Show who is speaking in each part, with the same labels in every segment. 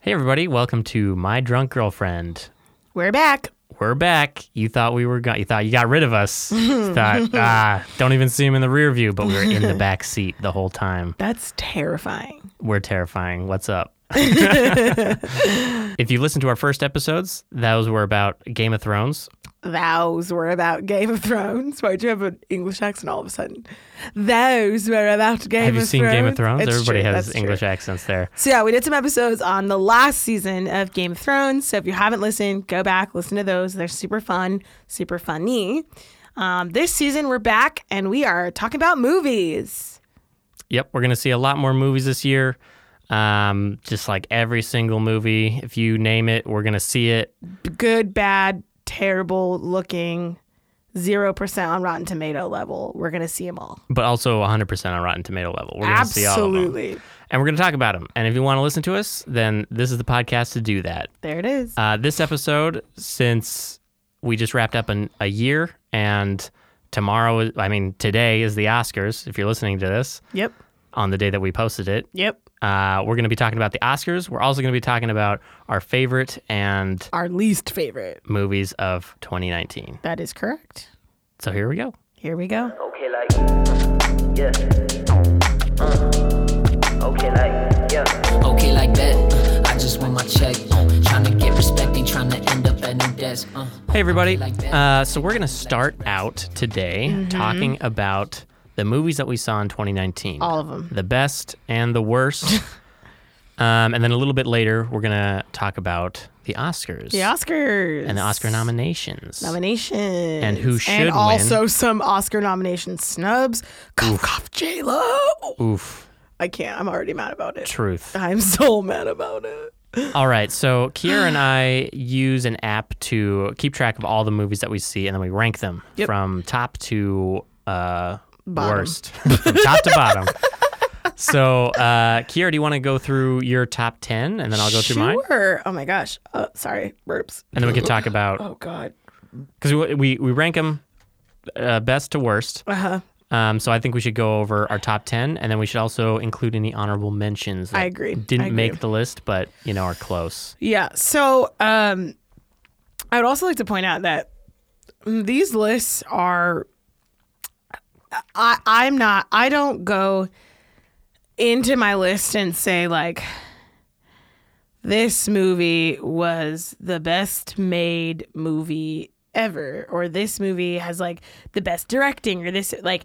Speaker 1: Hey, everybody. Welcome to My Drunk Girlfriend.
Speaker 2: We're back.
Speaker 1: We're back. You thought we were gone. You thought you got rid of us. You thought, ah, don't even see him in the rear view, but we were in the back seat the whole time.
Speaker 2: That's terrifying.
Speaker 1: We're terrifying. What's up? if you listen to our first episodes, those were about Game of Thrones.
Speaker 2: Those were about Game of Thrones. Why do you have an English accent all of a sudden? Those were about Game of Thrones.
Speaker 1: Have you seen Game of Thrones?
Speaker 2: It's
Speaker 1: Everybody
Speaker 2: true,
Speaker 1: has
Speaker 2: that's
Speaker 1: English
Speaker 2: true.
Speaker 1: accents there.
Speaker 2: So, yeah, we did some episodes on the last season of Game of Thrones. So, if you haven't listened, go back, listen to those. They're super fun, super funny. Um, this season, we're back and we are talking about movies.
Speaker 1: Yep, we're going to see a lot more movies this year. Um, just like every single movie, if you name it, we're going to see it.
Speaker 2: Good, bad, terrible looking, 0% on Rotten Tomato level. We're going to see them all.
Speaker 1: but also 100% on Rotten Tomato level. We're going to see all of them.
Speaker 2: Absolutely.
Speaker 1: And we're going to talk about them. And if you want to listen to us, then this is the podcast to do that.
Speaker 2: There it is.
Speaker 1: Uh, this episode, since we just wrapped up an, a year and tomorrow, is- I mean, today is the Oscars, if you're listening to this
Speaker 2: Yep.
Speaker 1: on the day that we posted it,
Speaker 2: Yep.
Speaker 1: uh, we're going to be talking about the Oscars. We're also going to be talking about our favorite and
Speaker 2: Our least favorite.
Speaker 1: movies of 2019.
Speaker 2: That is correct.
Speaker 1: So here we go.
Speaker 2: Here we go.
Speaker 3: Okay, like, yeah. Uh, okay, like, yeah.
Speaker 4: Okay, like that. I just want my check. Uh, trying to get respect, ain't trying to end up at new desk. Uh,
Speaker 1: Hey, everybody.
Speaker 4: Okay, like that.
Speaker 1: Uh, so, we're going to start out today
Speaker 2: Mm-hmm.
Speaker 1: talking about the movies that we saw in 2019.
Speaker 2: All of 'em.
Speaker 1: The best and the worst. um, and then a little bit later, we're going to talk about the Oscars.
Speaker 2: The Oscars.
Speaker 1: And the Oscar nominations.
Speaker 2: Nominations.
Speaker 1: And who should
Speaker 2: And
Speaker 1: win.
Speaker 2: also some Oscar nomination snubs. Cough, cough, J-Lo.
Speaker 1: Oof.
Speaker 2: I can't. I'm already mad about it.
Speaker 1: Truth.
Speaker 2: I'm so mad about it.
Speaker 1: all right. So, Kiera and I use an app to keep track of all the movies that we see, and then we rank them
Speaker 2: Yep.
Speaker 1: from top to uh,
Speaker 2: Bottom.
Speaker 1: worst, from top to bottom. So, uh, Kiera, do you want to go through your top 10 and then I'll go through mine?
Speaker 2: Sure. Oh, my gosh. Oh, sorry. Burps.
Speaker 1: And then we can talk about
Speaker 2: Oh, God.
Speaker 1: because we, we, we rank them uh, best to worst.
Speaker 2: Uh-huh.
Speaker 1: Um, so I think we should go over our top 10 and then we should also include any honorable mentions that
Speaker 2: I agree.
Speaker 1: didn't
Speaker 2: I agree.
Speaker 1: make the list, but you know, are close.
Speaker 2: Yeah. So um, I would also like to point out that these lists are. I I'm not. I don't go into my list and say like. This movie was the best made movie ever, or this movie has like the best directing, or this like,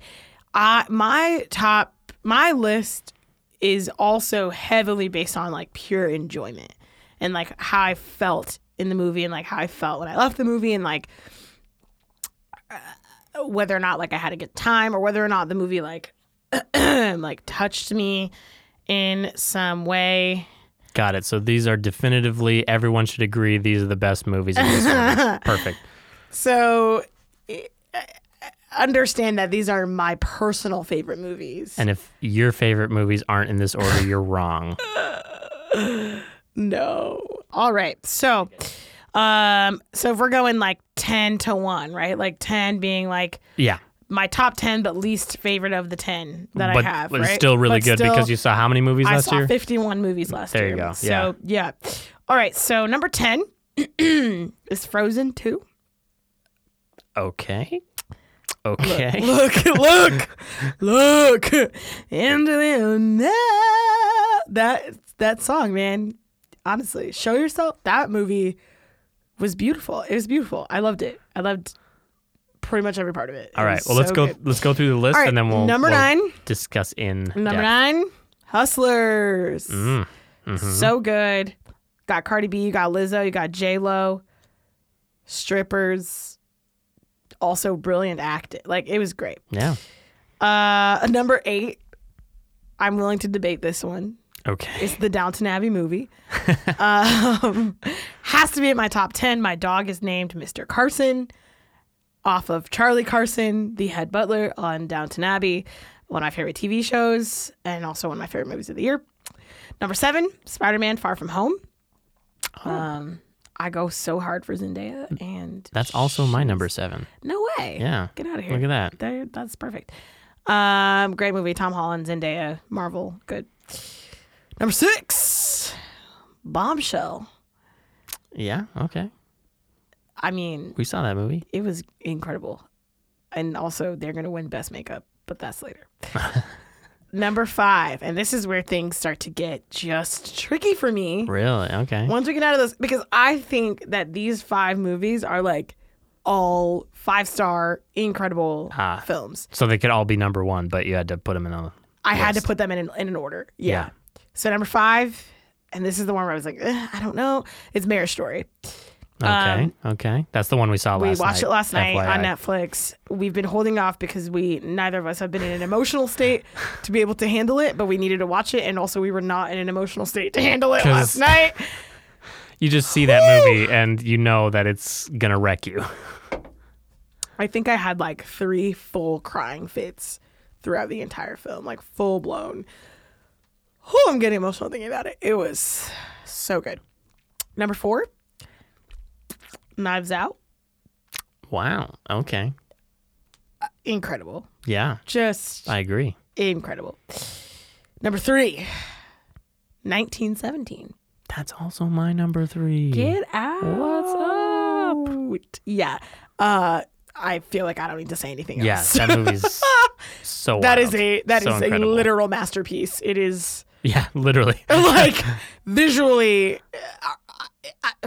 Speaker 2: I my top my list is also heavily based on like pure enjoyment and like how I felt in the movie and like how I felt when I left the movie and like uh, whether or not like I had a good time or whether or not the movie like like touched me in some way.
Speaker 1: Got it. So these are definitively, everyone should agree, these are the best movies of this year. Perfect.
Speaker 2: So I- I understand that these are my personal favorite movies.
Speaker 1: And if your favorite movies aren't in this order, you're wrong.
Speaker 2: No. All right. So, um, so if we're going like ten to one, right? Like ten being like
Speaker 1: Yeah.
Speaker 2: my top 10 but least favorite of the 10 that
Speaker 1: but
Speaker 2: I have.
Speaker 1: it's
Speaker 2: right?
Speaker 1: still really
Speaker 2: But
Speaker 1: good
Speaker 2: still,
Speaker 1: because you saw how many movies
Speaker 2: I
Speaker 1: last
Speaker 2: saw
Speaker 1: year?
Speaker 2: 51 movies last
Speaker 1: There you
Speaker 2: year.
Speaker 1: go,
Speaker 2: So, yeah. All right. So, number 10 is Frozen 2.
Speaker 1: Okay. Okay.
Speaker 2: Look, look, look. Into the night. that that song, man. Honestly, show yourself. That movie was beautiful. It was beautiful. I loved it. I loved pretty much every part of it. It
Speaker 1: All right.
Speaker 2: was
Speaker 1: Well, let's
Speaker 2: so
Speaker 1: go.
Speaker 2: good.
Speaker 1: Let's go through the list,
Speaker 2: All right,
Speaker 1: and then we'll
Speaker 2: number
Speaker 1: we'll
Speaker 2: nine.
Speaker 1: discuss in
Speaker 2: Number
Speaker 1: depth.
Speaker 2: nine, Hustlers. So good. Got Cardi B, you got Lizzo, you got J Lo, strippers. Also brilliant acting. Like it was great.
Speaker 1: Yeah.
Speaker 2: Uh, number eight, I'm willing to debate this one.
Speaker 1: Okay.
Speaker 2: It's the Downton Abbey movie. um, has to be in my top ten. My dog is named Mr. Carson, off of Charlie Carson, the head butler on Downton Abbey, one of my favorite TV shows, and also one of my favorite movies of the year. Number seven, Spider-Man: Far From Home.
Speaker 1: Oh.
Speaker 2: Um, I go so hard for Zendaya, and
Speaker 1: That's also my number seven.
Speaker 2: no way.
Speaker 1: Yeah.
Speaker 2: Get out of here.
Speaker 1: Look at that.
Speaker 2: There, that's perfect. Um, great movie. Tom Holland, Zendaya, Marvel. Good. Number six, Bombshell.
Speaker 1: Yeah. Okay.
Speaker 2: I mean,
Speaker 1: We saw that movie.
Speaker 2: it was incredible. And also, they're going to win Best Makeup, but that's later. Number five, and this is where things start to get just tricky for me.
Speaker 1: Really? Okay.
Speaker 2: Once we get out of this, because I think that these five movies are like all five star, incredible
Speaker 1: Ah.
Speaker 2: films.
Speaker 1: So they could all be number one, but you had to put them in a.
Speaker 2: I had to put them in an, in an order. Yeah.
Speaker 1: Yeah.
Speaker 2: So number five, and this is the one where I was like, eh, I don't know. It's Marriage Story.
Speaker 1: Okay. okay. That's the one we saw
Speaker 2: Um, We
Speaker 1: last night.
Speaker 2: watched it last night
Speaker 1: FYI.
Speaker 2: on Netflix. We've been holding off because we neither of us have been in an emotional state to be able to handle it, but we needed to watch it, and also we were not in an emotional state to handle it
Speaker 1: 'Cause-
Speaker 2: last night.
Speaker 1: You just see that movie and you know that it's gonna wreck you.
Speaker 2: I think I had like three full crying fits throughout the entire film, like full blown. Oh, I'm getting emotional thinking about it. It was so good. Number four, Knives Out.
Speaker 1: Wow. Okay.
Speaker 2: Incredible.
Speaker 1: Yeah.
Speaker 2: Just
Speaker 1: I agree.
Speaker 2: incredible. Number three, 1917.
Speaker 1: That's also my number three.
Speaker 2: Get out. What's up? Yeah. Uh, I feel like I don't need to say anything
Speaker 1: Yeah.
Speaker 2: else.
Speaker 1: That movie's so.
Speaker 2: That
Speaker 1: wild.
Speaker 2: is a that is
Speaker 1: So incredible.
Speaker 2: a literal masterpiece. It is
Speaker 1: Yeah. Literally.
Speaker 2: like visually, uh, I- I-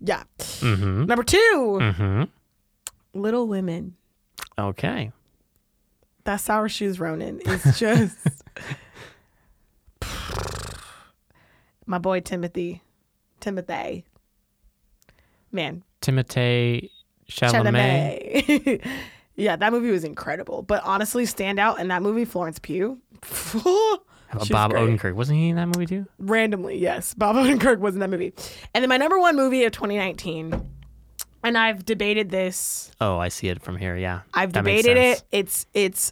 Speaker 2: yeah.
Speaker 1: Mm-hmm.
Speaker 2: Number 2
Speaker 1: Mm-hmm.
Speaker 2: Little Women.
Speaker 1: Okay.
Speaker 2: That sour shoes Ronin is just my boy Timothy, Timothy. Man,
Speaker 1: Timothée Chalamet.
Speaker 2: Chalamet. yeah, that movie was incredible. But honestly, stand out in that movie, Florence Pugh. She was
Speaker 1: Bob
Speaker 2: great.
Speaker 1: Odenkirk. Wasn't he in that movie too?
Speaker 2: randomly, yes. Bob Odenkirk was in that movie. And then my number one movie of 2019, and I've debated this.
Speaker 1: Oh, I see it from here. Yeah.
Speaker 2: I've
Speaker 1: That makes
Speaker 2: debated
Speaker 1: sense.
Speaker 2: it. It's it's.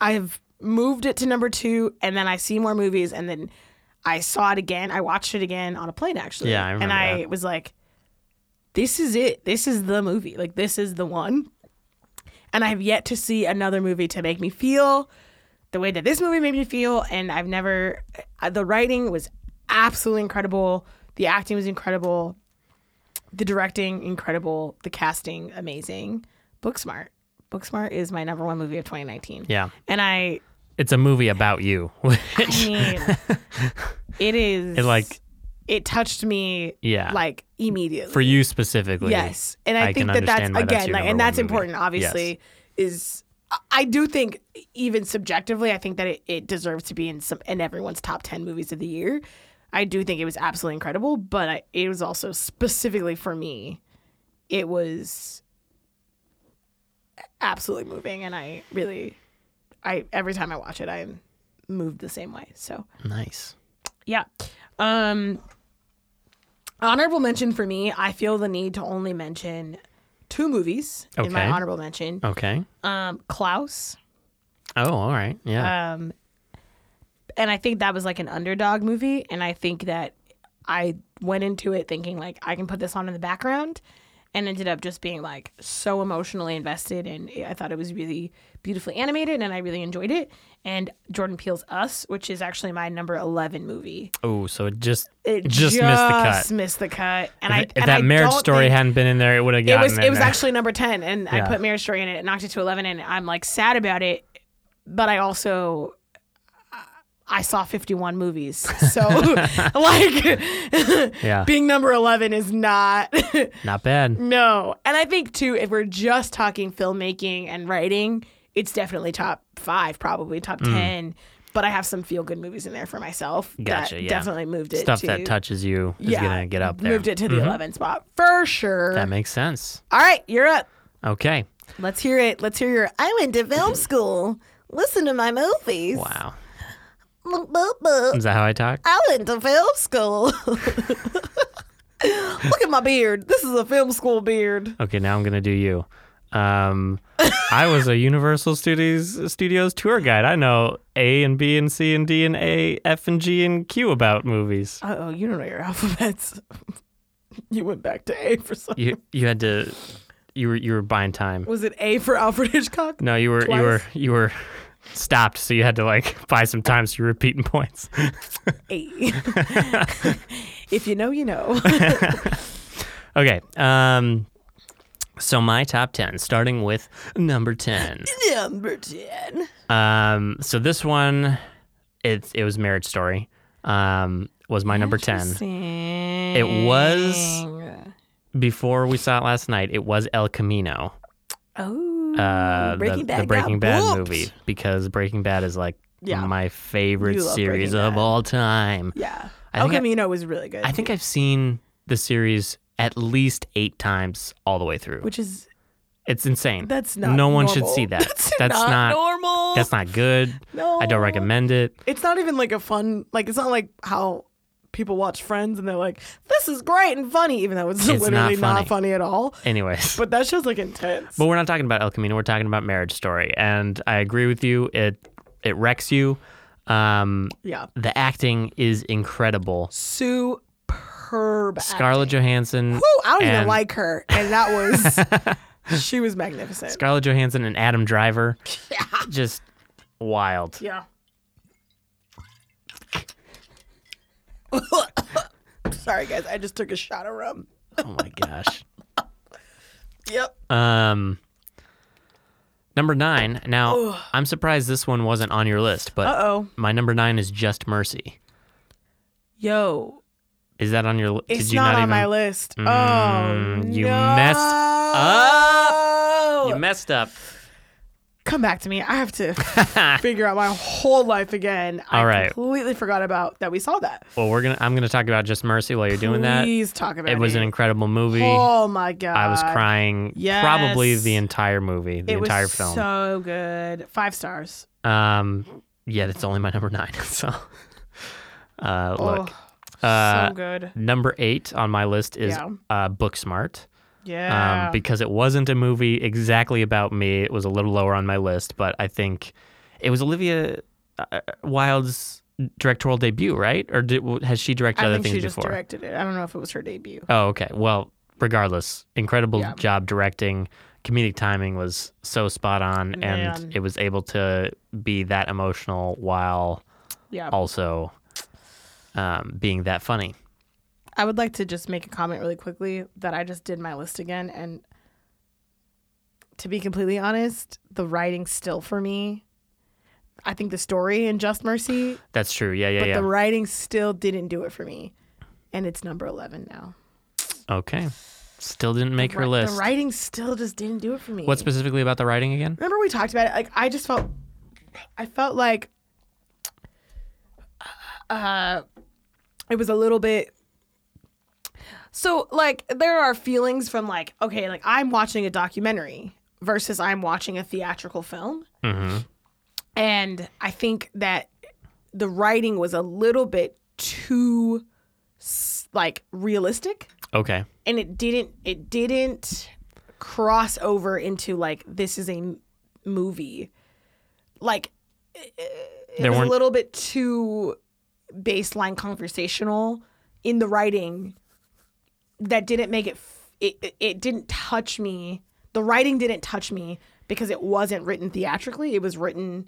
Speaker 2: I've moved it to number two, and then I see more movies, and then I saw it again. I watched it again on a plane actually.
Speaker 1: Yeah, I
Speaker 2: and
Speaker 1: remember
Speaker 2: I
Speaker 1: that.
Speaker 2: was like, "This is it. This is the movie. Like this is the one." And I have yet to see another movie to make me feel the way that this movie made me feel. And I've never. uh, The writing was absolutely incredible. The acting was incredible. The directing, incredible. The casting, amazing. Booksmart. Booksmart is my number one movie of 2019.
Speaker 1: Yeah.
Speaker 2: And I
Speaker 1: It's a movie about you.
Speaker 2: I mean, it is.
Speaker 1: It, like-
Speaker 2: it touched me.
Speaker 1: Yeah.
Speaker 2: Like immediately.
Speaker 1: For you specifically.
Speaker 2: Yes, and I,
Speaker 1: I
Speaker 2: think
Speaker 1: can
Speaker 2: that that's
Speaker 1: understand why
Speaker 2: again,
Speaker 1: that's your
Speaker 2: like,
Speaker 1: number
Speaker 2: and
Speaker 1: one
Speaker 2: that's
Speaker 1: movie.
Speaker 2: important. Obviously, is I- I do think even subjectively, I think that it, it deserves to be in some in everyone's top ten movies of the year. I do think it was absolutely incredible, but I, it was also specifically for me, it was absolutely moving, and I really, I every time I watch it, I'm moved the same way. So
Speaker 1: Nice.
Speaker 2: yeah. Um honorable mention for me, I feel the need to only mention two movies in my
Speaker 1: Okay.
Speaker 2: honorable mention.
Speaker 1: Okay.
Speaker 2: Um Klaus.
Speaker 1: Oh, all right. Yeah.
Speaker 2: Um and I think that was like an underdog movie and I think that I went into it thinking like I can put this on in the background and ended up just being like so emotionally invested and I thought it was really beautifully animated and I really enjoyed it and Jordan Peele's Us, which is actually my number 11 movie
Speaker 1: oh, so it just
Speaker 2: it
Speaker 1: just missed the cut.
Speaker 2: just missed the cut. And I
Speaker 1: if
Speaker 2: and
Speaker 1: that
Speaker 2: I
Speaker 1: marriage
Speaker 2: don't
Speaker 1: story
Speaker 2: think-
Speaker 1: hadn't been in there, it would have
Speaker 2: it
Speaker 1: gotten
Speaker 2: was
Speaker 1: in
Speaker 2: it was
Speaker 1: there.
Speaker 2: actually number ten, and I
Speaker 1: Yeah.
Speaker 2: put marriage story in it, it knocked it to eleven, and I'm like sad about it, but I also. I saw 51 movies. So, like,
Speaker 1: Yeah.
Speaker 2: being number 11 is not
Speaker 1: not bad.
Speaker 2: no. And I think too, if we're just talking filmmaking and writing, it's definitely top five, probably top
Speaker 1: Mm.
Speaker 2: ten. But I have some feel good movies in there for myself.
Speaker 1: Gotcha,
Speaker 2: That
Speaker 1: yeah.
Speaker 2: definitely moved it.
Speaker 1: Stuff
Speaker 2: to,
Speaker 1: that touches you is gonna get up there. Mm-hmm.
Speaker 2: Moved it to the 11th spot for sure.
Speaker 1: That makes sense.
Speaker 2: All right, you're up.
Speaker 1: Okay.
Speaker 2: Let's hear it. Let's hear your. I went to film school. Listen to my movies.
Speaker 1: Wow.
Speaker 2: Boop, boop, boop.
Speaker 1: Is that how I talk?
Speaker 2: I went to film school. Look at my beard. This is a film school beard.
Speaker 1: Okay, now I'm gonna do you. Um, I was a Universal Studios Studios tour guide. I know A and B and C and D and A, F and G and Q about movies.
Speaker 2: Uh oh, you don't know your alphabets. you went back to A for something.
Speaker 1: You you had to you were you were buying time.
Speaker 2: Was it A for Alfred Hitchcock?
Speaker 1: No, you were you were
Speaker 2: Twice?
Speaker 1: you were stopped, so you had to like buy some time, so you're repeating points.
Speaker 2: Hey. if you know, you know.
Speaker 1: okay. Um, so my top ten, starting with number ten.
Speaker 2: Number 10.
Speaker 1: Um, so this one, it it was Marriage Story. Um, was my number ten. It was before we saw it last night. It was El Camino.
Speaker 2: Oh.
Speaker 1: uh,
Speaker 2: Breaking
Speaker 1: the, the
Speaker 2: Bad got
Speaker 1: Breaking Bad
Speaker 2: whooped.
Speaker 1: movie because Breaking Bad is like
Speaker 2: Yeah.
Speaker 1: my favorite
Speaker 2: You love
Speaker 1: series
Speaker 2: Breaking
Speaker 1: of
Speaker 2: Bad.
Speaker 1: all time.
Speaker 2: yeah.
Speaker 1: I
Speaker 2: El
Speaker 1: think I-
Speaker 2: Camino was really good.
Speaker 1: I think I've seen the series at least eight times all the way through.
Speaker 2: Which is,
Speaker 1: it's insane.
Speaker 2: that's not
Speaker 1: No one should
Speaker 2: normal.
Speaker 1: see that.
Speaker 2: That's,
Speaker 1: That's
Speaker 2: not,
Speaker 1: not-
Speaker 2: normal.
Speaker 1: That's not good.
Speaker 2: no.
Speaker 1: I don't recommend it.
Speaker 2: It's not even like a fun, like, it's not like how people watch Friends and they're like, this is great and funny, even though it's,
Speaker 1: It's not
Speaker 2: literally
Speaker 1: funny.
Speaker 2: at all.
Speaker 1: Anyways.
Speaker 2: But that show's like intense.
Speaker 1: But we're not talking about El Camino. We're talking about Marriage Story, and I agree with you. It it wrecks you. Um,
Speaker 2: yeah.
Speaker 1: the acting is incredible.
Speaker 2: Superb.
Speaker 1: Scarlett Johansson.
Speaker 2: Woo, I don't even
Speaker 1: and-
Speaker 2: like her. And that was, she was magnificent.
Speaker 1: Scarlett Johansson and Adam Driver. Just wild.
Speaker 2: yeah. Sorry, guys. I just took a shot of rum.
Speaker 1: Oh my gosh.
Speaker 2: Yep.
Speaker 1: Um Number 9. Now, I'm surprised this one wasn't on your list, but
Speaker 2: Uh oh.
Speaker 1: my number 9 is Just Mercy.
Speaker 2: Yo.
Speaker 1: Is that on your list?
Speaker 2: It's not, on my list. oh.
Speaker 1: Mm, you
Speaker 2: no.
Speaker 1: messed
Speaker 2: up.
Speaker 1: You messed up.
Speaker 2: Come back to me. I have to figure out my whole life again. I
Speaker 1: All right.
Speaker 2: completely forgot about that we saw that.
Speaker 1: Well, we're going to I'm going to talk about Just Mercy while you're doing that.
Speaker 2: Please talk about it.
Speaker 1: It was an incredible movie.
Speaker 2: Oh my god.
Speaker 1: I was crying probably
Speaker 2: yes.
Speaker 1: the entire movie, the
Speaker 2: it
Speaker 1: entire
Speaker 2: was
Speaker 1: film.
Speaker 2: So good. Five stars.
Speaker 1: Um, yeah, that's only my number nine. So, uh, look,
Speaker 2: oh,
Speaker 1: uh,
Speaker 2: so good.
Speaker 1: number eight on my list is
Speaker 2: Yeah.
Speaker 1: uh, Booksmart.
Speaker 2: Yeah.
Speaker 1: Um, because it wasn't a movie exactly about me. It was a little lower on my list, but I think it was Olivia uh, Wilde's directorial debut, right? Or did, has she directed
Speaker 2: I
Speaker 1: other
Speaker 2: think
Speaker 1: things
Speaker 2: she just
Speaker 1: before?
Speaker 2: directed it. I don't know if it was her debut.
Speaker 1: Oh, okay. Well, regardless, incredible
Speaker 2: Yeah.
Speaker 1: job directing. Comedic timing was so spot on,
Speaker 2: Man.
Speaker 1: and it was able to be that emotional while
Speaker 2: Yeah.
Speaker 1: also um, being that funny.
Speaker 2: I would like to just make a comment really quickly that I just did my list again and to be completely honest, the writing still for me. I think the story in Just Mercy,
Speaker 1: That's true. Yeah, yeah,
Speaker 2: but
Speaker 1: yeah.
Speaker 2: the writing still didn't do it for me. And it's number 11 now.
Speaker 1: okay. Still didn't make her
Speaker 2: Ri-
Speaker 1: list.
Speaker 2: The writing still just didn't do it for me.
Speaker 1: what specifically about the writing again?
Speaker 2: remember we talked about it like i just felt i felt like uh it was a little bit so like there are feelings from like okay like i'm watching a documentary versus i'm watching a theatrical film and i think that the writing was a little bit too s- like realistic
Speaker 1: Okay.
Speaker 2: and it didn't it didn't cross over into like this is a m- movie like it
Speaker 1: There
Speaker 2: was a
Speaker 1: weren't-
Speaker 2: little bit too baseline conversational in the writing that didn't make it f- it, it, it didn't touch me the writing didn't touch me because it wasn't written theatrically it was written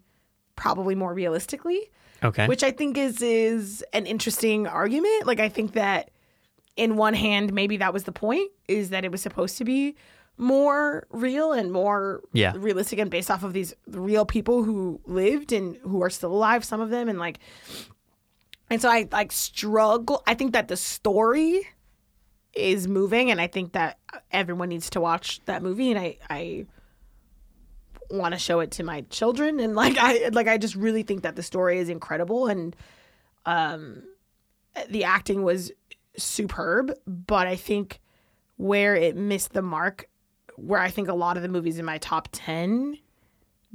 Speaker 2: probably more realistically
Speaker 1: Okay.
Speaker 2: which I think is is an interesting argument. Like I think that in one hand, maybe that was the point is that it was supposed to be more real and more
Speaker 1: Yeah.
Speaker 2: realistic and based off of these real people who lived and who are still alive, some of them, and like and so I like struggle. I think that the story is moving, and I think that everyone needs to watch that movie, and I I want to show it to my children, and like I like I just really think that the story is incredible, and um, the acting was superb, but I think where it missed the mark, where I think a lot of the movies in my top ten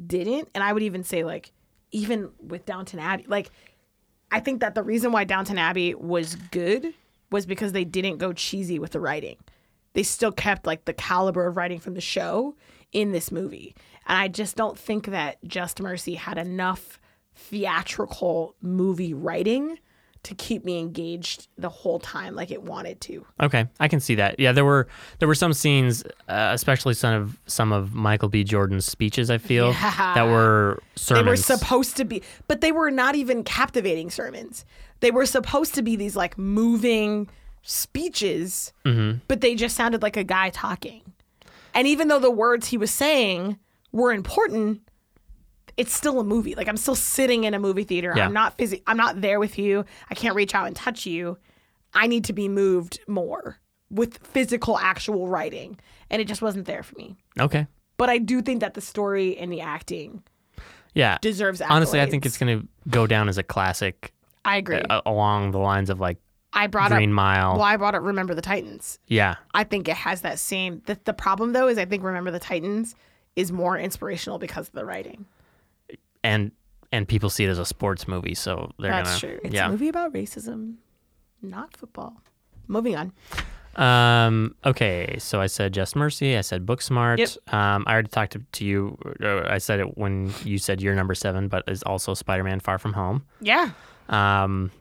Speaker 2: didn't, and I would even say like even with Downton Abbey, like I think that the reason why Downton Abbey was good was because they didn't go cheesy with the writing. They still kept like the caliber of writing from the show in this movie. And I just don't think that Just Mercy had enough theatrical movie writing to keep me engaged the whole time like it wanted to.
Speaker 1: Okay, I can see that. Yeah, there were there were some scenes, uh, especially some of some of Michael B. Jordan's speeches. I feel
Speaker 2: Yeah.
Speaker 1: that were sermons.
Speaker 2: They were supposed to be, but they were not even captivating sermons. They were supposed to be these like moving speeches,
Speaker 1: Mm-hmm.
Speaker 2: but they just sounded like a guy talking. And even though the words he was saying were important, it's still a movie. Like I'm still sitting in a movie theater.
Speaker 1: Yeah.
Speaker 2: I'm not phys- I'm not there with you. I can't reach out and touch you. I need to be moved more with physical actual writing, and it just wasn't there for me.
Speaker 1: okay.
Speaker 2: But I do think that the story and the acting
Speaker 1: Yeah.
Speaker 2: deserves accolades.
Speaker 1: Honestly, I think it's going to go down as a classic
Speaker 2: I agree.
Speaker 1: uh, along the lines of like
Speaker 2: I brought
Speaker 1: Green
Speaker 2: up
Speaker 1: Mile.
Speaker 2: well, I brought up Remember the Titans.
Speaker 1: Yeah.
Speaker 2: I think it has that same the, the problem though is I think Remember the Titans is more inspirational because of the writing.
Speaker 1: And and people see it as a sports movie, so they're
Speaker 2: That's
Speaker 1: gonna,
Speaker 2: true. It's
Speaker 1: yeah.
Speaker 2: a movie about racism, not football. Moving on.
Speaker 1: Um, okay, so I said Just Mercy. I said Booksmart.
Speaker 2: Yep.
Speaker 1: Um, I already talked to, to you. uh, I said it when you said your number seven, but is also Spider-Man: Far From Home,
Speaker 2: Yeah.
Speaker 1: um,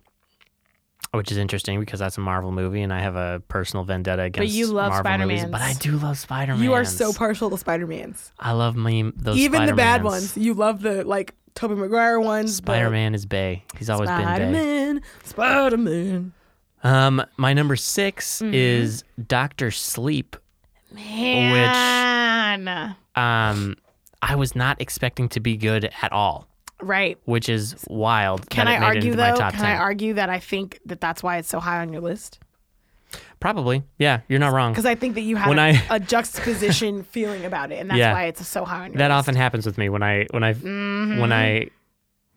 Speaker 1: which is interesting because that's a Marvel movie, and I have a personal vendetta against.
Speaker 2: you love
Speaker 1: Marvel movies,
Speaker 2: Spider-Mans.
Speaker 1: but I do love Spider-Man.
Speaker 2: You are so partial to Spider-Mans.
Speaker 1: I love me those.
Speaker 2: Even the bad
Speaker 1: Spider-Mans.
Speaker 2: ones. You love the like Tobey Maguire ones. but-
Speaker 1: Spider-Man is Bay. He's always been Bay.
Speaker 2: Spider-Man. Spider-Man.
Speaker 1: Um, my number 6
Speaker 2: Mm-hmm.
Speaker 1: is Doctor Sleep.
Speaker 2: Man.
Speaker 1: Um, I was not expecting to be good at all.
Speaker 2: Right.
Speaker 1: which is wild.
Speaker 2: Can
Speaker 1: that
Speaker 2: I
Speaker 1: it made it
Speaker 2: argue
Speaker 1: into my
Speaker 2: though? Can
Speaker 1: top 10.
Speaker 2: I argue that I think that that's why it's so high on your list?
Speaker 1: Probably. Yeah, you're not wrong.
Speaker 2: Because I think that you had
Speaker 1: When
Speaker 2: a,
Speaker 1: I-
Speaker 2: a juxtaposition feeling about it, and that's
Speaker 1: Yeah.
Speaker 2: why it's so high on your
Speaker 1: That
Speaker 2: list.
Speaker 1: often happens with me when I when I
Speaker 2: Mm-hmm.
Speaker 1: when I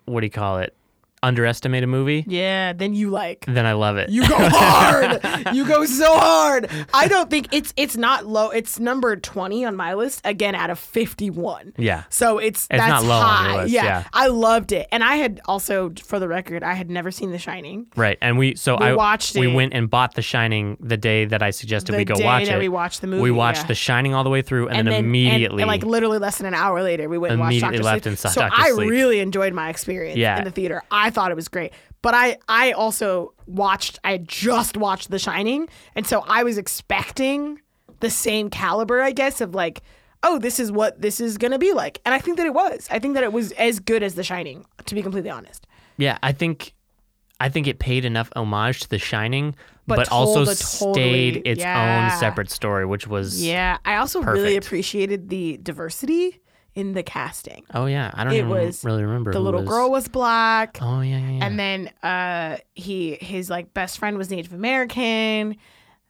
Speaker 1: what do you call it? Underestimate a movie,
Speaker 2: Yeah, then you like
Speaker 1: then I love it.
Speaker 2: you go hard. you go so hard. I don't think it's it's not low. It's number twenty on my list again out of fifty one.
Speaker 1: Yeah.
Speaker 2: So it's,
Speaker 1: It's
Speaker 2: that's
Speaker 1: not low on
Speaker 2: high.
Speaker 1: your list, yeah.
Speaker 2: I loved it, and I had also, for the record, I had never seen The Shining.
Speaker 1: Right, and we so
Speaker 2: We
Speaker 1: I
Speaker 2: watched
Speaker 1: we
Speaker 2: it.
Speaker 1: went and bought The Shining the day that I suggested
Speaker 2: The
Speaker 1: we go
Speaker 2: day
Speaker 1: watch
Speaker 2: that
Speaker 1: it.
Speaker 2: we watched the
Speaker 1: We
Speaker 2: movie,
Speaker 1: watched
Speaker 2: yeah.
Speaker 1: The Shining all the way through, and, then,
Speaker 2: and-
Speaker 1: immediately,
Speaker 2: and, like literally less than an hour later, we went and watched
Speaker 1: Immediately
Speaker 2: Doctor
Speaker 1: left
Speaker 2: Sleep.
Speaker 1: and saw
Speaker 2: so
Speaker 1: Dr.
Speaker 2: I
Speaker 1: Sleep.
Speaker 2: really enjoyed my experience
Speaker 1: Yeah.
Speaker 2: in the theater. I thought it was great, but I I also watched. I had just watched The Shining, and so I was expecting the same caliber, I guess, of like. Oh, this is what this is gonna be like, and I think that it was. I think that it was as good as The Shining, to be completely honest.
Speaker 1: yeah, I think, I think it paid enough homage to The Shining, but,
Speaker 2: But
Speaker 1: also
Speaker 2: told a
Speaker 1: stayed
Speaker 2: totally-
Speaker 1: its
Speaker 2: yeah.
Speaker 1: own separate story, which was
Speaker 2: Yeah, I also really
Speaker 1: Perfect.
Speaker 2: appreciated the diversity in the casting.
Speaker 1: Oh yeah, I don't
Speaker 2: It
Speaker 1: even
Speaker 2: was
Speaker 1: really remember
Speaker 2: The
Speaker 1: who
Speaker 2: little
Speaker 1: was-
Speaker 2: girl was black.
Speaker 1: Oh yeah, yeah, yeah.
Speaker 2: and then uh he his like best friend was Native American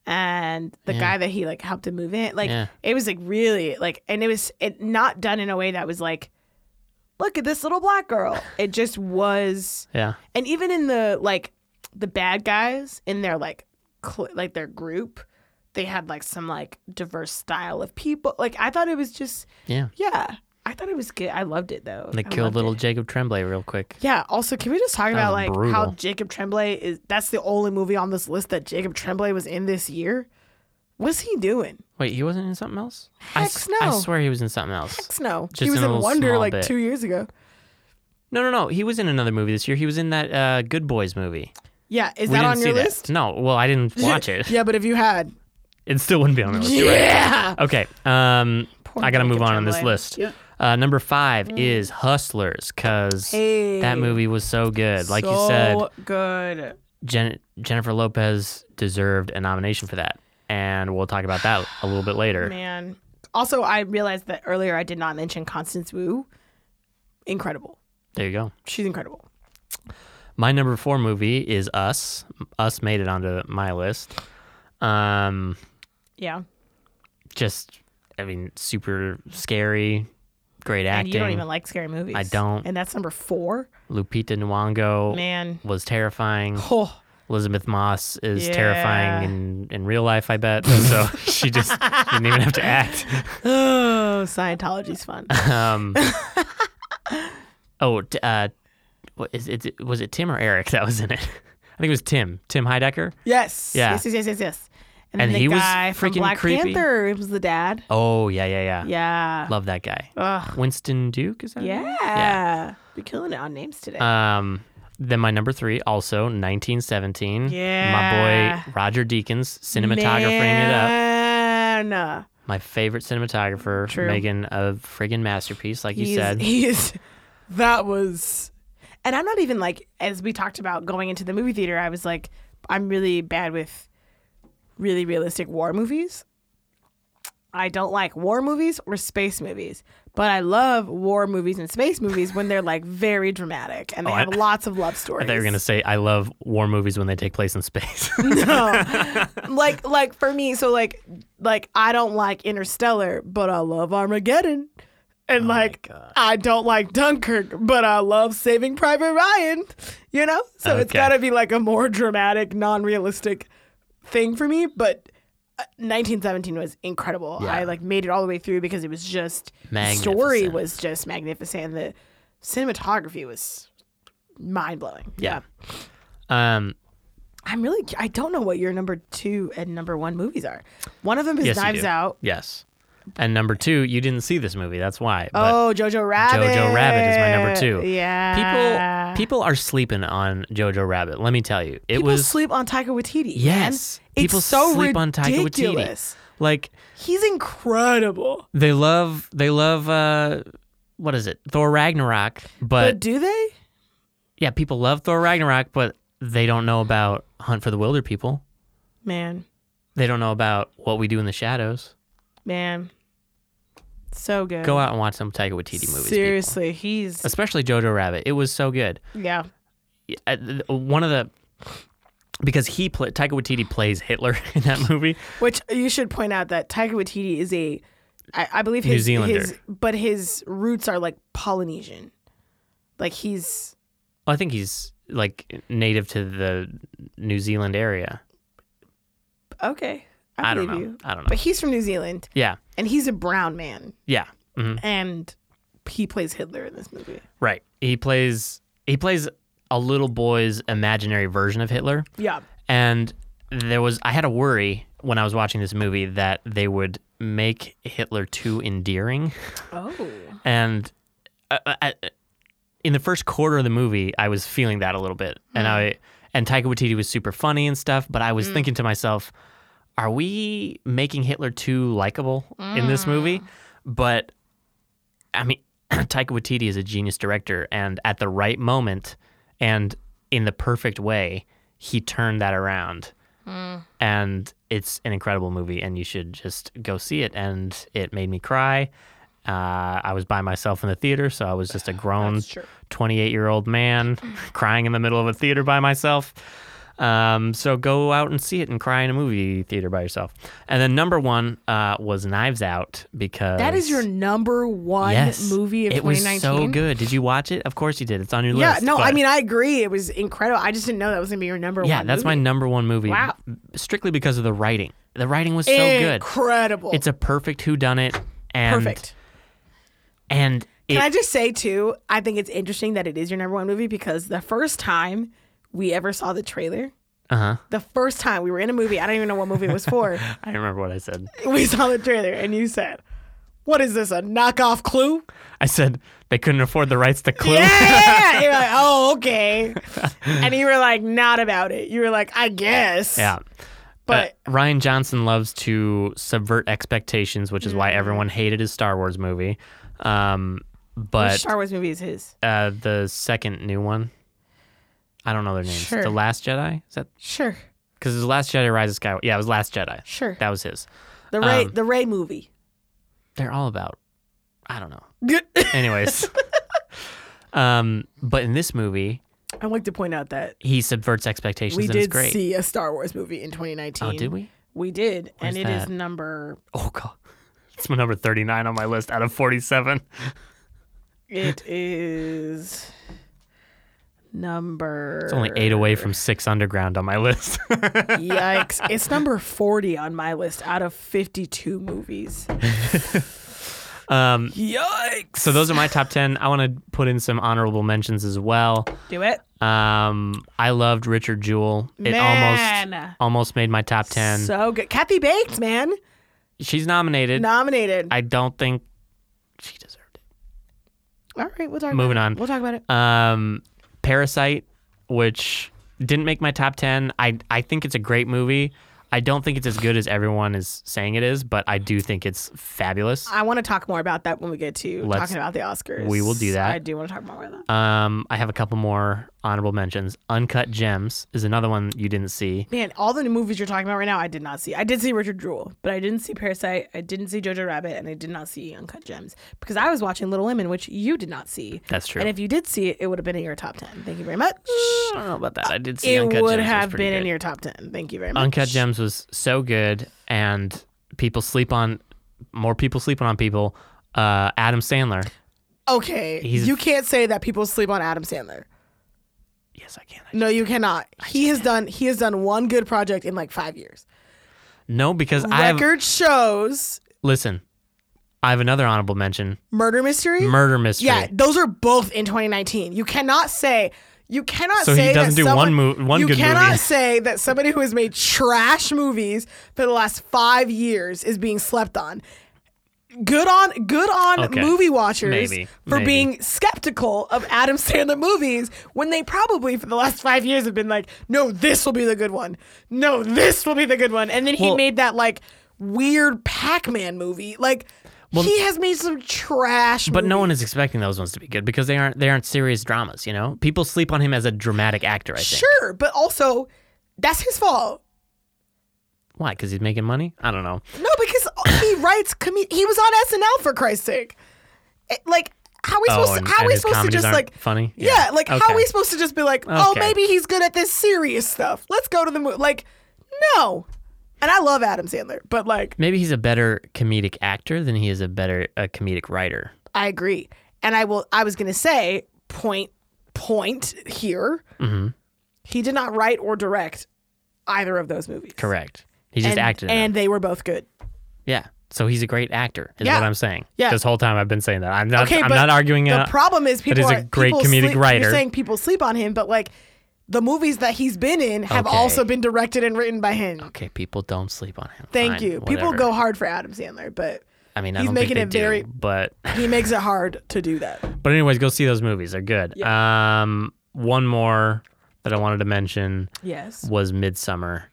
Speaker 2: and the guy that he like helped him move in like
Speaker 1: Yeah.
Speaker 2: it was like really like and it was it not done in a way that was like look at this little black girl it just was
Speaker 1: yeah.
Speaker 2: and even in the like the bad guys in their like cl- like their group they had like some like diverse style of people like I thought it was just
Speaker 1: Yeah.
Speaker 2: yeah I thought it was good I loved it though
Speaker 1: They
Speaker 2: I
Speaker 1: killed
Speaker 2: loved
Speaker 1: little
Speaker 2: it.
Speaker 1: Jacob Tremblay real quick.
Speaker 2: Yeah. Also, can we just talk about
Speaker 1: was
Speaker 2: like how
Speaker 1: brutal.
Speaker 2: Jacob Tremblay is? That's the only movie on this list that Jacob Tremblay was in this year. What's he doing?
Speaker 1: Wait, he wasn't in something else? I,
Speaker 2: Heck
Speaker 1: s-
Speaker 2: no.
Speaker 1: I swear he was in something else.
Speaker 2: No, he
Speaker 1: Just
Speaker 2: was
Speaker 1: in a
Speaker 2: in
Speaker 1: little
Speaker 2: Wonder
Speaker 1: small
Speaker 2: like
Speaker 1: bit.
Speaker 2: two years ago.
Speaker 1: No, no, no. He was in another movie this year. He was in that uh, Good Boys movie.
Speaker 2: Yeah, is
Speaker 1: we
Speaker 2: that
Speaker 1: didn't
Speaker 2: on
Speaker 1: see
Speaker 2: your
Speaker 1: that.
Speaker 2: list?
Speaker 1: No, well, I didn't watch it.
Speaker 2: yeah, but if you had,
Speaker 1: It still wouldn't be on my list. You're right.
Speaker 2: yeah,
Speaker 1: Okay. Um,
Speaker 2: Poor
Speaker 1: I got to
Speaker 2: Jacob
Speaker 1: move on on this
Speaker 2: Tremblay.
Speaker 1: list. Uh, number five is Hustlers because
Speaker 2: Mm. Hey.
Speaker 1: that movie was so good. Like you said,
Speaker 2: So good.
Speaker 1: Jen- Jennifer Lopez deserved a nomination for that. And we'll talk about that a little bit later.
Speaker 2: Man. Also, I realized that earlier I did not mention Constance Wu. Incredible.
Speaker 1: There you go.
Speaker 2: She's incredible.
Speaker 1: My number four movie is Us. Us made it onto my list. Um,
Speaker 2: Yeah.
Speaker 1: just, I mean, super scary, great
Speaker 2: And
Speaker 1: acting.
Speaker 2: you don't even like scary movies.
Speaker 1: I don't. Oh.
Speaker 2: And that's number four.
Speaker 1: Lupita Nyong'o
Speaker 2: Man.
Speaker 1: was terrifying.
Speaker 2: Oh.
Speaker 1: Elizabeth Moss is
Speaker 2: Yeah.
Speaker 1: terrifying in, in real life, I bet. So she just didn't even have to act.
Speaker 2: Oh, Scientology's fun.
Speaker 1: Um, oh, t- uh, what is it? Was it Tim or Eric that was in it? I think it was Tim. Tim Heidecker.
Speaker 2: Yes.
Speaker 1: Yeah.
Speaker 2: Yes, yes, yes, yes, yes. And,
Speaker 1: And
Speaker 2: the
Speaker 1: he was
Speaker 2: guy from
Speaker 1: freaking
Speaker 2: Black
Speaker 1: creepy.
Speaker 2: Panther it was the dad.
Speaker 1: Oh yeah, yeah, yeah.
Speaker 2: Yeah. Oh,
Speaker 1: Love that guy.
Speaker 2: Ugh.
Speaker 1: Winston Duke is that? his name?
Speaker 2: Yeah.
Speaker 1: Yeah.
Speaker 2: You're killing it on names today.
Speaker 1: Um, Then my number three, also 1917.
Speaker 2: Yeah.
Speaker 1: My boy Roger Deakins, cinematographing it up.
Speaker 2: Man.
Speaker 1: My favorite cinematographer,
Speaker 2: True.
Speaker 1: making a friggin' masterpiece, like you
Speaker 2: He's-
Speaker 1: said.
Speaker 2: He's that was, and I'm not even like as we talked about going into the movie theater. I was like, I'm really bad with really realistic war movies. I don't like war movies or space movies, but I love war movies and space movies when they're like very dramatic and they
Speaker 1: Oh, I-
Speaker 2: have lots of love stories.
Speaker 1: I thought you were gonna say I love war movies when they take place in space.
Speaker 2: like like for me so like like i don't like interstellar but i love armageddon and
Speaker 1: Oh
Speaker 2: like i don't like dunkirk but i love saving private ryan you know so it's
Speaker 1: Okay.
Speaker 2: gotta be like a more dramatic non-realistic thing for me but uh, 1917 was incredible
Speaker 1: Yeah.
Speaker 2: i like made it all the way through because it was just the story
Speaker 1: Magnificent.
Speaker 2: was just magnificent and the cinematography was mind-blowing
Speaker 1: yeah. Um,
Speaker 2: I'm really. cu- I don't know what your number two and number one movies are. One of them is
Speaker 1: yes, you
Speaker 2: Knives
Speaker 1: do.
Speaker 2: Out.
Speaker 1: Yes. And number two, you didn't see this movie. That's why. But
Speaker 2: Oh, Jojo Rabbit.
Speaker 1: Rabbit is my number two.
Speaker 2: Yeah.
Speaker 1: people people are sleeping on Jojo Rabbit. Let me tell you, it
Speaker 2: People
Speaker 1: was
Speaker 2: sleep on Taika Waititi.
Speaker 1: yes.
Speaker 2: man.
Speaker 1: people
Speaker 2: it's so
Speaker 1: sleep on Taika
Speaker 2: ridiculous.
Speaker 1: Waititi. Like
Speaker 2: He's incredible.
Speaker 1: they love they love uh what is it Thor Ragnarok,
Speaker 2: But,
Speaker 1: but
Speaker 2: do they?
Speaker 1: yeah, people love Thor Ragnarok, but they don't know about Hunt for the Wilder People.
Speaker 2: Man,
Speaker 1: They don't know about What We Do in the Shadows.
Speaker 2: man, so good.
Speaker 1: Go out and watch some Taika Waititi movies, people.
Speaker 2: Seriously, he's
Speaker 1: especially Jojo Rabbit. It was so good.
Speaker 2: yeah.
Speaker 1: I- th- One of the because he pla Taika Waititi plays Hitler in that movie.
Speaker 2: Which you should point out that Taika Waititi is a, I, I believe his,
Speaker 1: New Zealander.
Speaker 2: his, but his roots are like Polynesian, like he's
Speaker 1: Well, I think he's like native to the New Zealand area.
Speaker 2: Okay. I,
Speaker 1: I, don't
Speaker 2: believe
Speaker 1: know.
Speaker 2: you.
Speaker 1: I don't know.
Speaker 2: But he's from New Zealand
Speaker 1: yeah,
Speaker 2: and he's a brown man
Speaker 1: yeah, hmm
Speaker 2: and he plays Hitler in this movie.
Speaker 1: right. He plays he plays a little boy's imaginary version of Hitler.
Speaker 2: Yeah.
Speaker 1: And there was I had a worry when I was watching this movie that they would make Hitler too endearing.
Speaker 2: Oh.
Speaker 1: and uh, uh, uh, in the first quarter of the movie, I was feeling that a little bit, and I and Taika Waititi was super funny and stuff, but I was thinking to myself, are we making Hitler too likable in this movie? But I mean, Taika Waititi is a genius director, and at the right moment and in the perfect way, he turned that around.
Speaker 2: Hmm.
Speaker 1: And it's an incredible movie, and you should just go see it. And it made me cry. Uh, I was by myself in the theater, so I was just a grown
Speaker 2: That's true.
Speaker 1: 28 year old man crying in the middle of a theater by myself. Um, so go out and see it and cry in a movie theater by yourself. And then number one uh, was Knives Out because
Speaker 2: That is your number one
Speaker 1: yes,
Speaker 2: movie of
Speaker 1: it
Speaker 2: 2019.
Speaker 1: was so good. Did you watch it? Of course you did. It's on your
Speaker 2: Yeah,
Speaker 1: list.
Speaker 2: no, I
Speaker 1: but-
Speaker 2: mean I agree. It was incredible. I just didn't know that was gonna be your number
Speaker 1: yeah,
Speaker 2: one.
Speaker 1: that's my number one movie.
Speaker 2: Wow. Eh,
Speaker 1: strictly because of the writing. The writing was so good.
Speaker 2: Incredible.
Speaker 1: It's a perfect who done it. And,
Speaker 2: perfect.
Speaker 1: And it,
Speaker 2: Can I just say too? I think it's interesting that it is your number one movie because the first time we ever saw the trailer,
Speaker 1: uh-huh.
Speaker 2: the first time we were in a movie, I don't even know what movie it was for.
Speaker 1: I remember what I said.
Speaker 2: we saw the trailer and you said, "What is this? A knockoff Clue?"
Speaker 1: I said they couldn't afford the rights to Clue.
Speaker 2: Yeah, you're like, "Oh, okay," and you were like, "Not about it." You were like, "I guess."
Speaker 1: Yeah.
Speaker 2: but
Speaker 1: Uh, Ryan Johnson loves to subvert expectations, which is why
Speaker 2: Mm.
Speaker 1: everyone hated his Star Wars movie. Um,
Speaker 2: which
Speaker 1: but
Speaker 2: Star Wars movie is his.
Speaker 1: uh, the second new one, I don't know their names.
Speaker 2: Sure.
Speaker 1: The Last Jedi is that
Speaker 2: Sure,
Speaker 1: because it was Last Jedi Rise of Skywalker. Yeah, it was Last Jedi.
Speaker 2: sure.
Speaker 1: That was his.
Speaker 2: The Ray,
Speaker 1: um,
Speaker 2: the Ray movie.
Speaker 1: They're all about. I don't know. Anyways, um, but in this movie,
Speaker 2: I'd like to point out that
Speaker 1: he subverts expectations
Speaker 2: we
Speaker 1: and it's
Speaker 2: did
Speaker 1: great.
Speaker 2: see a Star Wars movie in 2019.
Speaker 1: oh, did we?
Speaker 2: We did,
Speaker 1: Where's
Speaker 2: and it is
Speaker 1: that?
Speaker 2: number.
Speaker 1: Oh god, it's my number thirty-nine on my list out of forty-seven.
Speaker 2: It is number.
Speaker 1: It's only eight away from six underground on my list.
Speaker 2: Yikes. It's number 40 on my list out of 52 movies.
Speaker 1: um,
Speaker 2: Yikes.
Speaker 1: so those are my top ten. I want to put in some honorable mentions as well.
Speaker 2: Do it.
Speaker 1: Um, I loved Richard Jewell. It
Speaker 2: Man.
Speaker 1: almost almost made my top ten.
Speaker 2: So good. Kathy Bates, man.
Speaker 1: She's nominated.
Speaker 2: Nominated.
Speaker 1: I don't think she deserved it.
Speaker 2: All right, we'll talk
Speaker 1: Moving
Speaker 2: about
Speaker 1: on.
Speaker 2: it. We'll talk about it.
Speaker 1: Um, Parasite which didn't make my top 10. I, I think it's a great movie. I don't think it's as good as everyone is saying it is, but I do think it's fabulous.
Speaker 2: I want to talk more about that when we get to
Speaker 1: Let's-
Speaker 2: talking about the Oscars.
Speaker 1: we will do that.
Speaker 2: I do want to talk more about that.
Speaker 1: Um, I have a couple more honorable mentions. Uncut Gems is another one you didn't see.
Speaker 2: Man, all the movies you're talking about right now, I did not see. I did see Richard Jewell, but I didn't see Parasite. I didn't see Jojo Rabbit, and I did not see Uncut Gems because I was watching Little Women, which you did not see.
Speaker 1: That's true.
Speaker 2: And if you did see it, it would have been in your top ten. Thank you very much.
Speaker 1: I don't know about that. I did see
Speaker 2: It
Speaker 1: Uncut
Speaker 2: would
Speaker 1: Gems. It was
Speaker 2: have
Speaker 1: pretty
Speaker 2: been in
Speaker 1: good.
Speaker 2: your top ten. Thank you very much.
Speaker 1: Uncut Gems was so good, and people sleep on more people sleeping on people. Uh, Adam Sandler.
Speaker 2: Okay,
Speaker 1: He's-
Speaker 2: you can't say that people sleep on Adam Sandler.
Speaker 1: Yes, I can. I-
Speaker 2: No, you cannot. He has done. He has done one good project in like five years.
Speaker 1: No, because I have
Speaker 2: Record shows
Speaker 1: listen. I have another honorable mention:
Speaker 2: murder mystery.
Speaker 1: Murder Mystery.
Speaker 2: Yeah, those are both in 2019. You cannot say you cannot
Speaker 1: So he
Speaker 2: say
Speaker 1: doesn't
Speaker 2: that
Speaker 1: do
Speaker 2: someone,
Speaker 1: one mo- one
Speaker 2: you
Speaker 1: good
Speaker 2: cannot
Speaker 1: movie.
Speaker 2: say that somebody who has made trash movies for the last five years is being slept on. Good on good on
Speaker 1: Okay.
Speaker 2: movie watchers
Speaker 1: Maybe,
Speaker 2: for
Speaker 1: maybe.
Speaker 2: being skeptical of Adam Sandler movies when they probably for the last five years have been like, no, this will be the good one. No, this will be the good one. And then he
Speaker 1: Well-
Speaker 2: made that like weird Pac-Man movie. Like he has made some trash
Speaker 1: But no
Speaker 2: movies.
Speaker 1: one is expecting those ones to be good because they aren't. They aren't serious dramas. You know, people sleep on him as a dramatic actor. I think.
Speaker 2: Sure, but also that's his fault.
Speaker 1: Why? Because he's making money. I don't know.
Speaker 2: No, because he writes. Com- he was on SNL for Christ's sake. It- like, how are we
Speaker 1: Oh,
Speaker 2: supposed?
Speaker 1: and-
Speaker 2: to, how are
Speaker 1: and
Speaker 2: we
Speaker 1: his
Speaker 2: supposed to
Speaker 1: comedies
Speaker 2: just
Speaker 1: aren't
Speaker 2: like
Speaker 1: funny?
Speaker 2: Yeah,
Speaker 1: Yeah.
Speaker 2: like how are we
Speaker 1: Okay.
Speaker 2: supposed to just be like, oh,
Speaker 1: Okay.
Speaker 2: maybe he's good at this serious stuff. Let's go to the movie. Like, no. And I love Adam Sandler, but like,
Speaker 1: Maybe he's a better comedic actor than he is a better a comedic writer.
Speaker 2: I agree. And I will. I was gonna say point point here.
Speaker 1: Mm-hmm.
Speaker 2: He did not write or direct either of those movies.
Speaker 1: Correct. He just
Speaker 2: And,
Speaker 1: acted. in it.
Speaker 2: and they were both good.
Speaker 1: Yeah. So he's a great actor, is
Speaker 2: Yeah.
Speaker 1: what I'm saying.
Speaker 2: Yeah.
Speaker 1: This whole time I've been saying that. I'm not.
Speaker 2: Okay,
Speaker 1: I'm
Speaker 2: but
Speaker 1: not arguing.
Speaker 2: The
Speaker 1: uh,
Speaker 2: problem is people
Speaker 1: he's a
Speaker 2: are
Speaker 1: great
Speaker 2: people
Speaker 1: comedic
Speaker 2: sleep-
Speaker 1: writer.
Speaker 2: You're saying people sleep on him, but like the movies that he's been in have
Speaker 1: Okay.
Speaker 2: also been directed and written by him.
Speaker 1: okay, people don't sleep on him.
Speaker 2: Thank
Speaker 1: Fine,
Speaker 2: you. People
Speaker 1: whatever.
Speaker 2: go hard for Adam Sandler, but
Speaker 1: I mean, I
Speaker 2: he's
Speaker 1: don't
Speaker 2: making
Speaker 1: think
Speaker 2: it
Speaker 1: they
Speaker 2: very-
Speaker 1: do, but
Speaker 2: he makes it hard to do that.
Speaker 1: but anyways, go see those movies. They're good. Um, one more that I wanted to mention
Speaker 2: Yes,
Speaker 1: was Midsummer,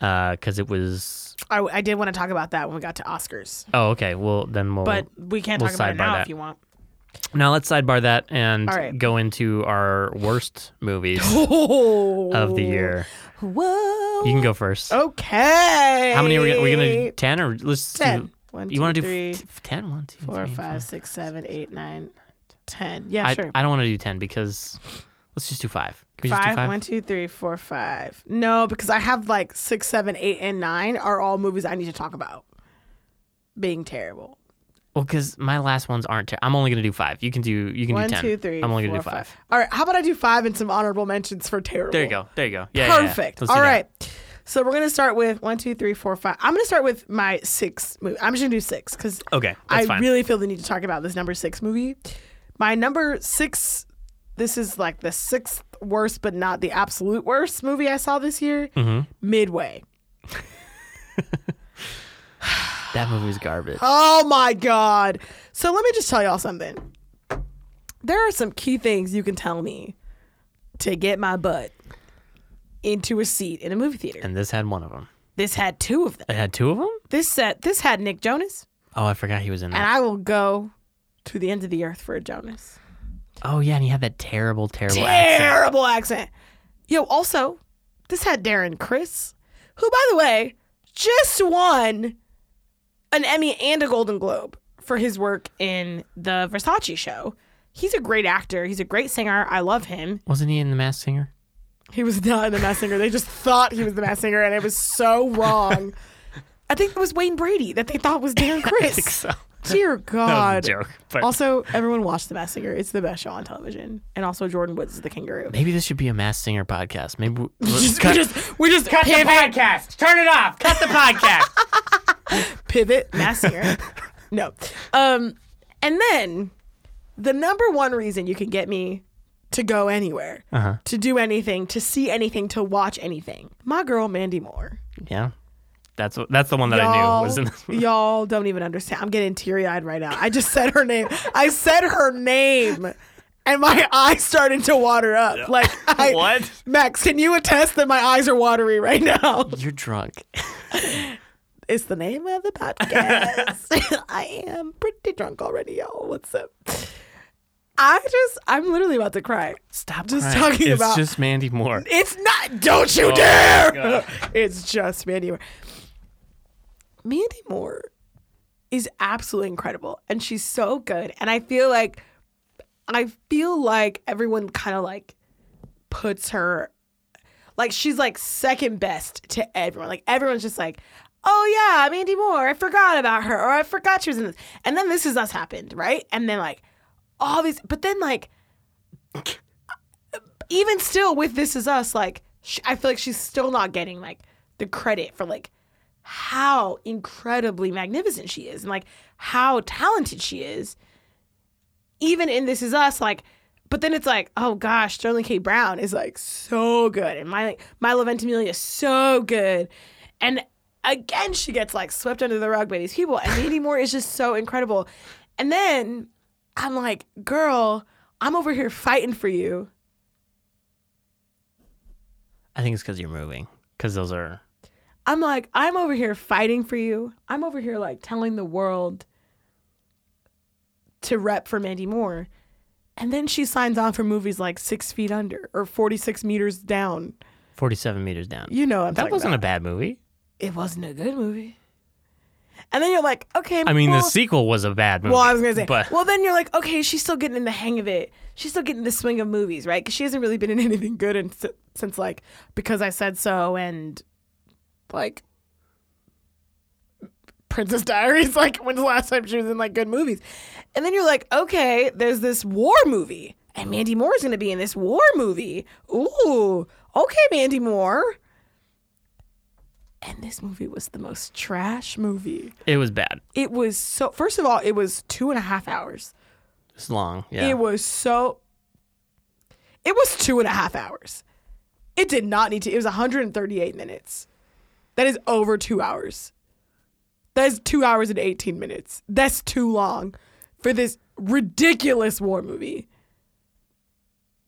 Speaker 1: because it was.
Speaker 2: I, I did want to talk about that when we got to Oscars,
Speaker 1: Oh, okay. Well, then we'll.
Speaker 2: but we can't
Speaker 1: We'll
Speaker 2: talk about it
Speaker 1: sidebar
Speaker 2: now
Speaker 1: that.
Speaker 2: if you want.
Speaker 1: now let's sidebar that and
Speaker 2: All right.
Speaker 1: go into our worst movies
Speaker 2: Oh,
Speaker 1: of the year.
Speaker 2: Whoa.
Speaker 1: You can go first.
Speaker 2: okay.
Speaker 1: How many are we, are we gonna? Ten or let's
Speaker 2: Ten.
Speaker 1: do.
Speaker 2: One,
Speaker 1: You
Speaker 2: two,
Speaker 1: want to do
Speaker 2: three,
Speaker 1: f- f- ten? One, two,
Speaker 2: four,
Speaker 1: three,
Speaker 2: five, six, seven, eight, nine, ten. Yeah,
Speaker 1: I,
Speaker 2: sure.
Speaker 1: I don't want to do 10 because let's just do five. Can we just do
Speaker 2: Five,
Speaker 1: five?
Speaker 2: one, two, three, four, five. No, because I have like six, seven, eight, and nine are all movies I need to talk about being terrible.
Speaker 1: Well, because my last ones aren't. Ter- I'm only gonna do five. You can do. You can
Speaker 2: One,
Speaker 1: do 10.
Speaker 2: two, three,
Speaker 1: I'm only
Speaker 2: four,
Speaker 1: gonna do five.
Speaker 2: All right, how about I do five and some honorable mentions for terrible?
Speaker 1: There you go. There you go. Yeah. yeah, yeah.
Speaker 2: Perfect.
Speaker 1: Let's do
Speaker 2: All
Speaker 1: that.
Speaker 2: right. So we're gonna start with one, two, three, four, five. I'm gonna start with my six movie. I'm just gonna do six because
Speaker 1: Okay, Oh, that's
Speaker 2: I
Speaker 1: fine.
Speaker 2: really feel the need to talk about this number six movie. My number six. This is like the sixth worst, but not the absolute worst movie I saw this year.
Speaker 1: Mm-hmm.
Speaker 2: Midway.
Speaker 1: That movie's garbage.
Speaker 2: Oh my God. So let me just tell y'all something. There are some key things you can tell me to get my butt into a seat in a movie theater.
Speaker 1: And this had one of them.
Speaker 2: This had two of them.
Speaker 1: It had two of them.
Speaker 2: This set this had Nick Jonas,
Speaker 1: Oh, I forgot he was in
Speaker 2: and
Speaker 1: that.
Speaker 2: I will go to the end of the earth for a Jonas.
Speaker 1: oh yeah, and he had that terrible, terrible accent.
Speaker 2: Terrible accent. Yo, also, this had Darren Chris, who by the way, just won an Emmy and a Golden Globe for his work in the Versace show. He's a great actor. He's a great singer. I love him.
Speaker 1: Wasn't he in The Masked Singer?
Speaker 2: He was not in the mass singer. They just thought he was the mass singer, and it was so wrong. I think it was Wayne Brady that they thought was Darren Chris. Dear Oh, God.
Speaker 1: joke, but-
Speaker 2: Also, everyone watch The Mass Singer. It's the best show on television. And also, Jordan Woods is the kangaroo.
Speaker 1: Maybe this should be a Masked Singer podcast. Maybe we-
Speaker 2: We
Speaker 1: let's
Speaker 2: just,
Speaker 1: cut.
Speaker 2: we just we just pivot,
Speaker 1: podcast. Turn it off. Cut the podcast.
Speaker 2: pivot mass singer. no. Um and then the number one reason you can get me to go anywhere,
Speaker 1: Uh-huh.
Speaker 2: to do anything, to see anything, to watch anything. My girl Mandy Moore.
Speaker 1: yeah. That's what- that's the one that I
Speaker 2: Y'all,
Speaker 1: knew was in this movie.
Speaker 2: y'all don't even understand. I'm getting teary eyed right now. I just said her name. I said her name. and my eyes starting to water up. Like I,
Speaker 1: What?
Speaker 2: Max, can you attest that my eyes are watery right now?
Speaker 1: You're drunk.
Speaker 2: It's the name of the podcast. I am pretty drunk already, y'all. What's up? I just, I'm literally about to cry. Stop just
Speaker 1: Right.
Speaker 2: talking
Speaker 1: it's
Speaker 2: about.
Speaker 1: just Mandy Moore.
Speaker 2: It's not. Don't you dare! it's just Mandy Moore. Mandy Moore is absolutely incredible, and she's so good. And I feel like, I feel like everyone kind of like puts her, like she's like second best to everyone. Like everyone's just like, oh yeah, Mandy Moore. I forgot about her, or I forgot she was in this. And then this is us happened, right? And then like all these, but then like even still with this is us like sh i feel like she's still not getting like the credit for like how incredibly magnificent she is and like how talented she is even in this is us like but then it's like oh gosh sterling k brown is like so good and my milo ventimiglia is so good and again she gets like swept under the rug by these people and mandy moore is just so incredible and then i'm like girl i'm over here fighting for you
Speaker 1: I think it's because you're moving. Because those are
Speaker 2: I'm like, I'm over here fighting for you. I'm over here like telling the world to rep for Mandy Moore. And then she signs on for movies like Six Feet Under or 46 Meters Down.
Speaker 1: 47 meters down.
Speaker 2: You know what I'm
Speaker 1: that
Speaker 2: talking
Speaker 1: wasn't a
Speaker 2: about.
Speaker 1: bad movie.
Speaker 2: It wasn't a good movie. And then you're like, okay.
Speaker 1: I mean,
Speaker 2: well,
Speaker 1: the sequel was a bad movie.
Speaker 2: Well, I was gonna say.
Speaker 1: but
Speaker 2: well, then you're like, okay, she's still getting in the hang of it. She's still getting the swing of movies, right? Because she hasn't really been in anything good in, si- since like because I said so and like Princess Diaries. Like when's the last time she was in like good movies? And then you're like, okay, there's this war movie, and Mandy Moore's gonna be in this war movie. Ooh, okay, Mandy Moore. And this movie was the most trash movie.
Speaker 1: it was bad.
Speaker 2: It was so. First of all, it was two and a half hours.
Speaker 1: It's long. Yeah.
Speaker 2: It was so. It was two and a half hours. It did not need to. It was 138 minutes. That is over two hours. That is two hours and 18 minutes. That's too long for this ridiculous war movie.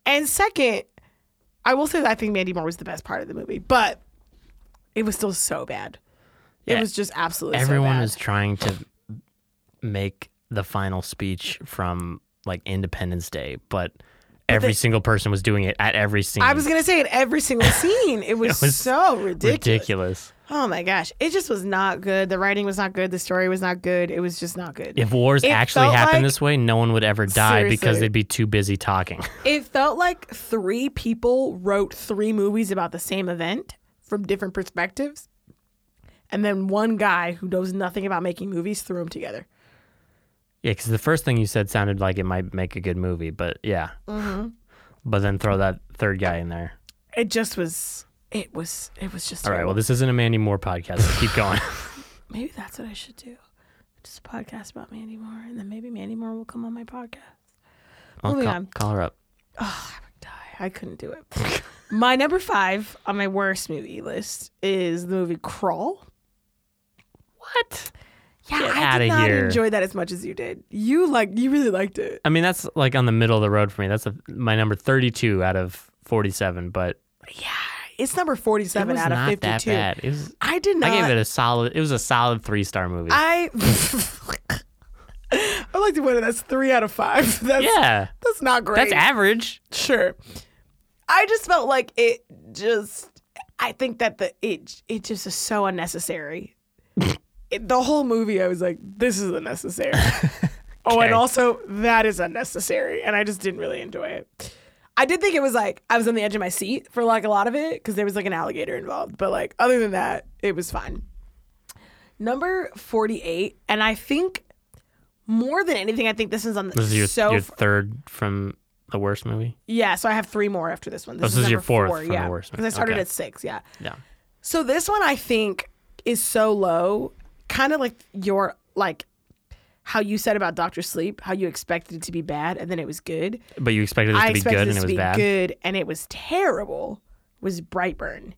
Speaker 2: And second, I will say that I think Mandy Moore was the best part of the movie, but it was still so bad. It
Speaker 1: Yeah.
Speaker 2: was just absolutely so
Speaker 1: Everyone
Speaker 2: bad.
Speaker 1: is trying to make the final speech from like Independence Day, but every single person was doing it at every scene.
Speaker 2: I was gonna say in every single scene, it was,
Speaker 1: was
Speaker 2: so ridiculous.
Speaker 1: ridiculous.
Speaker 2: Oh my gosh, it just was not good. The writing was not good. The story was not good. It was just not good.
Speaker 1: If wars
Speaker 2: It
Speaker 1: actually
Speaker 2: felt
Speaker 1: happened
Speaker 2: like-
Speaker 1: this way, no one would ever die because
Speaker 2: Seriously.
Speaker 1: they'd be too busy talking.
Speaker 2: It felt like three people wrote three movies about the same event from different perspectives, and then one guy who knows nothing about making movies threw them together.
Speaker 1: yeah, because the first thing you said sounded like it might make a good movie, but yeah.
Speaker 2: Mm-hmm.
Speaker 1: But then throw that third guy in there.
Speaker 2: It just was. It was. It was just.
Speaker 1: All right. Well,
Speaker 2: terrible.
Speaker 1: this isn't a Mandy Moore podcast. So keep going.
Speaker 2: maybe that's what I should do. Just a podcast about Mandy Moore, and then maybe Mandy Moore will come on my podcast.
Speaker 1: I'll
Speaker 2: Moving
Speaker 1: call,
Speaker 2: on.
Speaker 1: call her up.
Speaker 2: I couldn't do it. my number five on my worst movie list is the movie Crawl.
Speaker 1: What?
Speaker 2: Yeah,
Speaker 1: Get
Speaker 2: I
Speaker 1: outta
Speaker 2: did not
Speaker 1: here.
Speaker 2: enjoy that as much as you did. You like, you really liked it.
Speaker 1: I mean, that's like on the middle of the road for me. That's a, my number 32 out of 47, but
Speaker 2: It's number
Speaker 1: it
Speaker 2: forty-seven
Speaker 1: was
Speaker 2: out of
Speaker 1: not that
Speaker 2: fifty-two.
Speaker 1: bad. It was,
Speaker 2: I did not.
Speaker 1: I gave it a solid. It was a solid three star movie.
Speaker 2: I. I like the one that's three out of five. That's,
Speaker 1: yeah,
Speaker 2: that's not great.
Speaker 1: that's average.
Speaker 2: Sure. I just felt like it just I think that the it it just is so unnecessary. it, the whole movie I was like this is unnecessary. Oh,
Speaker 1: Okay.
Speaker 2: and also that is unnecessary and I just didn't really enjoy it. I did think it was like I was on the edge of my seat for like a lot of it cuz there was like an alligator involved, but like other than that, it was fine. Number 48 and I think more than anything I think this is on the
Speaker 1: This is your,
Speaker 2: so
Speaker 1: your
Speaker 2: f-
Speaker 1: third from the worst movie.
Speaker 2: yeah, so I have three more after this one. This,
Speaker 1: Oh, this is your
Speaker 2: number
Speaker 1: fourth
Speaker 2: four,
Speaker 1: from the
Speaker 2: yeah,
Speaker 1: worst
Speaker 2: Because I
Speaker 1: one.
Speaker 2: started
Speaker 1: Okay.
Speaker 2: at six. Yeah.
Speaker 1: Yeah,
Speaker 2: So this one I think is so low, kind of like your like how you said about Doctor Sleep, how you expected it to be bad and then it was good.
Speaker 1: but you expected this
Speaker 2: I
Speaker 1: to be
Speaker 2: expected
Speaker 1: good and
Speaker 2: this
Speaker 1: it
Speaker 2: to
Speaker 1: was
Speaker 2: be
Speaker 1: bad.
Speaker 2: good and it was terrible. Was Brightburn,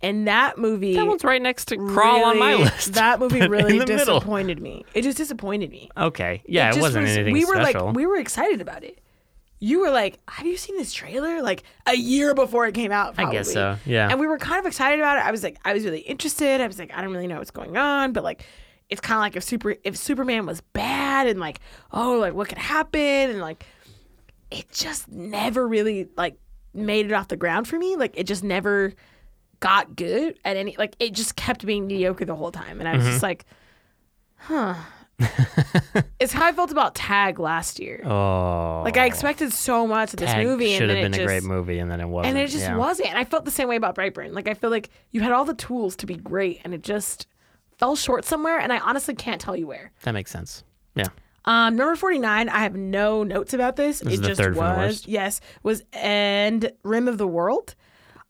Speaker 2: and that movie
Speaker 1: That one's right next to Crawl on my
Speaker 2: really-
Speaker 1: list.
Speaker 2: That movie
Speaker 1: but in
Speaker 2: really
Speaker 1: the middle.
Speaker 2: disappointed me. It just disappointed me.
Speaker 1: Okay, yeah, it,
Speaker 2: just
Speaker 1: wasn't
Speaker 2: was-
Speaker 1: anything
Speaker 2: we were
Speaker 1: special.
Speaker 2: like we were excited about it you were like, "Have you seen this trailer?" Like a year before it came out.
Speaker 1: I
Speaker 2: Probably.
Speaker 1: guess so, yeah.
Speaker 2: And we were kind of excited about it. I was like, I was really interested. I was like, I don't really know what's going on, but like, it's kind of like if super if Superman was bad and like, oh, like what could happen and like, it just never really like made it off the ground for me. Like it just never got good at any. Like it just kept being mediocre the whole time, and I was
Speaker 1: Mm-hmm.
Speaker 2: just like, huh. it's how I felt about Tag last year.
Speaker 1: Oh,
Speaker 2: Like I expected so much of this
Speaker 1: Tag
Speaker 2: movie, and
Speaker 1: should
Speaker 2: then
Speaker 1: have been
Speaker 2: it
Speaker 1: a
Speaker 2: just,
Speaker 1: great movie, and then it wasn't.
Speaker 2: and it just
Speaker 1: yeah.
Speaker 2: wasn't. And I felt the same way about Brightburn. Like I feel like you had all the tools to be great, and it just fell short somewhere. And I honestly can't tell you where.
Speaker 1: That makes sense. Yeah.
Speaker 2: Um, number forty nine. I have no notes about this.
Speaker 1: is
Speaker 2: it
Speaker 1: the
Speaker 2: just
Speaker 1: third
Speaker 2: was
Speaker 1: from the worst.
Speaker 2: yes was and Rim of the World.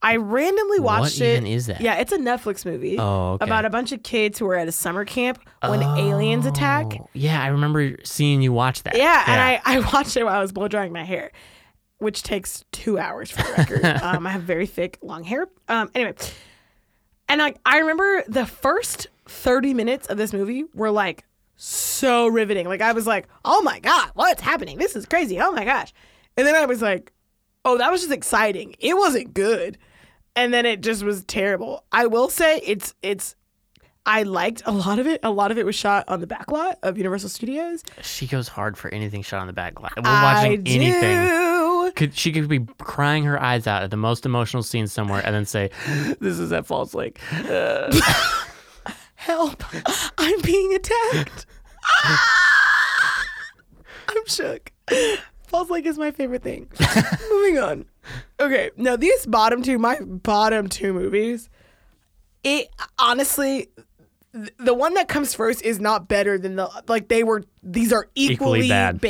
Speaker 2: I randomly watched it.
Speaker 1: even is that?
Speaker 2: Yeah, it's a Netflix movie
Speaker 1: Oh, okay.
Speaker 2: about a bunch of kids who were at a summer camp when aliens attack.
Speaker 1: Oh, yeah, I remember seeing you watch that.
Speaker 2: Yeah, and I, I watched it while I was blow drying my hair, which takes two hours for the record. um, I have very thick, long hair. Um, anyway, and like I remember the first thirty minutes of this movie were like so riveting. Like I was like, oh my god, what's happening? This is crazy. Oh my gosh, and then I was like, oh, that was just exciting. It wasn't good, and then it just was terrible. I will say it's it's. I liked a lot of it. A lot of it was shot on the back lot of Universal Studios.
Speaker 1: she goes hard for anything shot on the back. We're
Speaker 2: I
Speaker 1: watching anything.
Speaker 2: do.
Speaker 1: Could she could be crying her eyes out at the most emotional scene somewhere, and then say, "This is at False Lake."
Speaker 2: Uh, Help. I'm being attacked. Ah! I'm shook. False Lake is my favorite thing. Moving on. Okay, now these bottom two, my bottom two movies, it honestly, th- the one that comes first is not better than the, like, they were, these are equally,
Speaker 1: Equally bad.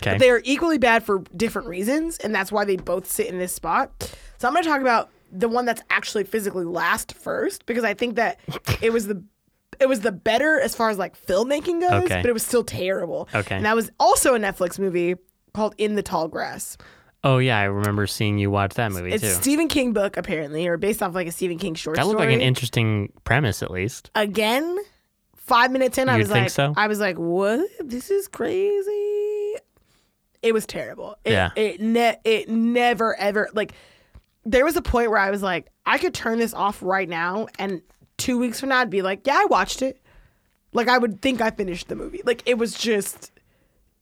Speaker 2: but
Speaker 1: Okay.
Speaker 2: they are equally bad for different reasons, and that's why they both sit in this spot. So I'm going to talk about the one that's actually physically last first, because I think that it was the, it was the better as far as like filmmaking goes,
Speaker 1: Okay.
Speaker 2: but it was still terrible.
Speaker 1: Okay.
Speaker 2: And that was also a Netflix movie called In the Tall Grass.
Speaker 1: Oh yeah, I remember seeing you watch that movie
Speaker 2: It's
Speaker 1: too.
Speaker 2: a Stephen King book apparently, or based off like a Stephen King short
Speaker 1: that looked
Speaker 2: story.
Speaker 1: like an interesting premise, at least.
Speaker 2: Again, five minutes in, I
Speaker 1: You'd
Speaker 2: was
Speaker 1: think
Speaker 2: like,
Speaker 1: so?
Speaker 2: I was like, what? This is crazy. It was terrible. It,
Speaker 1: Yeah.
Speaker 2: It ne- it never ever like. There was a point where I was like, I could turn this off right now, and two weeks from now, I'd be like, yeah, I watched it. Like I would think I finished the movie. Like it was just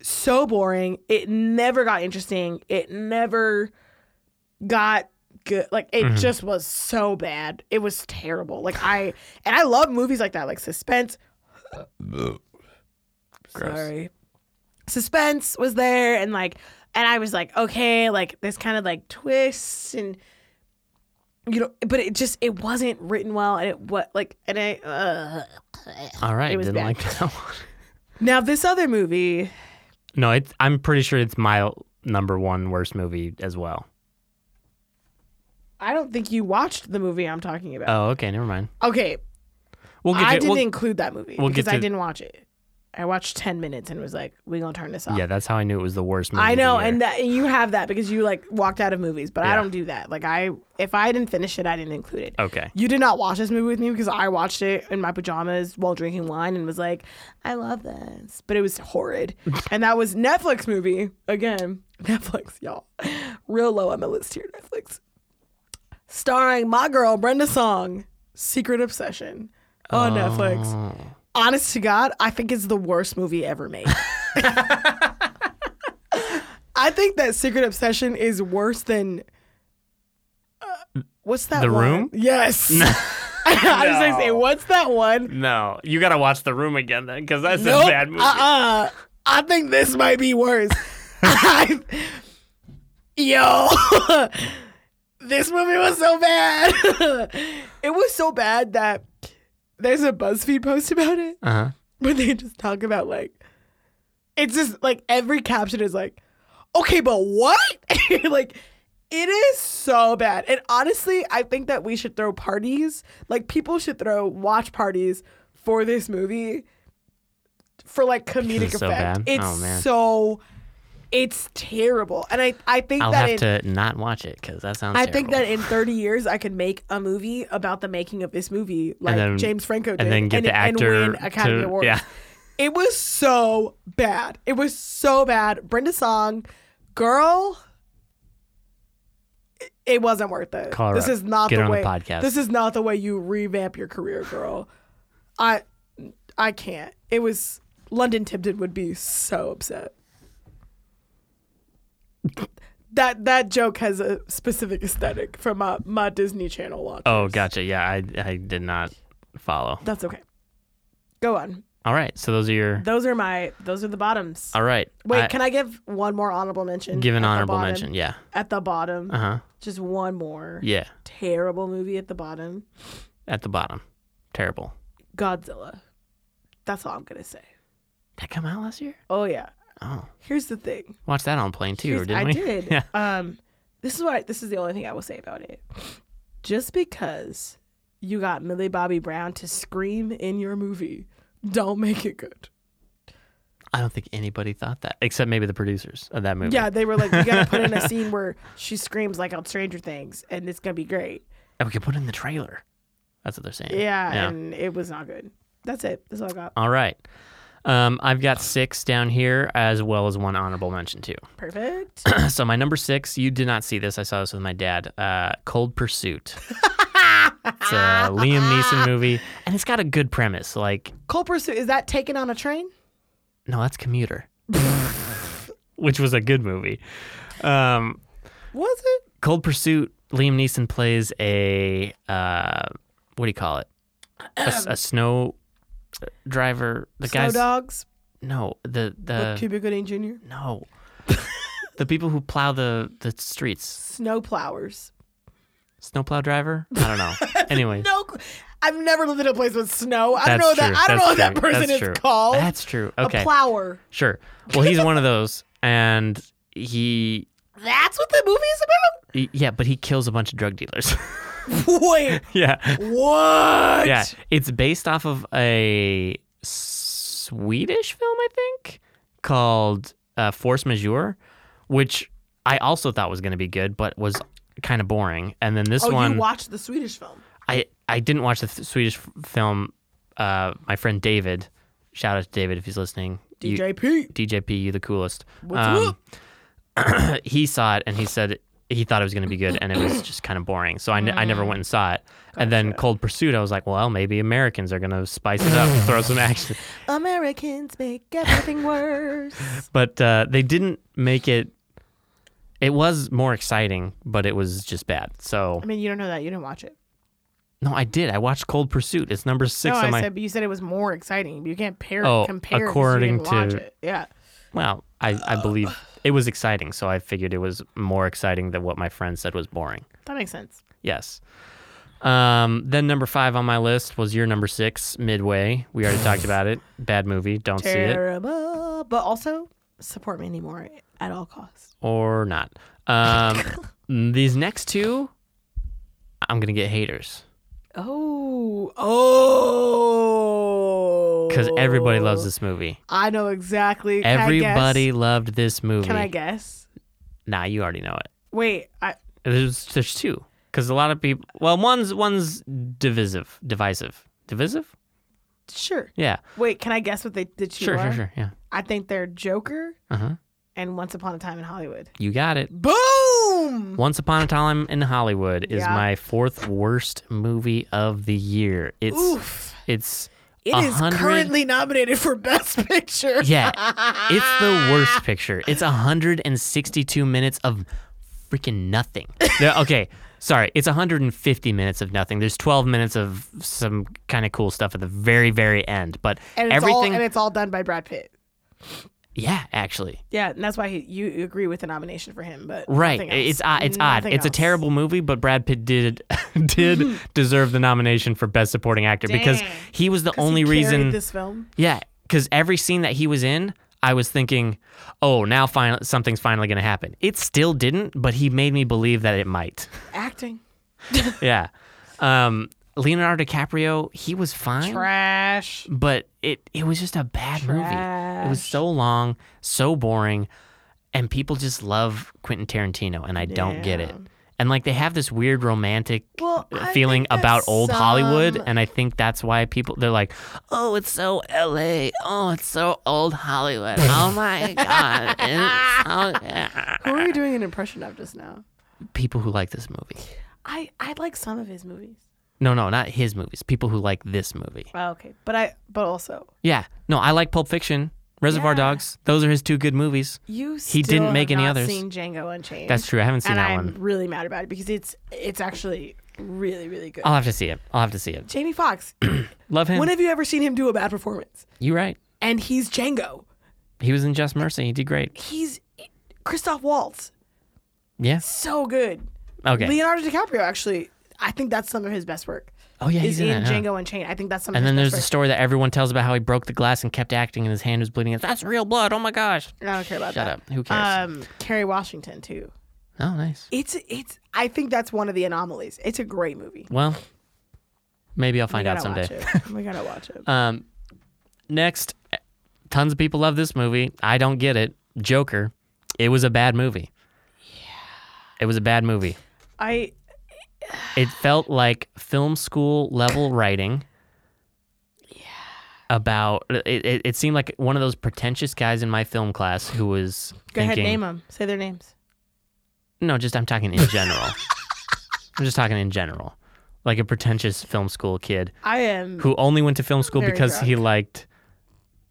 Speaker 2: so boring. It never got interesting. It never got good. Like it just was so bad. It was terrible. Like I and I love movies like that, like suspense. Sorry. Suspense was there and like and I was like, okay, like this kind of like twists and you know, but it just it wasn't written well and it what like and I uh,
Speaker 1: All right,
Speaker 2: It was
Speaker 1: didn't
Speaker 2: bad.
Speaker 1: like that one.
Speaker 2: now this other movie
Speaker 1: No, it's, I'm pretty sure it's my number one worst movie as well.
Speaker 2: I don't think you watched the movie I'm talking about.
Speaker 1: Oh, okay, never mind.
Speaker 2: okay,
Speaker 1: We'll get
Speaker 2: I
Speaker 1: to,
Speaker 2: didn't
Speaker 1: we'll-
Speaker 2: include that movie
Speaker 1: we'll get
Speaker 2: because I
Speaker 1: to-
Speaker 2: didn't watch it. I watched ten minutes and was like, "We gonna turn this off."
Speaker 1: yeah, that's how I knew it was the worst movie.
Speaker 2: I
Speaker 1: of the
Speaker 2: know,
Speaker 1: year.
Speaker 2: and that you have that because you like walked out of movies, but I
Speaker 1: Yeah.
Speaker 2: don't do that. Like I, if I didn't finish it, I didn't include it.
Speaker 1: Okay.
Speaker 2: You did not watch this movie with me because I watched it in my pajamas while drinking wine and was like, "I love this," but it was horrid. and that was Netflix movie again. Netflix, y'all, real low on my list here. Netflix, starring my girl Brenda Song, Secret Obsession on Netflix. Honest to God, I think it's the worst movie ever made. I think that Secret Obsession is worse than. uh, What's that
Speaker 1: The
Speaker 2: one?
Speaker 1: Room?
Speaker 2: Yes. I was like, say, what's that one?
Speaker 1: No, you got to watch The Room again then, because that's
Speaker 2: Nope.
Speaker 1: a bad movie.
Speaker 2: Uh-uh. I think this might be worse. I- Yo. this movie was so bad. it was so bad that there's a BuzzFeed post about it.
Speaker 1: Uh-huh.
Speaker 2: where they just talk about like it's just like every caption is like okay but what like it is so bad and honestly i think that we should throw parties like people should throw watch parties for this movie for like comedic
Speaker 1: it's
Speaker 2: effect
Speaker 1: so bad?
Speaker 2: it's
Speaker 1: Oh, man.
Speaker 2: so it's terrible and i i think
Speaker 1: I'll
Speaker 2: that
Speaker 1: have to
Speaker 2: in,
Speaker 1: not watch it because that sounds.
Speaker 2: I think that
Speaker 1: terrible.
Speaker 2: in 30 years I could make a movie about the making of this movie, like
Speaker 1: then-
Speaker 2: James Franco did,
Speaker 1: and then get the actor
Speaker 2: win Academy
Speaker 1: to-
Speaker 2: Award.
Speaker 1: yeah.
Speaker 2: It was so bad. It was so bad. Brenda Song girl, it- it wasn't worth it.
Speaker 1: Call her
Speaker 2: this
Speaker 1: up.
Speaker 2: is not
Speaker 1: Get
Speaker 2: the
Speaker 1: her on the
Speaker 2: way.
Speaker 1: podcast.
Speaker 2: This is not the way you revamp your career, girl. I, I can't. It was London Tipton would be so upset. That that joke has a specific aesthetic from my, my Disney Channel watch.
Speaker 1: Oh, gotcha. Yeah, I I did not follow.
Speaker 2: That's okay. Go on.
Speaker 1: All right. So those are your.
Speaker 2: Those are my those are the bottoms.
Speaker 1: All right.
Speaker 2: Wait, can I give one more honorable mention?
Speaker 1: give an
Speaker 2: at the
Speaker 1: honorable
Speaker 2: bottom?
Speaker 1: mention? Yeah.
Speaker 2: At the bottom.
Speaker 1: Uh huh.
Speaker 2: Just one more.
Speaker 1: Yeah.
Speaker 2: Terrible movie at the bottom.
Speaker 1: At the bottom. Terrible.
Speaker 2: Godzilla. That's all I'm gonna say.
Speaker 1: That come out last year?
Speaker 2: Oh yeah.
Speaker 1: Oh,
Speaker 2: Here's the thing.
Speaker 1: watch that on plane too,
Speaker 2: Here's-
Speaker 1: didn't
Speaker 2: I
Speaker 1: we?
Speaker 2: did.
Speaker 1: Yeah.
Speaker 2: Um this is what this is the only thing I will say about it. Just because you got Millie Bobby Brown to scream in your movie, don't make it good.
Speaker 1: I don't think anybody thought that, except maybe the producers of that movie.
Speaker 2: Yeah, they were like, we gotta put in a scene where she screams like on Stranger Things, and it's gonna be great.
Speaker 1: And we could put it in the trailer. That's what they're saying.
Speaker 2: Yeah, and it was not good. That's it. That's all I got.
Speaker 1: All right. Um, I've got six down here as well as one honorable mention too.
Speaker 2: Perfect.
Speaker 1: so my number six, you did not see this. I saw this with my dad. Uh, Cold Pursuit. it's a Liam Neeson movie, and it's got a good premise. Like,
Speaker 2: Cold Pursuit is that taken on a train?
Speaker 1: no, that's Commuter, which was a good movie. Um,
Speaker 2: Was it?
Speaker 1: Cold Pursuit, Liam Neeson plays a uh, what do you call it? A, s- a snow driver. The
Speaker 2: Snow
Speaker 1: guy's uh,
Speaker 2: Dogs
Speaker 1: no the
Speaker 2: with
Speaker 1: the
Speaker 2: Cuba Gooding Jr.
Speaker 1: no the people who plow the the streets.
Speaker 2: Snow Plowers.
Speaker 1: Snowplow driver. I don't know. anyway,
Speaker 2: No, cl- I've never lived in a place with snow. I
Speaker 1: that's
Speaker 2: don't know what
Speaker 1: true.
Speaker 2: that. I don't
Speaker 1: that's
Speaker 2: know what that
Speaker 1: true.
Speaker 2: person
Speaker 1: that's
Speaker 2: is
Speaker 1: true.
Speaker 2: called.
Speaker 1: That's true. Okay,
Speaker 2: A plower.
Speaker 1: sure. Well, he's one of those, and he.
Speaker 2: That's what the movie's
Speaker 1: he- Yeah, but he kills a bunch of drug dealers.
Speaker 2: about. Wait,
Speaker 1: yeah.
Speaker 2: what?
Speaker 1: Yeah, it's based off of a Swedish film, I think, called uh, Force Majeure, which I also thought was going to be good, but was kind of boring. And then this
Speaker 2: Oh,
Speaker 1: one,
Speaker 2: you watched the Swedish film.
Speaker 1: I I didn't watch the th- Swedish f- film. Uh, my friend David, shout out to David if he's listening. You-
Speaker 2: DJP.
Speaker 1: DJP, you the coolest. Um,
Speaker 2: What's
Speaker 1: he saw it and he said he thought it was going to be good and it was just kind of boring. So I ne- I
Speaker 2: Mm.
Speaker 1: never went and saw it. And then Cold Pursuit, I was like, well, maybe Americans are going to spice it up, and throw some action.
Speaker 2: Americans make everything worse.
Speaker 1: But uh, they didn't make it. It was more exciting, but it was just bad. So
Speaker 2: I mean, you don't know that. You didn't watch it.
Speaker 1: no, I did. I watched Cold Pursuit. It's number six
Speaker 2: no,
Speaker 1: on
Speaker 2: I
Speaker 1: my.
Speaker 2: said, but you said it was more exciting. But you can't pair
Speaker 1: Oh,
Speaker 2: compare it 'cause
Speaker 1: according
Speaker 2: you didn't watch
Speaker 1: to-
Speaker 2: it. Yeah.
Speaker 1: Well, I,
Speaker 2: Uh,
Speaker 1: I believe it was exciting, so I figured it was more exciting than what my friend said was boring.
Speaker 2: That makes sense.
Speaker 1: Yes. Um, then number five on my list was your number six, Midway. We already talked about it. Bad movie. Don't see it
Speaker 2: Terrible. But also, support me anymore at all costs.
Speaker 1: or not. Um, these next two, I'm gonna get haters
Speaker 2: Oh. Oh.
Speaker 1: because everybody loves this movie.
Speaker 2: I know exactly. Can I guess?
Speaker 1: Everybody loved this movie.
Speaker 2: Can I guess?
Speaker 1: Nah, you already know it.
Speaker 2: Wait. I.
Speaker 1: There's there's two because a lot of people. Well, one's one's divisive, divisive, divisive.
Speaker 2: Sure.
Speaker 1: Yeah.
Speaker 2: Wait. Can I guess what they the two
Speaker 1: Sure, sure,
Speaker 2: are?
Speaker 1: sure. Yeah.
Speaker 2: I think they're Joker
Speaker 1: Uh huh.
Speaker 2: and Once Upon a Time in Hollywood.
Speaker 1: You got it.
Speaker 2: Boom.
Speaker 1: Once Upon a Time in Hollywood is
Speaker 2: Yeah.
Speaker 1: my fourth worst movie of the year. It's
Speaker 2: Oof.
Speaker 1: it's
Speaker 2: It is
Speaker 1: 100
Speaker 2: currently nominated for Best Picture.
Speaker 1: yeah, it's the worst picture. It's 162 minutes of freaking nothing. There- okay, sorry, it's 150 minutes of nothing. There's 12 minutes of some kind of cool stuff at the very very end, but
Speaker 2: And it's all
Speaker 1: everything
Speaker 2: and it's all done by Brad Pitt.
Speaker 1: yeah, actually.
Speaker 2: Yeah, and that's why he, you agree with the nomination for him, but
Speaker 1: Right.
Speaker 2: nothing else.
Speaker 1: It's odd. It's odd.
Speaker 2: Nothing
Speaker 1: It's a
Speaker 2: else.
Speaker 1: terrible movie, but Brad Pitt did did deserve the nomination for best supporting actor because
Speaker 2: Dang.
Speaker 1: he was the
Speaker 2: 'Cause he
Speaker 1: only
Speaker 2: carried
Speaker 1: reason
Speaker 2: this film.
Speaker 1: Yeah, cuz every scene that he was in, I was thinking, "Oh, now finally something's finally going to happen." It still didn't, but he made me believe that it might.
Speaker 2: Acting
Speaker 1: yeah. Um Leonardo DiCaprio, he was fine,
Speaker 2: trash.
Speaker 1: but it it was just a bad movie. It was so long, so boring, and people just love Quentin Tarantino and I don't get it. and like they have this weird romantic
Speaker 2: Well, I
Speaker 1: Uh, feeling
Speaker 2: think that
Speaker 1: about old Hollywood,
Speaker 2: some-
Speaker 1: and I think that's why people they're like, "Oh, it's so L.A. Oh, it's so old Hollywood. Oh my God!" It's so-"
Speaker 2: Who are you doing an impression of just now?
Speaker 1: people who like this movie.
Speaker 2: I I like some of his movies.
Speaker 1: No, no, not his movies. People who like this movie.
Speaker 2: Oh, okay, but I but also
Speaker 1: Yeah, no, I like Pulp Fiction, Reservoir
Speaker 2: Yeah.
Speaker 1: Dogs. Those are his two good movies.
Speaker 2: you.
Speaker 1: He didn't
Speaker 2: still
Speaker 1: make
Speaker 2: have
Speaker 1: any
Speaker 2: not
Speaker 1: others.
Speaker 2: Seen Django Unchained.
Speaker 1: That's true. I haven't seen
Speaker 2: and
Speaker 1: that
Speaker 2: I'm
Speaker 1: one.
Speaker 2: really mad about it because it's it's actually really really good.
Speaker 1: I'll have to see it. I'll have to see it.
Speaker 2: Jamie Foxx.
Speaker 1: Love him.
Speaker 2: when have you ever seen him do a bad performance?
Speaker 1: you right.
Speaker 2: And he's Django.
Speaker 1: He was in Just Mercy. He did great.
Speaker 2: He's Christoph Waltz.
Speaker 1: Yes.
Speaker 2: So good.
Speaker 1: Okay.
Speaker 2: Leonardo DiCaprio actually. I think that's some of his best work.
Speaker 1: oh yeah,
Speaker 2: Is
Speaker 1: he's in,
Speaker 2: in
Speaker 1: it, huh?
Speaker 2: Django Unchained. I think that's some.
Speaker 1: And
Speaker 2: of
Speaker 1: then
Speaker 2: his
Speaker 1: there's
Speaker 2: best
Speaker 1: the
Speaker 2: work.
Speaker 1: story that everyone tells about how he broke the glass and kept acting and his hand was bleeding. That's real blood. Oh my gosh.
Speaker 2: I don't care about
Speaker 1: Shut
Speaker 2: that.
Speaker 1: up. Who cares?
Speaker 2: Um, Kerry Washington too.
Speaker 1: oh, nice.
Speaker 2: It's it's. I think that's one of the anomalies. It's a great movie.
Speaker 1: Well, maybe I'll
Speaker 2: We
Speaker 1: find out
Speaker 2: gotta watch
Speaker 1: someday.
Speaker 2: it. We gotta watch it.
Speaker 1: Um, next, tons of people love this movie. I don't get it. Joker. It was a bad movie. Yeah. It was a bad movie.
Speaker 2: I
Speaker 1: It felt like film school level writing. About it, it, it seemed like one of those pretentious guys in my film class who was
Speaker 2: go ahead
Speaker 1: thinking,
Speaker 2: name them. Say their names.
Speaker 1: No, just I'm talking in general. I'm just talking in general. Like a pretentious film school kid
Speaker 2: I am.
Speaker 1: who only went to film school
Speaker 2: Very
Speaker 1: because he
Speaker 2: drunk.
Speaker 1: liked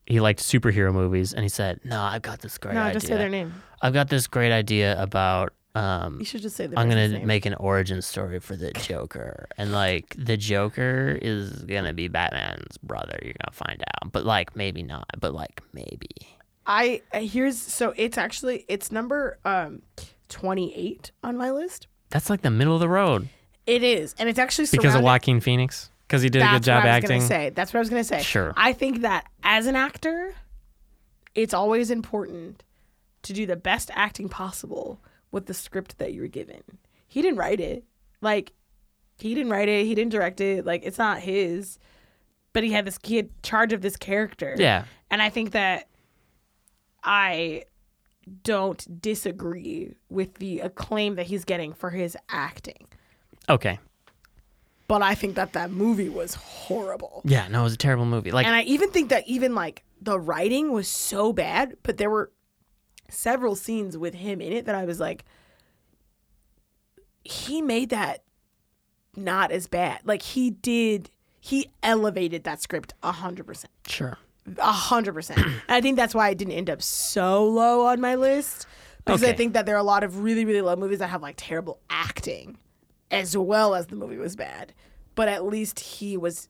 Speaker 1: he liked superhero movies and he said, "No, I've got this great
Speaker 2: no,
Speaker 1: idea.
Speaker 2: just say their name.
Speaker 1: I've got this great idea about um
Speaker 2: You should just say their.
Speaker 1: I'm going
Speaker 2: person's
Speaker 1: to
Speaker 2: name.
Speaker 1: make an origin story for the Joker. And like the Joker is going to be Batman's brother, you're going to find out. But like maybe not, but like maybe.
Speaker 2: I uh, here's so it's actually it's number um, twenty eight on my list.
Speaker 1: That's like the middle of the road
Speaker 2: It is, and it's actually
Speaker 1: because of
Speaker 2: surrounded-
Speaker 1: Joaquin Phoenix cuz he did a good
Speaker 2: That's
Speaker 1: job
Speaker 2: what I was
Speaker 1: acting.
Speaker 2: Gonna say. That's what I was gonna say.
Speaker 1: Sure.
Speaker 2: I think that as an actor, it's always important to do the best acting possible with the script that you were given. He didn't write it. Like he didn't write it. He didn't direct it. Like it's not his. But he had this he had charge of this character.
Speaker 1: Yeah.
Speaker 2: And I think that I don't disagree with the acclaim that he's getting for his acting.
Speaker 1: Okay.
Speaker 2: But I think that that movie was horrible.
Speaker 1: Yeah, no, it was a terrible movie. Like,
Speaker 2: And I even think that even like the writing was so bad, but there were several scenes with him in it that I was like, he made that not as bad. Like he did, he elevated that script a hundred percent,
Speaker 1: sure.
Speaker 2: a hundred percent. And I think that's why it didn't end up so low on my list because I
Speaker 1: Okay.
Speaker 2: think that there are a lot of really really low movies that have like terrible acting, as well as the movie was bad. But at least he was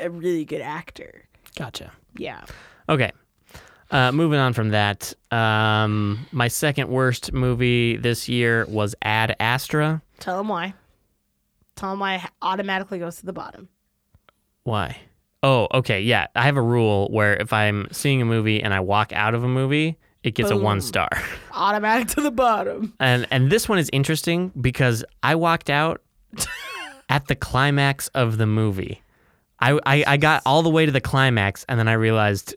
Speaker 2: a really good actor.
Speaker 1: Gotcha.
Speaker 2: Yeah.
Speaker 1: Okay. Uh, moving on from that, um, my second worst movie this year was Ad Astra.
Speaker 2: Tell him why. Tell him why it automatically goes to the bottom.
Speaker 1: Why? Oh, okay. Yeah. I have a rule where if I'm seeing a movie and I walk out of a movie, it gets a one star.
Speaker 2: Automatic to the bottom.
Speaker 1: And and this one is interesting because I walked out at the climax of the movie. I, I, I got all the way to the climax and then I realized,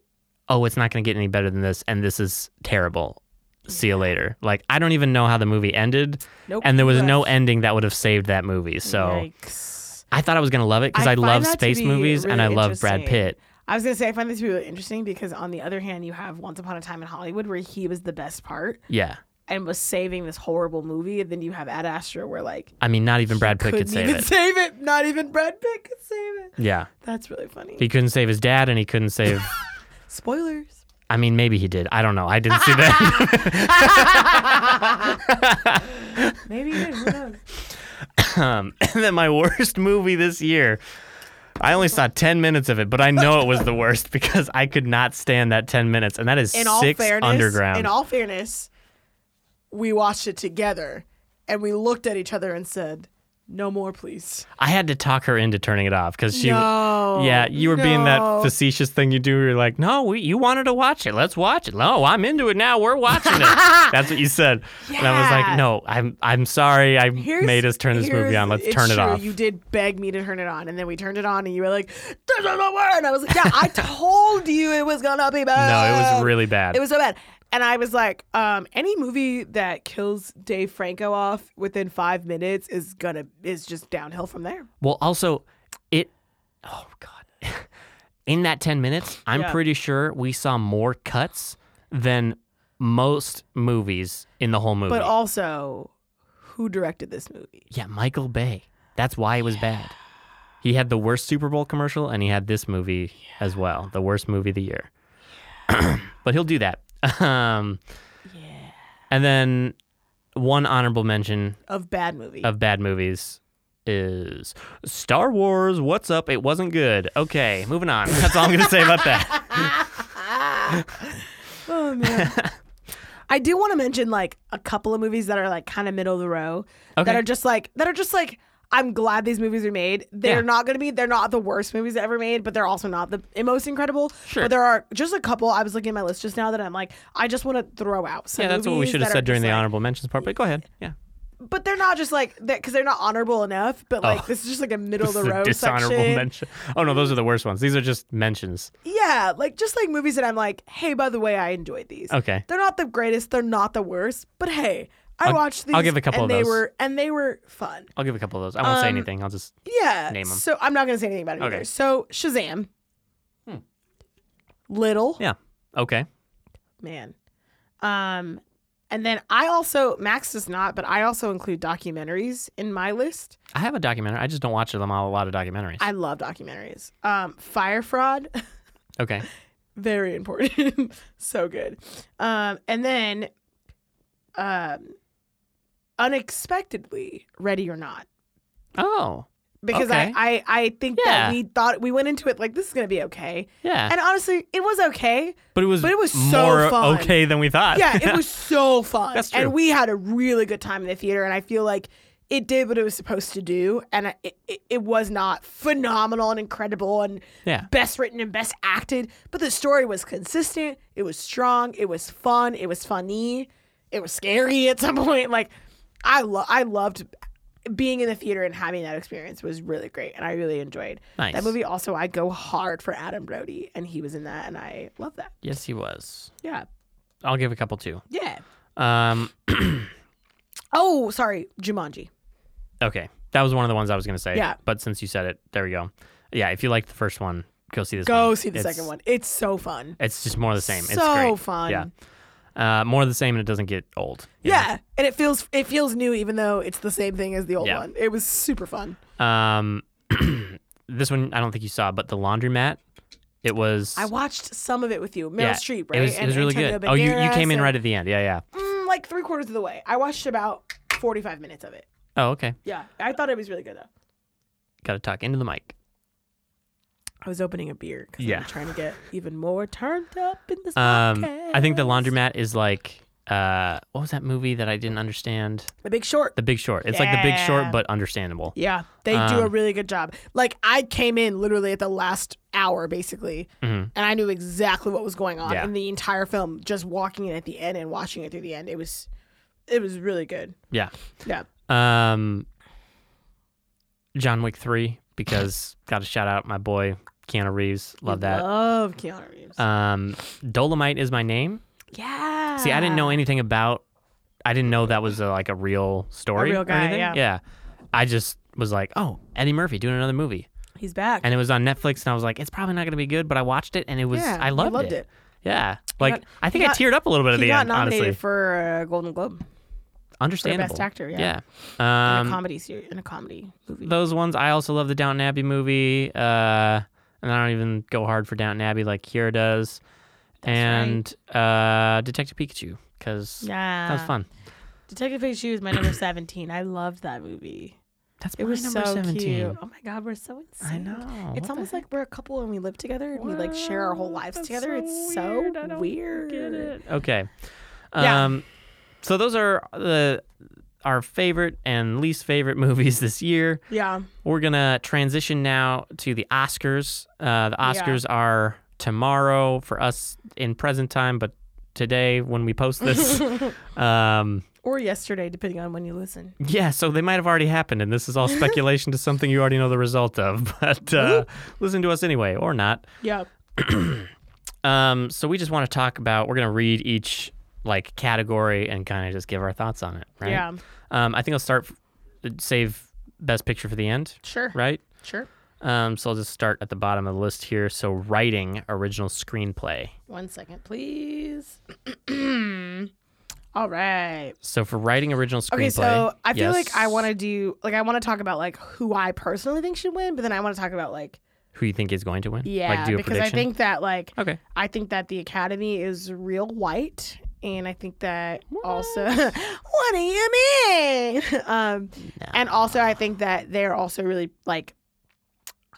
Speaker 1: oh, it's not going to get any better than this, and this is terrible. See you later. Like I don't even know how the movie ended,
Speaker 2: Nope.
Speaker 1: and there was no
Speaker 2: Yes.
Speaker 1: ending that would have saved that movie. So
Speaker 2: Yikes.
Speaker 1: I thought I was going to love it because I,
Speaker 2: find
Speaker 1: love
Speaker 2: that to
Speaker 1: space
Speaker 2: be
Speaker 1: movies and I
Speaker 2: really
Speaker 1: love Brad
Speaker 2: interesting.
Speaker 1: Pitt.
Speaker 2: I was gonna say I find this to be really interesting because on the other hand, you have Once Upon a Time in Hollywood where he was the best part
Speaker 1: Yeah,
Speaker 2: and was saving this horrible movie, and then you have Ad Astra where like
Speaker 1: I mean, not even Brad Pitt
Speaker 2: couldn't
Speaker 1: could save
Speaker 2: even
Speaker 1: it.
Speaker 2: save it. Not even Brad Pitt could save it.
Speaker 1: Yeah,
Speaker 2: That's really funny.
Speaker 1: he couldn't save his dad, and he couldn't save.
Speaker 2: Spoilers.
Speaker 1: I mean, maybe he did. I don't know. I didn't see that.
Speaker 2: Maybe he did. Who knows?
Speaker 1: um, and then my worst movie this year. I only saw ten minutes of it, but I know it was the worst because I could not stand that ten minutes, and that is
Speaker 2: in all
Speaker 1: six
Speaker 2: fairness,
Speaker 1: underground.
Speaker 2: in all fairness, we watched it together and we looked at each other and said, "No more, please."
Speaker 1: I had to talk her into turning it off because she.
Speaker 2: no.
Speaker 1: Yeah, you were being
Speaker 2: no.
Speaker 1: that facetious thing you do. Where you're like, no, we, you wanted to watch it. Let's watch it. No, I'm into it now. We're watching it. That's what you said. And I was
Speaker 2: Yeah.
Speaker 1: like, no, I'm I'm sorry. I
Speaker 2: Here's-
Speaker 1: made us turn this movie
Speaker 2: here's-
Speaker 1: on. Let's
Speaker 2: it's
Speaker 1: turn it
Speaker 2: true,
Speaker 1: off.
Speaker 2: You did beg me to turn it on, and then we turned it on, and you were like, "This is the word," and I was like, "Yeah, I told you it was gonna be
Speaker 1: no,
Speaker 2: bad."
Speaker 1: it was really bad.
Speaker 2: It was so bad. And I was like, um, any movie that kills Dave Franco off within five minutes is gonna is just downhill from there.
Speaker 1: Well, also, it. Oh God. In that ten minutes, I'm
Speaker 2: Yeah.
Speaker 1: pretty sure we saw more cuts than most movies in the whole movie.
Speaker 2: But also, who directed this movie?
Speaker 1: yeah, Michael Bay. That's why it was bad. He had the worst Super Bowl commercial, and he had this movie as well, the worst movie of the year. but he'll do that. Um, And then one honorable mention
Speaker 2: Of bad movie.
Speaker 1: of bad movies is Star Wars. What's up? It wasn't good. Okay, moving on. That's all I'm gonna say about that.
Speaker 2: Oh man. I do want to mention like a couple of movies that are like kind of middle of the row
Speaker 1: Okay.
Speaker 2: that are just like that are just like I'm glad these movies are made. They're
Speaker 1: Yeah.
Speaker 2: not going to be they're not the worst movies ever made, but they're also not the most incredible.
Speaker 1: Sure.
Speaker 2: But there are just a couple I was looking at my list just now that I'm like I just want to throw out some
Speaker 1: Yeah, that's what we
Speaker 2: movies
Speaker 1: should have
Speaker 2: that are
Speaker 1: said during
Speaker 2: just,
Speaker 1: the
Speaker 2: like-
Speaker 1: honorable mentions part. But go ahead. Yeah.
Speaker 2: But they're not just like that cuz they're not honorable enough, but like
Speaker 1: Oh.
Speaker 2: this is just like a middle of
Speaker 1: This
Speaker 2: the
Speaker 1: is
Speaker 2: row
Speaker 1: a dishonorable
Speaker 2: section.
Speaker 1: mention. Oh no, those are the worst ones. These are just mentions.
Speaker 2: Yeah, like just like movies that I'm like, "Hey, by the way, I enjoyed these."
Speaker 1: Okay.
Speaker 2: They're not the greatest. They're not the worst. But hey, I
Speaker 1: I'll-
Speaker 2: watched these.
Speaker 1: I'll give a couple
Speaker 2: and
Speaker 1: of
Speaker 2: they
Speaker 1: those.
Speaker 2: were and they were fun.
Speaker 1: I'll give a couple of those. I won't say
Speaker 2: Um,
Speaker 1: anything. I'll just
Speaker 2: Yeah.
Speaker 1: Name 'em.
Speaker 2: So I'm not gonna say anything about it
Speaker 1: Okay. Hmm.
Speaker 2: either. So Shazam. Little
Speaker 1: yeah. Okay.
Speaker 2: man. Um, and then I also Max does not, but I also include documentaries in my list.
Speaker 1: I have a documentary. I just don't watch them all. A lot of documentaries.
Speaker 2: I love documentaries. Um, fire fraud.
Speaker 1: okay.
Speaker 2: very important so good um and then um unexpectedly ready or not
Speaker 1: Oh.
Speaker 2: because
Speaker 1: Okay.
Speaker 2: I, I i think
Speaker 1: Yeah.
Speaker 2: that we thought we went into it like this is gonna be okay
Speaker 1: Yeah.
Speaker 2: and honestly it was okay
Speaker 1: but it was.
Speaker 2: but it was so
Speaker 1: more
Speaker 2: fun.
Speaker 1: okay than we thought.
Speaker 2: yeah it was so fun
Speaker 1: That's true.
Speaker 2: and we had a really good time in the theater and i feel like it did what it was supposed to do and I- it, it, it was not phenomenal and incredible and
Speaker 1: Yeah.
Speaker 2: best written and best acted but the story was consistent it was strong it was fun it was funny it was scary at some point like i lo- i loved being in the theater and having that experience was really great and i really enjoyed
Speaker 1: Nice.
Speaker 2: that movie also i go hard for adam brody and he was in that and i love that
Speaker 1: Yes, he was.
Speaker 2: yeah
Speaker 1: I'll give a couple too.
Speaker 2: yeah
Speaker 1: Um.
Speaker 2: oh sorry jumanji
Speaker 1: Okay. That was one of the ones I was going to say.
Speaker 2: Yeah.
Speaker 1: But since you said it, there we go. Yeah. If you liked the first one, go see this
Speaker 2: Go
Speaker 1: one.
Speaker 2: see the
Speaker 1: It's-
Speaker 2: second one. It's so fun.
Speaker 1: It's just more of the same. it's
Speaker 2: So
Speaker 1: great.
Speaker 2: fun.
Speaker 1: Yeah. Uh, more of the same and it doesn't get old. you
Speaker 2: Yeah. and it feels it feels new even though it's the same thing as the old
Speaker 1: Yeah.
Speaker 2: one. It was super fun.
Speaker 1: know? Um, this one I don't think you saw, but The Laundromat, it was.
Speaker 2: I watched some of it with you, Meryl
Speaker 1: yeah,
Speaker 2: Streep, right?
Speaker 1: It was, it
Speaker 2: And
Speaker 1: was really
Speaker 2: Antonio
Speaker 1: good. Oh, you, you
Speaker 2: Banderas
Speaker 1: came in
Speaker 2: and-
Speaker 1: right at the end. Yeah, yeah.
Speaker 2: Mm, like three quarters of the way. I watched about forty five minutes of it.
Speaker 1: Oh, okay.
Speaker 2: Yeah, I thought it was really good though.
Speaker 1: Got to talk into the mic.
Speaker 2: I was opening a beer because
Speaker 1: Yeah.
Speaker 2: I'm trying to get even more turned up in this
Speaker 1: Um, I think The
Speaker 2: podcast.
Speaker 1: Laundromat is like. Uh, what was that movie that I didn't understand?
Speaker 2: The Big Short.
Speaker 1: The Big Short. It's like The Big Short,
Speaker 2: Yeah.
Speaker 1: but understandable.
Speaker 2: yeah, they do a
Speaker 1: Um,
Speaker 2: really good job. Like I came in literally at the last hour, basically,
Speaker 1: Mhm.
Speaker 2: and I knew exactly what was going on
Speaker 1: Yeah.
Speaker 2: in the entire film. Just walking in at the end and watching it through the end, it was, it was really good.
Speaker 1: Yeah.
Speaker 2: Yeah,
Speaker 1: Um, John Wick three because got to shout out my boy Keanu Reeves. Love that.
Speaker 2: Love Keanu Reeves.
Speaker 1: Um, Dolomite is my name.
Speaker 2: yeah.
Speaker 1: See, I didn't
Speaker 2: Ah.
Speaker 1: know anything about. I didn't know that was a, like a real story.
Speaker 2: A real
Speaker 1: or
Speaker 2: guy,
Speaker 1: anything.
Speaker 2: yeah.
Speaker 1: I just was like, oh, Eddie Murphy doing another movie,
Speaker 2: He's back.
Speaker 1: and it was on Netflix, and I was like, it's probably not gonna be good, but I watched it, and it was.
Speaker 2: Yeah,
Speaker 1: I
Speaker 2: you
Speaker 1: loved,
Speaker 2: loved
Speaker 1: it.
Speaker 2: it.
Speaker 1: Yeah, like
Speaker 2: got-
Speaker 1: I think
Speaker 2: he
Speaker 1: I
Speaker 2: got-
Speaker 1: teared up a little bit at
Speaker 2: he
Speaker 1: the
Speaker 2: got
Speaker 1: end.
Speaker 2: nominated
Speaker 1: Honestly,
Speaker 2: for a Golden Globe
Speaker 1: understandable.
Speaker 2: actor, yeah.
Speaker 1: Yeah.
Speaker 2: in
Speaker 1: Um,
Speaker 2: a comedy series, in a comedy movie.
Speaker 1: those ones. I also love the Downton Abbey movie, uh, and I don't even go hard for Downton Abbey like Kira does, and uh, Detective Pikachu because
Speaker 2: yeah,
Speaker 1: that was fun.
Speaker 2: Detective Pikachu is my number seventeen. I loved that movie.
Speaker 1: That's
Speaker 2: It
Speaker 1: my
Speaker 2: was
Speaker 1: number
Speaker 2: so
Speaker 1: seventeen.
Speaker 2: cute. Oh my god, we're so insane.
Speaker 1: I know.
Speaker 2: It's almost like we're a couple and we live together and we like share our whole lives together. it's so weird.
Speaker 1: okay.
Speaker 2: Yeah.
Speaker 1: Um, so those are the our favorite and least favorite movies this year.
Speaker 2: Yeah.
Speaker 1: We're gonna transition now to the Oscars. Uh, the Oscars are tomorrow for us in present time, but today when we post this, um,
Speaker 2: Or yesterday, depending on when you listen.
Speaker 1: yeah. So they might have already happened, and this is all speculation to something you already know the result of. But uh, listen to us anyway, or not.
Speaker 2: Yeah.
Speaker 1: Um, so we just want to talk about. We're gonna read each like category and kind of just give our thoughts on it, right?
Speaker 2: Yeah.
Speaker 1: Um, I think I'll start f- save best picture for the end,
Speaker 2: Sure.
Speaker 1: right?
Speaker 2: Sure.
Speaker 1: Um, so I'll just start at the bottom of the list here. So writing original screenplay.
Speaker 2: One second, please. All right.
Speaker 1: So for writing original screenplay.
Speaker 2: Okay, so I feel like I
Speaker 1: yes.
Speaker 2: want to do like I want to talk about like who I personally think should win, but then I want to talk about like
Speaker 1: who you think is going to win?
Speaker 2: yeah,
Speaker 1: like do a
Speaker 2: because
Speaker 1: prediction.
Speaker 2: I think that like
Speaker 1: okay.
Speaker 2: I think that the Academy is real white, and I think that also what do you mean? um, And also, I think that they're also really like,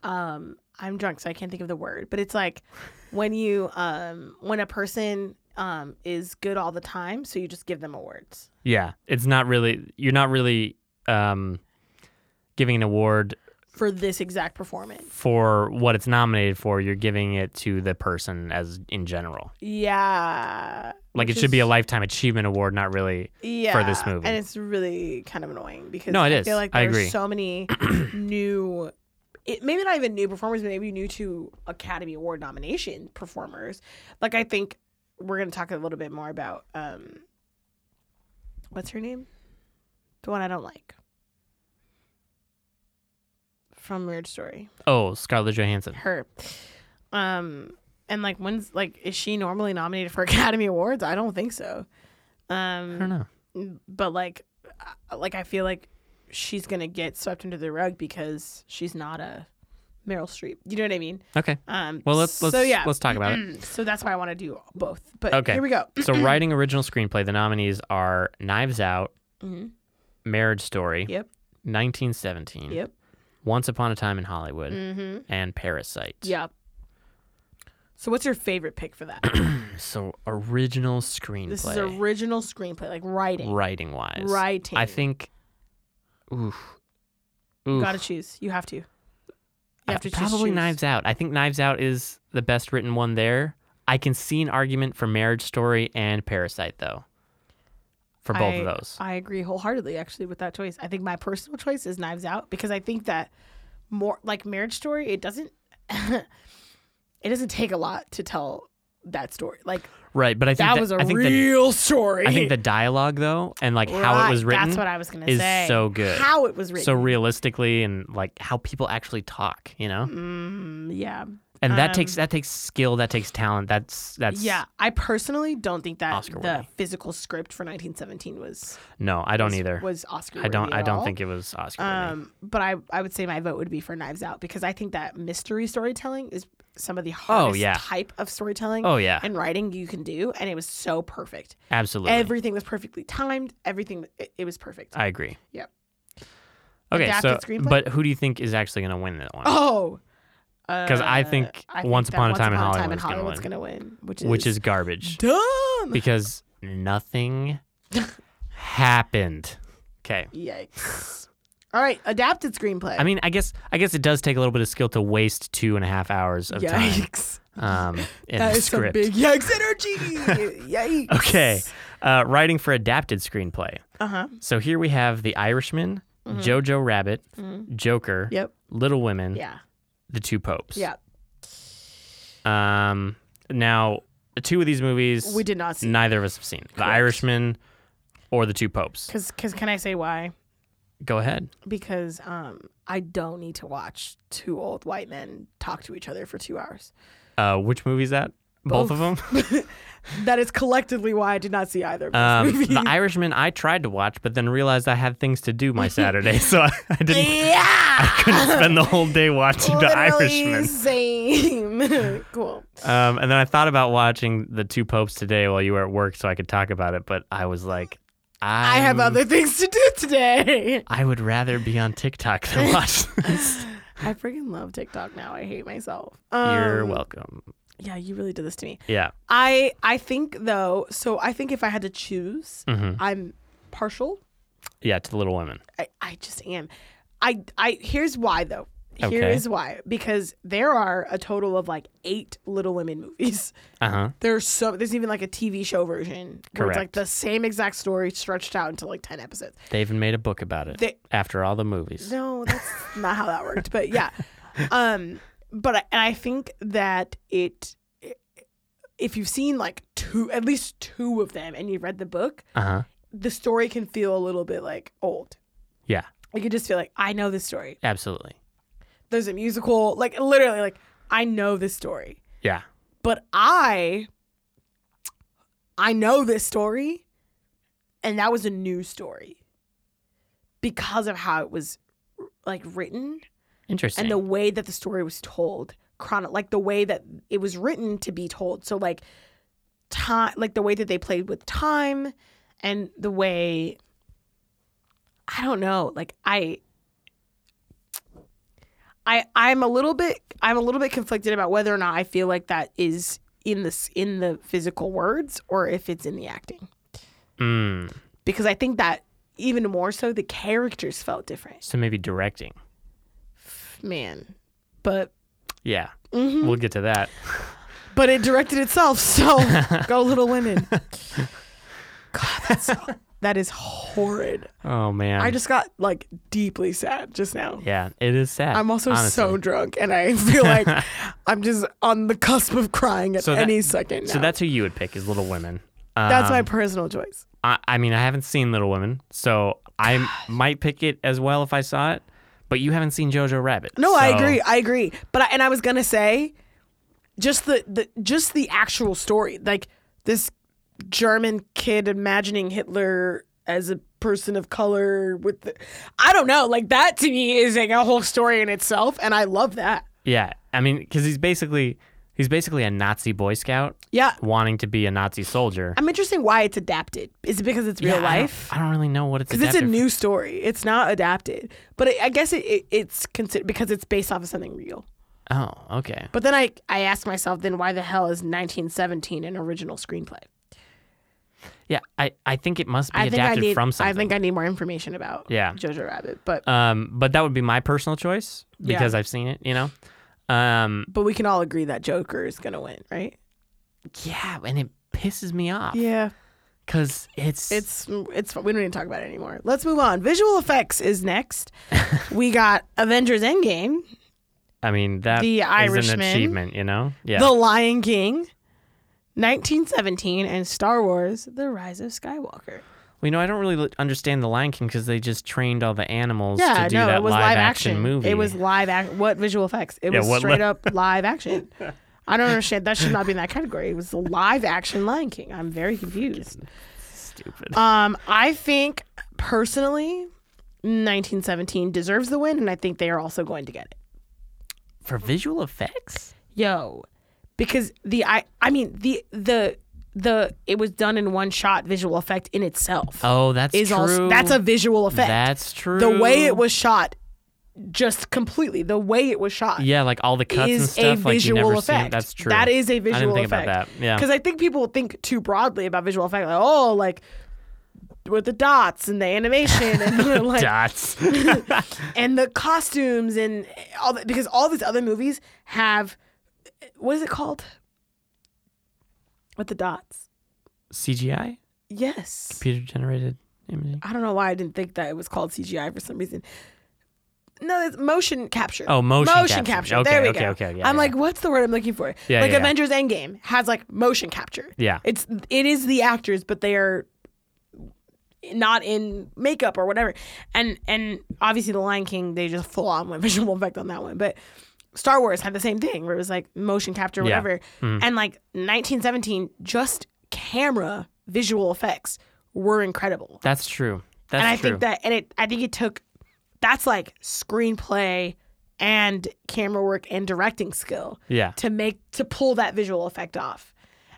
Speaker 2: um, I'm drunk, so I can't think of the word, but it's like when you um when a person um is good all the time, so you just give them awards.
Speaker 1: Yeah, it's not really you're not really um, giving an award
Speaker 2: For this exact performance,
Speaker 1: for what it's nominated for. You're giving it to the person as in general.
Speaker 2: yeah,
Speaker 1: Like
Speaker 2: Which
Speaker 1: it should be a
Speaker 2: is-
Speaker 1: lifetime achievement award, not really.
Speaker 2: yeah,
Speaker 1: this movie.
Speaker 2: and it's really kind of annoying because
Speaker 1: No, it
Speaker 2: I
Speaker 1: is.
Speaker 2: feel like
Speaker 1: I
Speaker 2: there's
Speaker 1: agree.
Speaker 2: so many new, it, maybe not even new performers, but maybe new to Academy Award nomination performers. Like I think we're gonna talk a little bit more about um, what's her name, the one I don't like from Weird Story
Speaker 1: Oh, Scarlett Johansson.
Speaker 2: her. Um, and like when's like is she normally nominated for Academy Awards? I don't think so. Um,
Speaker 1: I don't know.
Speaker 2: but like, uh, like I feel like she's gonna get swept under the rug because she's not a Meryl Streep. You know what I mean?
Speaker 1: Okay.
Speaker 2: Um,
Speaker 1: Well, let's let's
Speaker 2: so yeah. Mm,
Speaker 1: let's talk about it.
Speaker 2: so that's why I want to do both. But
Speaker 1: Okay.
Speaker 2: here we go.
Speaker 1: so writing original screenplay the nominees are knives out
Speaker 2: Mhm.
Speaker 1: marriage story
Speaker 2: Yep.
Speaker 1: 1917
Speaker 2: Yep.
Speaker 1: once upon a time in hollywood
Speaker 2: Mm-hmm.
Speaker 1: and parasite
Speaker 2: Yep. So what's your favorite pick for that?
Speaker 1: so original
Speaker 2: this
Speaker 1: screenplay
Speaker 2: is original screenplay, like writing.
Speaker 1: writing wise
Speaker 2: Writing.
Speaker 1: i think oof,
Speaker 2: You
Speaker 1: oof.
Speaker 2: gotta choose. You have to. You
Speaker 1: I-
Speaker 2: have to just
Speaker 1: uh, probably
Speaker 2: choose.
Speaker 1: knives out i think knives out is the best written one there i can see an argument for marriage story and parasite though for both of
Speaker 2: I- uh,
Speaker 1: those
Speaker 2: I agree wholeheartedly, actually, with that choice. I think my personal choice is Knives Out because I think that more like Marriage Story, it doesn't, it doesn't take a lot to tell that story. Like
Speaker 1: right but i think
Speaker 2: that, was a
Speaker 1: I think the-
Speaker 2: real story.
Speaker 1: I think the dialogue though, and like how it was
Speaker 2: Right,
Speaker 1: written,
Speaker 2: That's what I was gonna
Speaker 1: is
Speaker 2: say.
Speaker 1: so good.
Speaker 2: How it was written.
Speaker 1: so realistically, and like how people actually talk, you know,
Speaker 2: Mm, yeah,
Speaker 1: and that takes that takes skill, that takes talent. That's that's
Speaker 2: Um, yeah. I personally don't think that
Speaker 1: Oscar
Speaker 2: the
Speaker 1: worthy.
Speaker 2: physical script for 1917 was
Speaker 1: No, I don't
Speaker 2: was-
Speaker 1: either.
Speaker 2: was Oscar.
Speaker 1: I don't.
Speaker 2: worthy
Speaker 1: I
Speaker 2: at
Speaker 1: don't
Speaker 2: all.
Speaker 1: think it was Oscar. worthy.
Speaker 2: Um, but I, I would say my vote would be for Knives Out because I think that mystery storytelling is some of the hardest
Speaker 1: Oh, yeah.
Speaker 2: type of storytelling
Speaker 1: oh yeah,
Speaker 2: and writing you can do, and it was so perfect.
Speaker 1: absolutely.
Speaker 2: Everything was perfectly timed. Everything it, it was perfect.
Speaker 1: I agree.
Speaker 2: Yep.
Speaker 1: Okay, so
Speaker 2: Adapted screenplay?
Speaker 1: but who do you think is actually going to win that one?
Speaker 2: oh, Uh,
Speaker 1: 'Cause I think Once
Speaker 2: that
Speaker 1: Upon a Time in
Speaker 2: in
Speaker 1: Hollywood
Speaker 2: Hollywood's
Speaker 1: is
Speaker 2: gonna win, which is
Speaker 1: Which is garbage
Speaker 2: dumb.
Speaker 1: because nothing happened. Okay.
Speaker 2: Yikes! All right, adapted screenplay.
Speaker 1: I mean, I guess I guess it does take a little bit of skill to waste two and a half hours of time.
Speaker 2: yikes!
Speaker 1: um, in
Speaker 2: That
Speaker 1: the
Speaker 2: is some
Speaker 1: script.
Speaker 2: big yikes energy. yikes!
Speaker 1: Okay, uh, writing for adapted screenplay.
Speaker 2: Uh huh.
Speaker 1: So here we have The Irishman, Jojo Rabbit, Joker,
Speaker 2: Mm-hmm. Yep.
Speaker 1: Little Women,
Speaker 2: Yeah.
Speaker 1: The Two Popes.
Speaker 2: Yeah.
Speaker 1: Um, now, two of these movies
Speaker 2: We did not see
Speaker 1: neither of us have seen The Irishman or The Two Popes.
Speaker 2: Cause, cause, can I say why?
Speaker 1: Go ahead.
Speaker 2: Because um, I don't need to watch two old white men talk to each other for two hours.
Speaker 1: Uh, which movie is that? Both, of them.
Speaker 2: That is collectively why I did not see either of these
Speaker 1: Um,
Speaker 2: movies.
Speaker 1: the Irishman I tried to watch, but then realized I had things to do my Saturday, so I, I didn't
Speaker 2: yeah,
Speaker 1: couldn't spend the whole day watching The
Speaker 2: literally
Speaker 1: Irishman.
Speaker 2: same. cool.
Speaker 1: Um, and then I thought about watching the two popes today while you were at work, so I could talk about it. But I was like, i
Speaker 2: I
Speaker 1: Um,
Speaker 2: have other things to do today.
Speaker 1: I would rather be on TikTok than watch. this.
Speaker 2: I freaking love TikTok now. I hate myself. Um,
Speaker 1: You're welcome.
Speaker 2: Yeah, you really did this to me.
Speaker 1: Yeah.
Speaker 2: I I think though. So I think if I had to choose,
Speaker 1: hmm
Speaker 2: I'm partial
Speaker 1: Yeah. To the Little Women.
Speaker 2: I, I just am. I I here's why though. Here is
Speaker 1: Okay.
Speaker 2: why because there are a total of like eight Little Women movies.
Speaker 1: Uh huh.
Speaker 2: There's so there's even like a TV show version where it's like
Speaker 1: Correct.
Speaker 2: the same exact story stretched out into like ten episodes.
Speaker 1: They even made a book about it
Speaker 2: They-
Speaker 1: after all the movies.
Speaker 2: No, that's not how that worked. But yeah, um, but I, and I think that it if you've seen like two, at least two of them, and you've read the book,
Speaker 1: Uh huh.
Speaker 2: the story can feel a little bit like old.
Speaker 1: Yeah.
Speaker 2: Like you just feel like I know this story.
Speaker 1: Absolutely.
Speaker 2: There's a musical, like literally, like I know this story.
Speaker 1: Yeah.
Speaker 2: But I, I know this story, and that was a new story because of how it was like written.
Speaker 1: Interesting.
Speaker 2: and the way that the story was told chrono like the way that it was written to be told so like time like the way that they played with time and the way i don't know like i i i'm a little bit i'm a little bit conflicted about whether or not i feel like that is in this in the physical words or if it's in the acting
Speaker 1: Mm.
Speaker 2: because i think that even more so the characters felt different
Speaker 1: So maybe directing.
Speaker 2: man but
Speaker 1: Yeah.
Speaker 2: Mm-hmm.
Speaker 1: We'll get to that.
Speaker 2: but it directed itself. So go, Little Women. God, that's so, that is horrid.
Speaker 1: Oh man.
Speaker 2: I just got like deeply sad just now.
Speaker 1: Yeah, it is sad.
Speaker 2: I'm also
Speaker 1: honestly.
Speaker 2: so drunk, and I feel like I'm just on the cusp of crying at
Speaker 1: So that-
Speaker 2: any second. Now.
Speaker 1: So that's who you would pick is Little Women.
Speaker 2: that's my
Speaker 1: Um,
Speaker 2: personal choice.
Speaker 1: I, I mean, I haven't seen Little Women, so I might pick it as well if I saw it. But you haven't seen Jojo Rabbit.
Speaker 2: No, I
Speaker 1: so-
Speaker 2: agree. I agree. But I, and I was gonna say, just the, the just the actual story, like this German kid imagining Hitler as a person of color with the, I don't know, like that to me is like a whole story in itself, and I love that.
Speaker 1: Yeah, I mean, because he's basically he's basically a Nazi Boy Scout
Speaker 2: Yeah,
Speaker 1: wanting to be a Nazi soldier.
Speaker 2: I'm interested in why it's adapted. Is it because it's real
Speaker 1: Yeah, I don't-
Speaker 2: life?
Speaker 1: I don't, really know what it's
Speaker 2: Because it's a
Speaker 1: adapted
Speaker 2: new story. It's not adapted, but it, I guess it, it, it's considered because it's based off of something real.
Speaker 1: from. Oh, okay.
Speaker 2: But then I, I asked myself, then why the hell is 1917 an original screenplay?
Speaker 1: Yeah, I, I think it must be
Speaker 2: I think I
Speaker 1: adapted
Speaker 2: need
Speaker 1: from something.
Speaker 2: I think I need more information about
Speaker 1: Yeah.
Speaker 2: Jojo Rabbit, but
Speaker 1: um, but that would be my personal choice
Speaker 2: Yeah.
Speaker 1: because I've seen it. You know. Um,
Speaker 2: but we can all agree that Joker is gonna win, right?
Speaker 1: yeah, and it pisses me off
Speaker 2: Yeah,
Speaker 1: because it's
Speaker 2: it's it's we don't need to talk about it anymore. Let's move on. Visual effects is next. we got Avengers Endgame,
Speaker 1: I mean that
Speaker 2: The
Speaker 1: is an
Speaker 2: Irishman.
Speaker 1: achievement, you know. Yeah.
Speaker 2: The Lion King, 1917, and Star Wars: The Rise of Skywalker.
Speaker 1: Well, you know, I don't really l- understand the Lion King because they just trained all the animals
Speaker 2: Yeah,
Speaker 1: to do
Speaker 2: no,
Speaker 1: that
Speaker 2: it was
Speaker 1: live,
Speaker 2: live,
Speaker 1: action, movie.
Speaker 2: It was live act. What visual effects? It
Speaker 1: Yeah,
Speaker 2: was
Speaker 1: what
Speaker 2: straight
Speaker 1: li-
Speaker 2: up live action. I don't understand. That should not be in that category. It was the live action Lion King. I'm very confused.
Speaker 1: stupid.
Speaker 2: Um, I think personally, 1917 deserves the win, and I think they are also going to get it.
Speaker 1: For visual effects?
Speaker 2: Yo, because the I I mean the the the it was done in one shot visual effect in itself
Speaker 1: Oh, that's
Speaker 2: is
Speaker 1: true.
Speaker 2: also that's a visual effect.
Speaker 1: That's true.
Speaker 2: the way it was shot, just completely the way it was shot.
Speaker 1: Yeah, like all the cuts and
Speaker 2: is
Speaker 1: stuff.
Speaker 2: a
Speaker 1: like you
Speaker 2: visual
Speaker 1: never
Speaker 2: effect.
Speaker 1: Seen. That's true.
Speaker 2: That is a visual
Speaker 1: I didn't think
Speaker 2: effect.
Speaker 1: about that. Yeah.
Speaker 2: Because I think people think too broadly about visual effect, like oh, like with the dots and the animation and the, like
Speaker 1: Dots.
Speaker 2: and the costumes and all that. Because all these other movies have what is it called? With the dots.
Speaker 1: CGI?
Speaker 2: Yes.
Speaker 1: Computer generated imaging.
Speaker 2: I don't know why I didn't think that it was called CGI for some reason. No, it's motion capture.
Speaker 1: Oh, motion
Speaker 2: motion
Speaker 1: capture.
Speaker 2: capture.
Speaker 1: Okay,
Speaker 2: there we
Speaker 1: okay,
Speaker 2: go.
Speaker 1: okay, yeah,
Speaker 2: I'm
Speaker 1: yeah.
Speaker 2: like, what's the word I'm looking for?
Speaker 1: Yeah,
Speaker 2: like
Speaker 1: yeah, yeah.
Speaker 2: Avengers Endgame has like motion capture.
Speaker 1: Yeah.
Speaker 2: It's it is the actors, but they are not in makeup or whatever. And and obviously the Lion King, they just full on went visual effect on that one. But Star Wars had the same thing where it was like motion capture,
Speaker 1: Yeah. Mm-hmm.
Speaker 2: whatever. And like 1917, just camera visual effects were incredible
Speaker 1: That's true. That's
Speaker 2: and I
Speaker 1: true.
Speaker 2: think that and it I think it took that's like screenplay and camera work and directing skill
Speaker 1: yeah.
Speaker 2: to make to pull that visual effect off.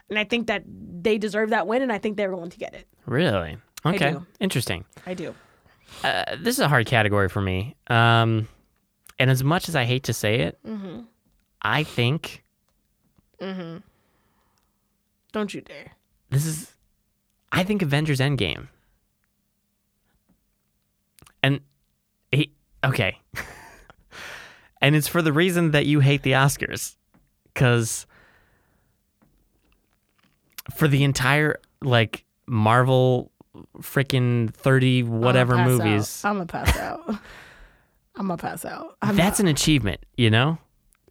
Speaker 2: And I think that they deserve that win and I think they're going to get it.
Speaker 1: Really? Okay.
Speaker 2: do.
Speaker 1: Interesting.
Speaker 2: I do.
Speaker 1: Uh, this is a hard category for me. Um, and as much as I hate to say it,
Speaker 2: Mm-hmm.
Speaker 1: I think
Speaker 2: Don't you dare.
Speaker 1: this is I think Avengers Endgame. And he okay. and it's for the reason that you hate the Oscars cuz for the entire like Marvel freaking 30 whatever movies.
Speaker 2: I'm gonna pass out. I'm gonna pass out. I'm
Speaker 1: That's an achievement, you know?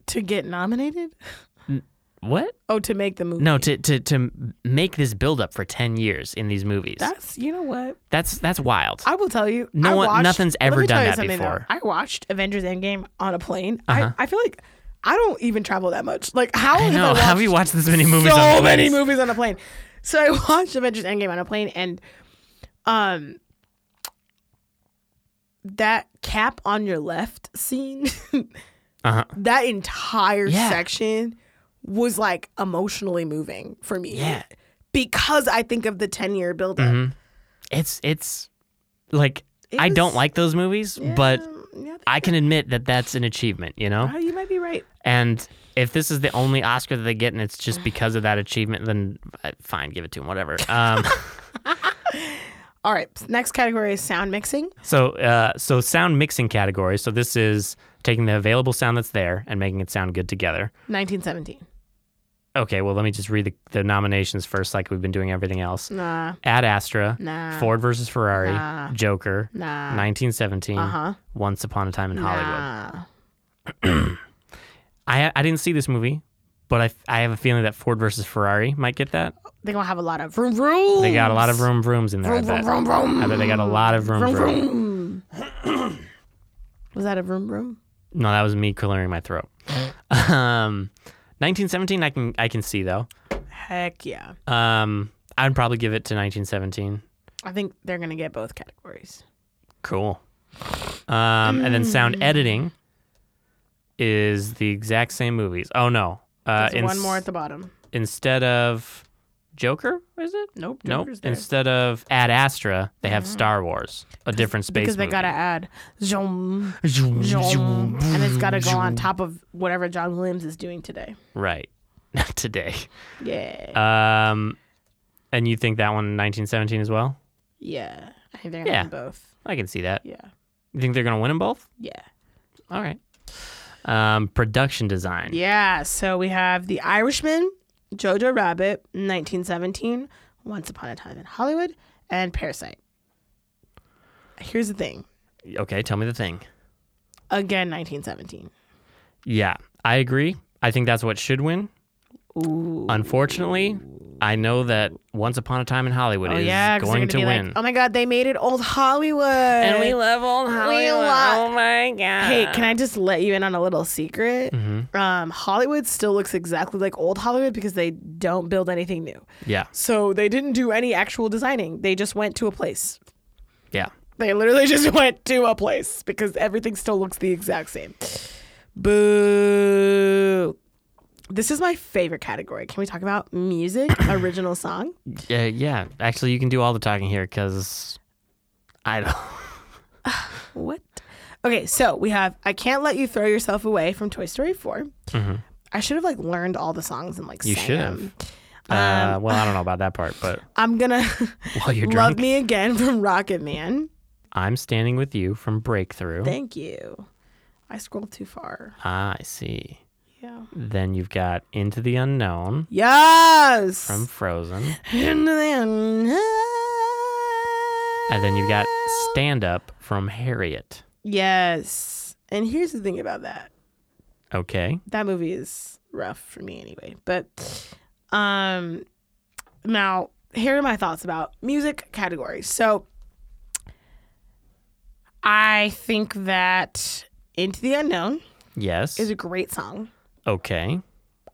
Speaker 2: to get nominated?
Speaker 1: What?
Speaker 2: Oh, to make the movie.
Speaker 1: No, to to to make this build up for ten years in these movies.
Speaker 2: That's you know what
Speaker 1: that's that's wild.
Speaker 2: I will tell you.
Speaker 1: No
Speaker 2: I
Speaker 1: one-
Speaker 2: watched-
Speaker 1: nothing's
Speaker 2: let me
Speaker 1: ever
Speaker 2: tell
Speaker 1: done
Speaker 2: you
Speaker 1: that
Speaker 2: something, though.
Speaker 1: before. Uh-huh.
Speaker 2: I watched Avengers Endgame on a plane. I, I feel like I don't even travel that much. Like how
Speaker 1: I
Speaker 2: have
Speaker 1: know. How have you watched this many movies?
Speaker 2: so
Speaker 1: on the
Speaker 2: many
Speaker 1: list?
Speaker 2: movies on a plane. So I watched Avengers Endgame on a plane, and um, that cap on your left scene,
Speaker 1: Uh-huh.
Speaker 2: that entire
Speaker 1: Yeah.
Speaker 2: section was like emotionally moving for me.
Speaker 1: Yeah. Mm-hmm,
Speaker 2: because I think of the ten year buildup.
Speaker 1: It's it's like
Speaker 2: It
Speaker 1: I don't
Speaker 2: was-
Speaker 1: like those movies, but
Speaker 2: Um, yeah,
Speaker 1: I can admit that that's an achievement. You know.
Speaker 2: I think- you might be right.
Speaker 1: And if this is the only Oscar that they get, and it's just because of that achievement, then uh, fine, give it to him, whatever. Um,
Speaker 2: All right, next category is sound mixing.
Speaker 1: so, uh, so sound mixing category. So this is taking the available sound that's there and making it sound good together.
Speaker 2: 1917.
Speaker 1: Okay, well, let me just read the, the nominations first, like we've been doing everything else.
Speaker 2: Nah,
Speaker 1: Ad Astra,
Speaker 2: Nah.
Speaker 1: Ford versus Ferrari, Joker,
Speaker 2: nah,
Speaker 1: 1917,
Speaker 2: Uh-huh.
Speaker 1: Once Upon a Time in Hollywood.
Speaker 2: nah.
Speaker 1: I I didn't see this movie, but I, f- I have a feeling that Ford versus Ferrari might get that.
Speaker 2: They're gonna have a lot of vroom vroom.
Speaker 1: They got a lot of room rooms in there. I
Speaker 2: Vroom,
Speaker 1: bet.
Speaker 2: vroom, vroom,
Speaker 1: I bet they got a lot of room. vroom.
Speaker 2: vroom, vroom. Was that a vroom vroom?
Speaker 1: No, that was me clearing my throat. um, 1917, I can I can see though.
Speaker 2: Heck yeah!
Speaker 1: Um, I'd probably give it to 1917.
Speaker 2: I think they're gonna get both categories.
Speaker 1: Cool. Um, and then
Speaker 2: Mm.
Speaker 1: sound editing is the exact same movies. Oh no, uh,
Speaker 2: There's
Speaker 1: ins-
Speaker 2: one more at the bottom.
Speaker 1: instead of Joker, is it?
Speaker 2: Nope,
Speaker 1: Nope.
Speaker 2: Joker's there. Mm-hmm.
Speaker 1: Instead of Ad Astra, they have Star Wars, a different space
Speaker 2: because they
Speaker 1: movie.
Speaker 2: gotta add zoom,
Speaker 1: Zoom,
Speaker 2: zoom,
Speaker 1: zoom.
Speaker 2: and it's gotta go on top of whatever John Williams is doing today.
Speaker 1: right today.
Speaker 2: Yeah,
Speaker 1: Um, and you think that one 1917 as well?
Speaker 2: yeah. I think they're gonna
Speaker 1: yeah.
Speaker 2: do both.
Speaker 1: I can see that.
Speaker 2: Yeah,
Speaker 1: You think they're gonna win them both?
Speaker 2: yeah.
Speaker 1: All right. Um, production design.
Speaker 2: Yeah, so we have The Irishman, Jojo Rabbit, 1917, Once Upon a Time in Hollywood, and Parasite. Here's the thing.
Speaker 1: Okay, tell me the thing.
Speaker 2: Again, 1917.
Speaker 1: Yeah, I agree. I think that's what should win.
Speaker 2: Ooh.
Speaker 1: Unfortunately, I know that Once Upon a Time in Hollywood
Speaker 2: Oh,
Speaker 1: is
Speaker 2: yeah, 'cause they're
Speaker 1: going to
Speaker 2: gonna be
Speaker 1: win.
Speaker 2: like, oh my God, they made it old Hollywood. And
Speaker 1: love old
Speaker 2: Hollywood. love- Oh
Speaker 1: my god.
Speaker 2: Hey, can I just let you in on a little secret?
Speaker 1: Mm-hmm.
Speaker 2: Um, Hollywood still looks exactly like old Hollywood because they don't build anything new.
Speaker 1: Yeah,
Speaker 2: So they didn't do any actual designing. They just went to a place.
Speaker 1: yeah.
Speaker 2: They literally just went to a place because everything still looks the exact same. Boo. This is my favorite category. Can we talk about music, original song?
Speaker 1: Uh, yeah, actually, you can do all the talking here because I don't.
Speaker 2: What? Okay, so we have I Can't Let You Throw Yourself Away from Toy Story 4. I should have like learned all the songs and like
Speaker 1: Mm-hmm. You
Speaker 2: sang
Speaker 1: should
Speaker 2: them.
Speaker 1: uh, well, I don't know about that part, but
Speaker 2: I'm gonna
Speaker 1: while you're
Speaker 2: Love
Speaker 1: drunk,
Speaker 2: Me Again from Rocket Man.
Speaker 1: I'm standing with you from Breakthrough.
Speaker 2: Thank you. I scrolled too far.
Speaker 1: ah, I see.
Speaker 2: Yeah.
Speaker 1: Then you've got Into the Unknown
Speaker 2: Yes.
Speaker 1: from Frozen.
Speaker 2: And then,
Speaker 1: And then you've got Stand Up from Harriet.
Speaker 2: yes. And here's the thing about that.
Speaker 1: Okay.
Speaker 2: That movie is rough for me anyway. But um now here are my thoughts about music categories. So I think that Into the Unknown
Speaker 1: Yes.
Speaker 2: is a great song.
Speaker 1: okay.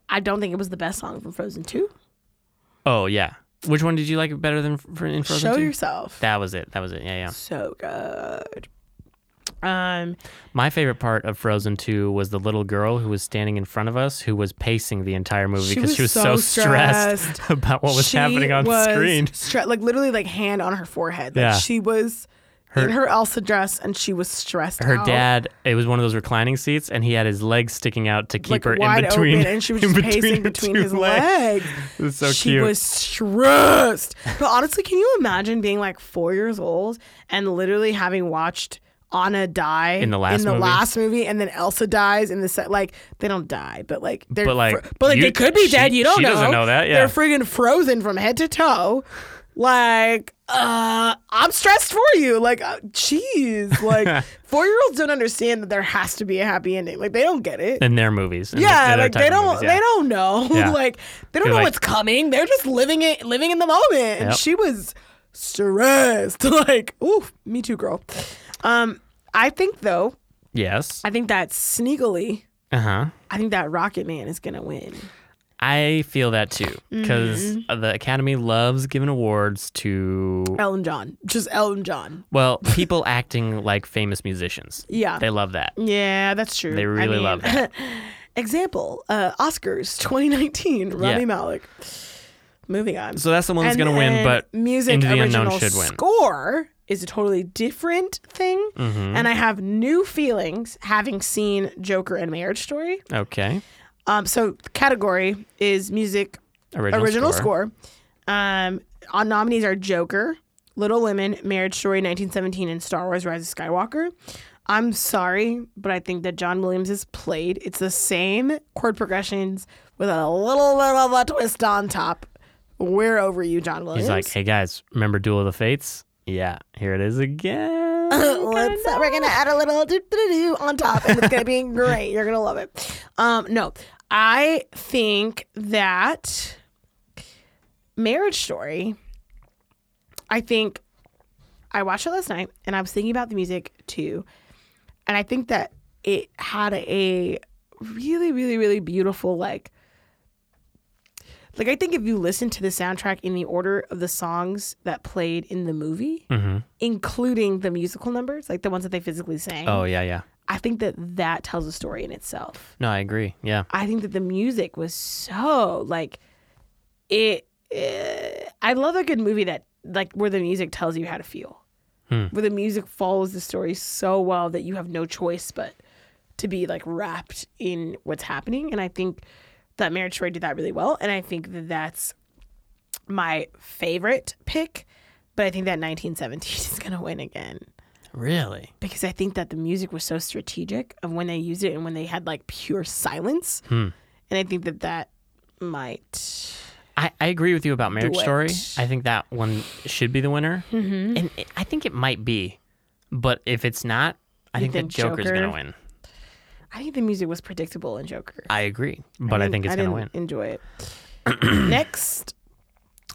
Speaker 2: I don't think it was the best song from Frozen 2.
Speaker 1: Oh, yeah. Which one did you like better than for in Frozen
Speaker 2: Show
Speaker 1: 2?
Speaker 2: yourself.
Speaker 1: That was it. That was it. Yeah, yeah.
Speaker 2: so good. Um
Speaker 1: My favorite part of Frozen 2 was the little girl who was standing in front of us who was pacing the entire movie
Speaker 2: She
Speaker 1: because
Speaker 2: was
Speaker 1: she was so,
Speaker 2: so
Speaker 1: stressed,
Speaker 2: stressed.
Speaker 1: about what was
Speaker 2: She
Speaker 1: happening on
Speaker 2: was
Speaker 1: screen.
Speaker 2: stre- like literally, like hand on her forehead. Like
Speaker 1: Yeah.
Speaker 2: she was in her Elsa dress, and she was stressed.
Speaker 1: Her
Speaker 2: out,
Speaker 1: dad, it was one of those reclining seats, and he had his legs sticking out to keep
Speaker 2: like
Speaker 1: her
Speaker 2: wide
Speaker 1: in between.
Speaker 2: open, and she was
Speaker 1: in
Speaker 2: just
Speaker 1: between
Speaker 2: pacing
Speaker 1: her
Speaker 2: between
Speaker 1: two
Speaker 2: his legs.
Speaker 1: It was so
Speaker 2: she
Speaker 1: cute.
Speaker 2: was stressed. But honestly, can you imagine being like four years old and literally having watched Anna die
Speaker 1: In the last
Speaker 2: in the
Speaker 1: movie?
Speaker 2: last movie, and then Elsa dies in the set? Like they don't die, but like they're
Speaker 1: But, like,
Speaker 2: fr- but like
Speaker 1: you-
Speaker 2: they could be
Speaker 1: she-
Speaker 2: dead. You don't
Speaker 1: she
Speaker 2: know.
Speaker 1: doesn't know that, yeah.
Speaker 2: they're friggin' frozen from head to toe. Like, uh, I'm stressed for you. Like, uh, jeez. Like, four year olds don't understand that there has to be a happy ending. Like, they don't get it.
Speaker 1: in their movies. in
Speaker 2: yeah,
Speaker 1: their- their
Speaker 2: like
Speaker 1: type
Speaker 2: they
Speaker 1: of
Speaker 2: don't,
Speaker 1: movies, yeah.
Speaker 2: they don't know.
Speaker 1: Yeah.
Speaker 2: like, they don't
Speaker 1: You're
Speaker 2: know
Speaker 1: like-
Speaker 2: what's coming. They're just living it, living in the moment. And
Speaker 1: Yep.
Speaker 2: she was stressed. like, ooh, me too, girl. Um, I think though,
Speaker 1: Yes.
Speaker 2: I think that sneakily,
Speaker 1: Uh huh.
Speaker 2: I think that Rocket Man is gonna win.
Speaker 1: I feel that too because
Speaker 2: Mm-hmm.
Speaker 1: the Academy loves giving awards to
Speaker 2: Elton John, just Elton John.
Speaker 1: well people acting like famous musicians.
Speaker 2: Yeah. Mm-hmm.
Speaker 1: They love that.
Speaker 2: Yeah, that's true.
Speaker 1: They really love that.
Speaker 2: Example: uh, Oscars 2019, Rami
Speaker 1: Yeah.
Speaker 2: Malik. Moving on.
Speaker 1: So that's the one that's
Speaker 2: And
Speaker 1: going to win,
Speaker 2: then
Speaker 1: but
Speaker 2: music
Speaker 1: Into the
Speaker 2: original
Speaker 1: Unknown should win.
Speaker 2: score is a totally different thing,
Speaker 1: Mm-hmm.
Speaker 2: and I have new feelings having seen Joker and Marriage Story.
Speaker 1: Okay.
Speaker 2: Um, so the category is music
Speaker 1: Original,
Speaker 2: original, score. Um, our nominees are Joker, Little Women, Marriage Story, 1917, and Star Wars: Rise of Skywalker. I'm sorry, but I think that John Williams is played. It's the same chord progressions with a little bit of a twist on top. We're over you, John Williams.
Speaker 1: He's like, hey guys, remember Duel of the Fates? Yeah, here it is again.
Speaker 2: Let's, we're gonna add a little doo doo doo on top, and it's gonna be great. You're gonna love it. Um, no, I think that Marriage Story. I think I watched it last night, and I was thinking about the music too, and I think that it had a really, really, really beautiful like. Like I think if you listen to the soundtrack in the order of the songs that played in the movie, including the musical numbers, like the ones that they physically sang.
Speaker 1: Oh yeah, yeah.
Speaker 2: I think that that tells a story in itself.
Speaker 1: No, I agree. Yeah.
Speaker 2: I think that the music was so like it. eh, I love a good movie that like where the music tells you how to feel, where the music follows the story so well that you have no choice but to be like wrapped in what's happening. And I think that Marriage Story did that really well. And I think that that's my favorite pick. But I think that 1917 is gonna win again
Speaker 1: Really?
Speaker 2: because I think that the music was so strategic of when they used it and when they had like pure silence.
Speaker 1: Hmm.
Speaker 2: And I think that that might.
Speaker 1: I, I agree with you about Marriage
Speaker 2: Do it.
Speaker 1: Story. I think that one should be the winner. Mm-hmm. And it, I think it might be. But if it's not, I think,
Speaker 2: think
Speaker 1: the Joker's going
Speaker 2: Joker?
Speaker 1: to win.
Speaker 2: I think the music was predictable in Joker.
Speaker 1: I agree. But I, think it's going to win.
Speaker 2: didn't Enjoy it. Next,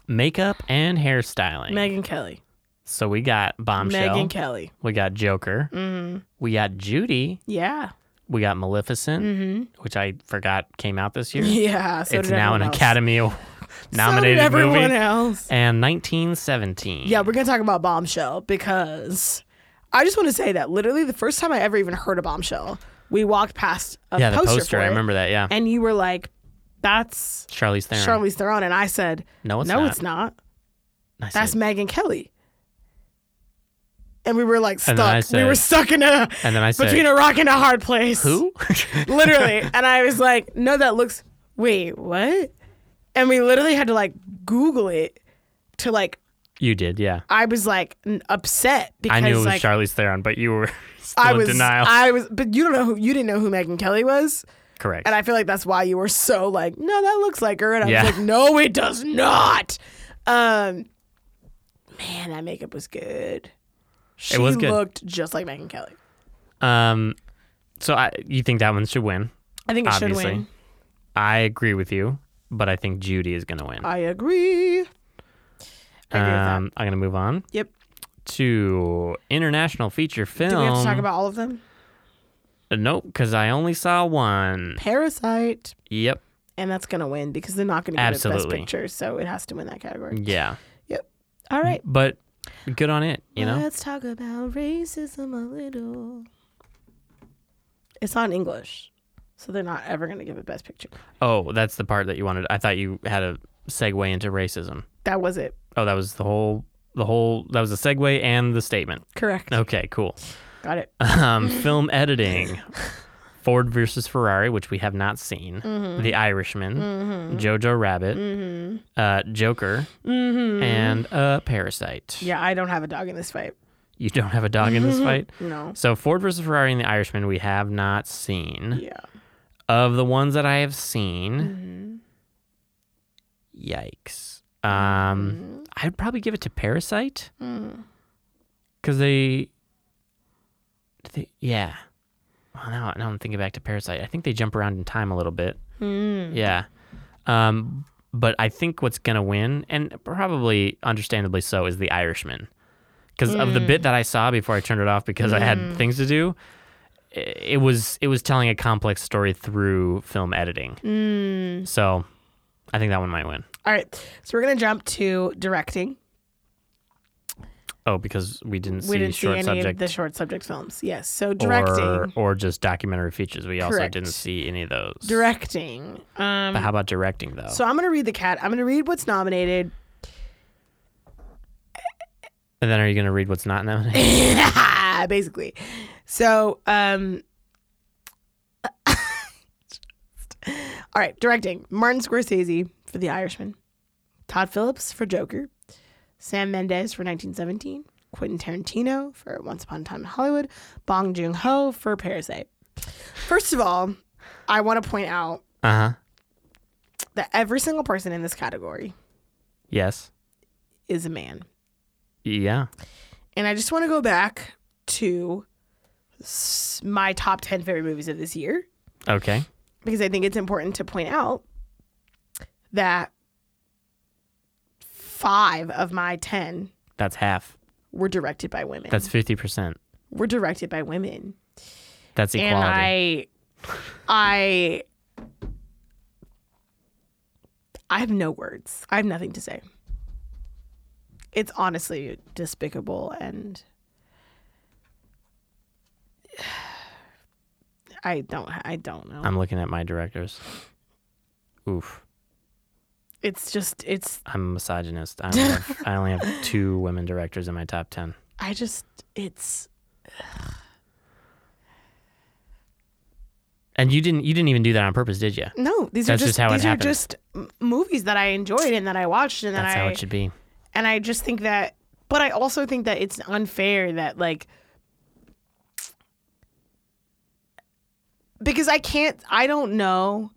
Speaker 1: Makeup and hairstyling.
Speaker 2: Megan Kelly.
Speaker 1: so we got Bombshell.
Speaker 2: Megan Kelly.
Speaker 1: we got Joker. Mm-hmm. We got Judy.
Speaker 2: Yeah.
Speaker 1: We got Maleficent, which I forgot came out this year.
Speaker 2: Yeah. Mm-hmm. So
Speaker 1: it's
Speaker 2: did
Speaker 1: now an
Speaker 2: everyone else.
Speaker 1: Academy Award-
Speaker 2: So
Speaker 1: nominated
Speaker 2: did everyone
Speaker 1: movie.
Speaker 2: else.
Speaker 1: And 1917.
Speaker 2: Yeah, we're gonna talk about Bombshell because I just want to say that literally the first time I ever even heard a Bombshell, we walked past a
Speaker 1: yeah, the
Speaker 2: poster.
Speaker 1: poster.
Speaker 2: for
Speaker 1: I
Speaker 2: it,
Speaker 1: remember that. Yeah,
Speaker 2: And you were like, "That's
Speaker 1: Charlize Theron.
Speaker 2: Charlize Theron, and I said,
Speaker 1: No, it's
Speaker 2: no,
Speaker 1: not.
Speaker 2: it's not.
Speaker 1: I said-
Speaker 2: That's Megan Kelly." And we were like
Speaker 1: And then I
Speaker 2: stuck. we were
Speaker 1: said-
Speaker 2: stuck in a
Speaker 1: and then I said,
Speaker 2: between a rock and a hard place.
Speaker 1: "Who?"
Speaker 2: Literally. and I was like, "No, that looks. Wait, what?" And we literally had to like Google it to like.
Speaker 1: you did, yeah.
Speaker 2: I was like n- upset because
Speaker 1: I knew it was
Speaker 2: like
Speaker 1: Charlize Theron, but you were still
Speaker 2: I was
Speaker 1: in denial.
Speaker 2: I was, but you don't know who you didn't know who Megan Kelly was.
Speaker 1: Correct.
Speaker 2: And I feel like that's why you were so like, no, that looks like her. And I
Speaker 1: Yeah.
Speaker 2: was like, no, it does not. Um, man, that makeup was good. She
Speaker 1: was good.
Speaker 2: looked just like Megan Kelly.
Speaker 1: um, so I, you think that one should win?
Speaker 2: I think it
Speaker 1: obviously,
Speaker 2: should win.
Speaker 1: I agree with you, but I think Judy is going to win.
Speaker 2: I agree. I agree with that.
Speaker 1: um, I'm going to move on
Speaker 2: Yep.
Speaker 1: to international feature film.
Speaker 2: Do we have to talk about all of them?
Speaker 1: Uh, Nope, because I only saw one.
Speaker 2: Parasite.
Speaker 1: Yep.
Speaker 2: And that's going to win because they're not going to get the best
Speaker 1: Absolutely. Mm,
Speaker 2: picture. So it has to win that category.
Speaker 1: Yeah.
Speaker 2: Yep. All right.
Speaker 1: But good on it, you know?
Speaker 2: Let's talk about racism a little. It's not in English, so they're not ever going to give it Best Picture.
Speaker 1: Oh, that's the part that you wanted. I thought you had a segue into racism.
Speaker 2: That was it.
Speaker 1: Oh, that was the whole, the whole, that was the segue and the statement.
Speaker 2: Correct.
Speaker 1: Okay, cool.
Speaker 2: Got it.
Speaker 1: Um, film editing. Ford versus Ferrari, which we have not seen.
Speaker 2: Mm-hmm.
Speaker 1: The Irishman, Jojo Rabbit, uh, Joker,
Speaker 2: Mm-hmm.
Speaker 1: and uh, Parasite.
Speaker 2: Yeah, I don't have a dog in this fight.
Speaker 1: You don't have a dog in this fight?
Speaker 2: No.
Speaker 1: So Ford versus Ferrari and The Irishman we have not seen.
Speaker 2: Yeah.
Speaker 1: Of the ones that I have seen, yikes. Um, I'd probably give it to Parasite because they, they, yeah. Well, now, now I'm thinking back to Parasite. I think they jump around in time a little bit. Yeah. Um, but I think what's gonna win, and probably understandably so, is The Irishman, because of the bit that I saw before I turned it off because I had things to do. i- It was it was telling a complex story through film editing.
Speaker 2: Mm.
Speaker 1: So, I think that one might win.
Speaker 2: All right. So we're going to jump to directing.
Speaker 1: Oh, because we didn't see
Speaker 2: we didn't see
Speaker 1: short
Speaker 2: any of
Speaker 1: subject
Speaker 2: the short subject films. Yes. So directing.
Speaker 1: or or just documentary features. We also
Speaker 2: Correct.
Speaker 1: didn't see any of those.
Speaker 2: Directing. Um,
Speaker 1: but how about directing though?
Speaker 2: so I'm going to read the cat. I'm going to read what's nominated.
Speaker 1: and then are you going to read what's not nominated?
Speaker 2: Ah, basically. So, um, all right, directing Martin Scorsese for The Irishman, Todd Phillips for Joker, Sam Mendes for 1917, Quentin Tarantino for Once Upon a Time in Hollywood, Bong Joon Ho for Parasite. First of all, I want to point out
Speaker 1: uh huh.
Speaker 2: that every single person in this category
Speaker 1: Yes.
Speaker 2: is a man.
Speaker 1: Yeah.
Speaker 2: And I just want to go back to s- my top 10 favorite movies of this year.
Speaker 1: Okay.
Speaker 2: because I think it's important to point out that five of my 10
Speaker 1: That's half.
Speaker 2: were directed by women.
Speaker 1: That's fifty percent.
Speaker 2: were directed by women.
Speaker 1: That's equality.
Speaker 2: And I, I, I have no words. I have nothing to say. It's honestly despicable and I don't, I don't know.
Speaker 1: I'm looking at my directors. Oof.
Speaker 2: It's just, it's
Speaker 1: I'm a misogynist. I only, have, I only have two women directors in my top ten.
Speaker 2: I just it's
Speaker 1: And you didn't. You didn't even do that on purpose, did you?
Speaker 2: no these
Speaker 1: That's
Speaker 2: are
Speaker 1: just
Speaker 2: just,
Speaker 1: how it
Speaker 2: these are
Speaker 1: happens.
Speaker 2: just m- movies that I enjoyed and that I watched and that
Speaker 1: That's
Speaker 2: I
Speaker 1: how it should be.
Speaker 2: and I just think that but I also think that it's unfair that like because I can't I don't know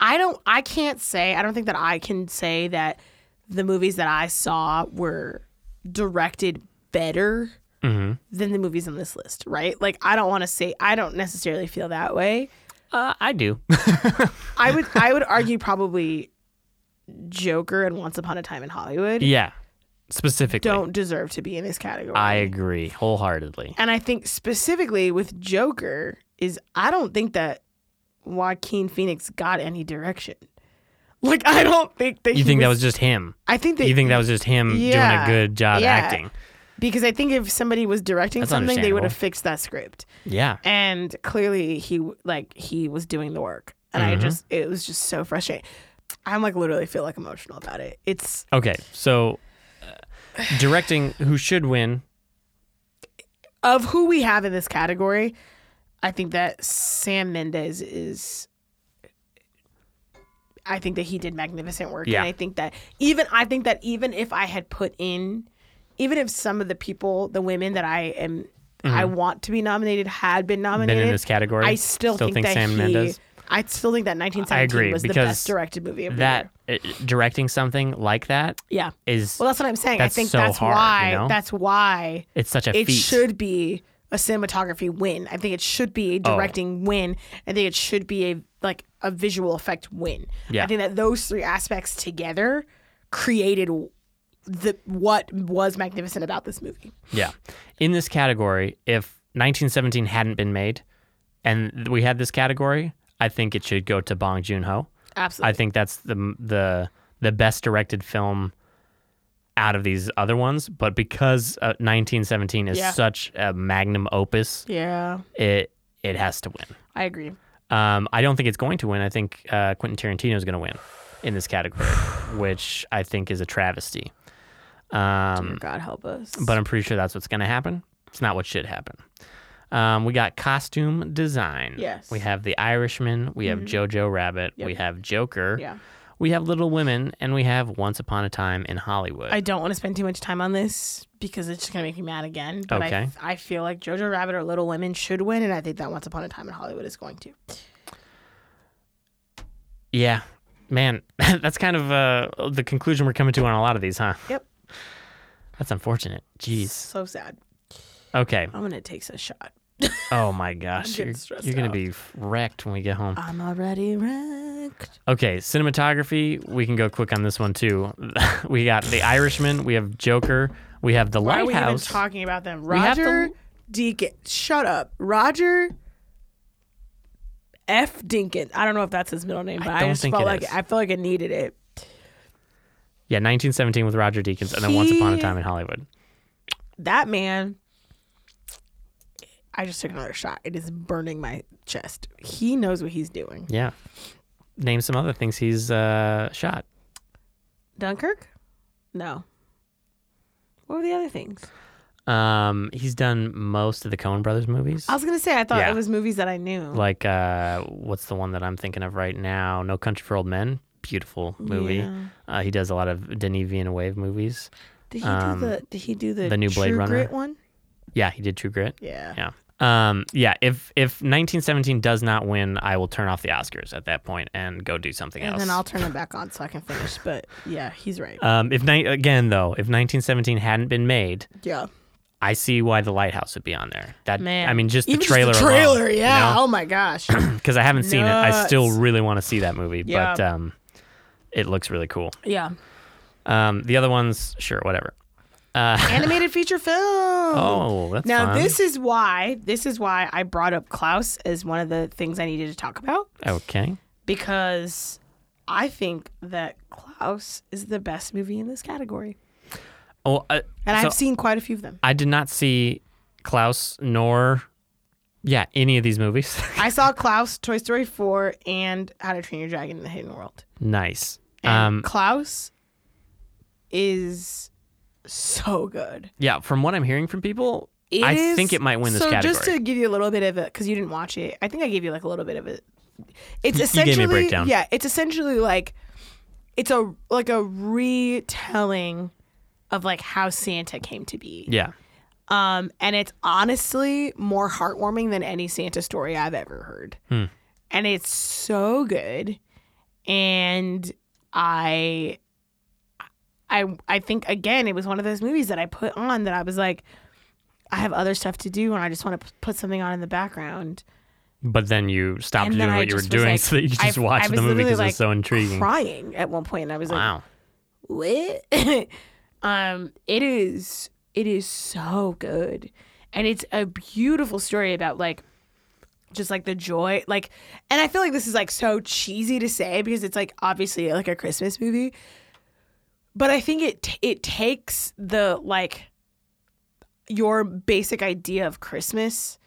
Speaker 2: I don't I can't say I don't think that I can say that the movies that I saw were directed better
Speaker 1: Mm-hmm.
Speaker 2: than the movies on this list, right? Like I don't want to say I don't necessarily feel that way.
Speaker 1: Uh, I do.
Speaker 2: I would I would argue probably Joker and Once Upon a Time in Hollywood
Speaker 1: yeah. Specifically.
Speaker 2: don't deserve to be in this category.
Speaker 1: I agree wholeheartedly.
Speaker 2: and I think specifically with Joker is I don't think that Joaquin Phoenix got any direction. Like I don't think that
Speaker 1: You
Speaker 2: he
Speaker 1: think that was just him?
Speaker 2: I think that
Speaker 1: You think that was just him
Speaker 2: Yeah,
Speaker 1: doing a good job
Speaker 2: yeah.
Speaker 1: acting?
Speaker 2: because I think if somebody was directing
Speaker 1: That's
Speaker 2: something they
Speaker 1: understandable.
Speaker 2: would have fixed that script.
Speaker 1: Yeah.
Speaker 2: and clearly he w- like he was doing the work and
Speaker 1: Mm-hmm.
Speaker 2: i just it was just so frustrating i'm like literally feel like emotional about it it's
Speaker 1: Okay. So, uh, directing who should win?
Speaker 2: of who we have in this category i think that sam mendes is i think that he did magnificent work
Speaker 1: Yeah.
Speaker 2: and i think that even i think that even if i had put in even if some of the people the women that i am i want to be nominated had been
Speaker 1: Mm-hmm. Been
Speaker 2: nominated
Speaker 1: in this category.
Speaker 2: I still, think, that
Speaker 1: Sam
Speaker 2: he,
Speaker 1: Mendes.
Speaker 2: I still think that 1917
Speaker 1: agree,
Speaker 2: was the
Speaker 1: because
Speaker 2: best directed movie of the
Speaker 1: That
Speaker 2: year.
Speaker 1: uh, directing something like that
Speaker 2: Yeah.
Speaker 1: is
Speaker 2: Well, that's what I'm saying. I
Speaker 1: That's
Speaker 2: think
Speaker 1: so
Speaker 2: that's
Speaker 1: hard, you
Speaker 2: why
Speaker 1: know?
Speaker 2: that's why
Speaker 1: it's such a
Speaker 2: it
Speaker 1: feat.
Speaker 2: should be a cinematography win. I think it should be
Speaker 1: Oh.
Speaker 2: a directing win. I think it should be a like a visual effect win.
Speaker 1: Yeah.
Speaker 2: I think that those three aspects together created the what was magnificent about this movie.
Speaker 1: Yeah. In this category, if 1917 hadn't been made, and we had this category, I think it should go to Bong Joon Ho.
Speaker 2: Absolutely.
Speaker 1: I think that's the the the best directed film out of these other ones, but because uh, 1917 is
Speaker 2: Yeah.
Speaker 1: such a magnum opus,
Speaker 2: yeah,
Speaker 1: it it has to win.
Speaker 2: I agree.
Speaker 1: Um, I don't think it's going to win. I think uh, Quentin Tarantino is going to win in this category, which I think is a travesty. Um,
Speaker 2: God help us.
Speaker 1: but I'm pretty sure that's what's going to happen. It's not what should happen. Um, we got costume design.
Speaker 2: Yes. Mm-hmm.
Speaker 1: We have The Irishman. We have Jojo Rabbit. We have Joker.
Speaker 2: Yeah.
Speaker 1: We have Little Women, and we have Once Upon a Time in Hollywood.
Speaker 2: I don't want to spend too much time on this because it's just gonna make me mad again. But
Speaker 1: Okay.
Speaker 2: I, I feel like Jojo Rabbit or Little Women should win, and I think that Once Upon a Time in Hollywood is going to.
Speaker 1: yeah, Man, that's kind of uh, the conclusion we're coming to on a lot of these, huh?
Speaker 2: Yep.
Speaker 1: That's unfortunate. Jeez.
Speaker 2: So sad.
Speaker 1: Okay.
Speaker 2: I'm gonna take a shot.
Speaker 1: Oh my gosh.
Speaker 2: getting
Speaker 1: You're,
Speaker 2: stressed
Speaker 1: you're going to
Speaker 2: out.
Speaker 1: be wrecked when we get home.
Speaker 2: I'm already wrecked.
Speaker 1: Okay, cinematography. We can go quick on this one too. we got The Irishman. We have Joker. We have The
Speaker 2: Why are we even
Speaker 1: Lighthouse.
Speaker 2: talking about them?
Speaker 1: have to-
Speaker 2: Roger Deacon. Shut up, Roger. F. Dinkins. I don't know if that's his middle name, but I,
Speaker 1: don't
Speaker 2: just
Speaker 1: think
Speaker 2: felt
Speaker 1: it
Speaker 2: like
Speaker 1: is.
Speaker 2: I felt like I needed it.
Speaker 1: yeah, 1917 with Roger Deakins, and then Once Upon a
Speaker 2: He-
Speaker 1: Time in Hollywood.
Speaker 2: That man. I just took another shot. It is burning my chest. He knows what he's doing.
Speaker 1: Yeah. Name some other things he's uh, shot.
Speaker 2: Dunkirk? No. What were the other things?
Speaker 1: Um, he's done most of the Coen Brothers movies.
Speaker 2: I was gonna say I thought
Speaker 1: Yeah.
Speaker 2: it was movies that I knew.
Speaker 1: like uh, what's the one that I'm thinking of right now? No Country for Old Men. Beautiful movie.
Speaker 2: Yeah.
Speaker 1: Uh, he does a lot of Denis Villeneuve movies.
Speaker 2: did he
Speaker 1: um,
Speaker 2: do the? Did he do the,
Speaker 1: the new Blade
Speaker 2: True
Speaker 1: Runner?
Speaker 2: Grit one?
Speaker 1: Yeah, he did True Grit.
Speaker 2: Yeah.
Speaker 1: Yeah. Um, yeah. If if 1917 does not win, I will turn off the Oscars at that point and go do something
Speaker 2: And
Speaker 1: else.
Speaker 2: then I'll turn it back on so I can finish. But yeah, he's right.
Speaker 1: um, if ni- again though, if 1917 hadn't been made,
Speaker 2: yeah.
Speaker 1: I see why the Lighthouse would be on there. That
Speaker 2: Man.
Speaker 1: I mean, just the
Speaker 2: Even
Speaker 1: trailer.
Speaker 2: Just the trailer,
Speaker 1: alone,
Speaker 2: yeah. Oh my gosh.
Speaker 1: Because I haven't seen it. I still
Speaker 2: Nuts.
Speaker 1: really want to see that movie,
Speaker 2: Yeah.
Speaker 1: but um, it looks really cool.
Speaker 2: yeah.
Speaker 1: Um, the other ones, sure, whatever.
Speaker 2: Animated feature film.
Speaker 1: Oh, that's
Speaker 2: Now
Speaker 1: fun.
Speaker 2: this is why this is why I brought up Klaus as one of the things I needed to talk about
Speaker 1: okay.
Speaker 2: because I think that Klaus is the best movie in this category.
Speaker 1: Oh, I,
Speaker 2: And
Speaker 1: so
Speaker 2: I've seen quite a few of them.
Speaker 1: I did not see Klaus nor, yeah, any of these movies.
Speaker 2: I saw Klaus, Toy Story 4, and How to Train Your Dragon in the Hidden World.
Speaker 1: nice. Um,
Speaker 2: And Klaus is so good.
Speaker 1: Yeah, from what I'm hearing from people,
Speaker 2: It
Speaker 1: I
Speaker 2: is-
Speaker 1: think it might win this
Speaker 2: so
Speaker 1: category.
Speaker 2: just to give you a little bit of it, because you didn't watch it, I think I gave you like a little bit of it. It's
Speaker 1: you
Speaker 2: essentially
Speaker 1: gave me a breakdown.
Speaker 2: yeah, it's essentially like it's a like a retelling of like how Santa came to be.
Speaker 1: yeah.
Speaker 2: Um, and it's honestly more heartwarming than any Santa story I've ever heard.
Speaker 1: Hmm.
Speaker 2: And it's so good. And I I I think again it was one of those movies that I put on that I was like I have other stuff to do and I just want to p- put something on in the background.
Speaker 1: But then you stopped
Speaker 2: And
Speaker 1: doing
Speaker 2: then I
Speaker 1: what you were
Speaker 2: just was
Speaker 1: doing
Speaker 2: like-
Speaker 1: so that you could just
Speaker 2: I- I
Speaker 1: watch
Speaker 2: was
Speaker 1: the movie
Speaker 2: literally,
Speaker 1: because it
Speaker 2: like,
Speaker 1: was so intriguing.
Speaker 2: Crying at one point and I was like
Speaker 1: Wow.
Speaker 2: what? um, it is it is so good. And it's a beautiful story about like just like the joy like and I feel like this is like so cheesy to say because it's like obviously like a Christmas movie. But I think it t- it takes the like your basic idea of Christmas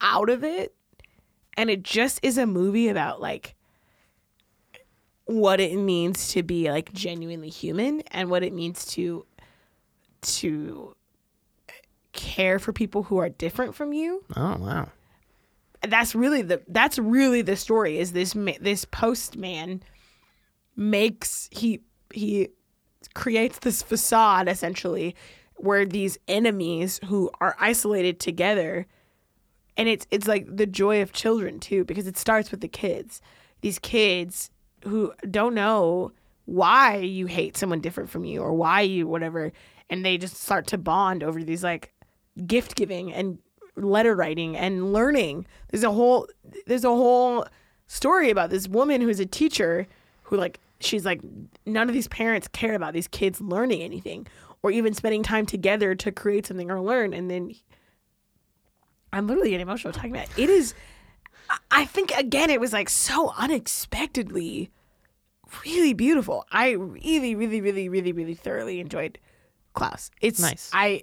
Speaker 2: out of it and it just is a movie about like what it means to be like genuinely human and what it means to to care for people who are different from you.
Speaker 1: Oh wow.
Speaker 2: That's really the that's really the story is this ma- this postman makes he he creates this facade essentially where these enemies who are isolated together and it's it's like the joy of children too because it starts with the kids these kids who don't know why you hate someone different from you or why you whatever and they just start to bond over these like gift giving and letter writing and learning there's a whole there's a whole story about this woman who's a teacher who like she's like none of these parents care about these kids learning anything or even spending time together to create something or learn and then I'm literally getting emotional talking about it. It is, I- I think, again, it was like so unexpectedly really beautiful. I really, really, really, really, really thoroughly enjoyed Klaus. It's
Speaker 1: Nice.
Speaker 2: I,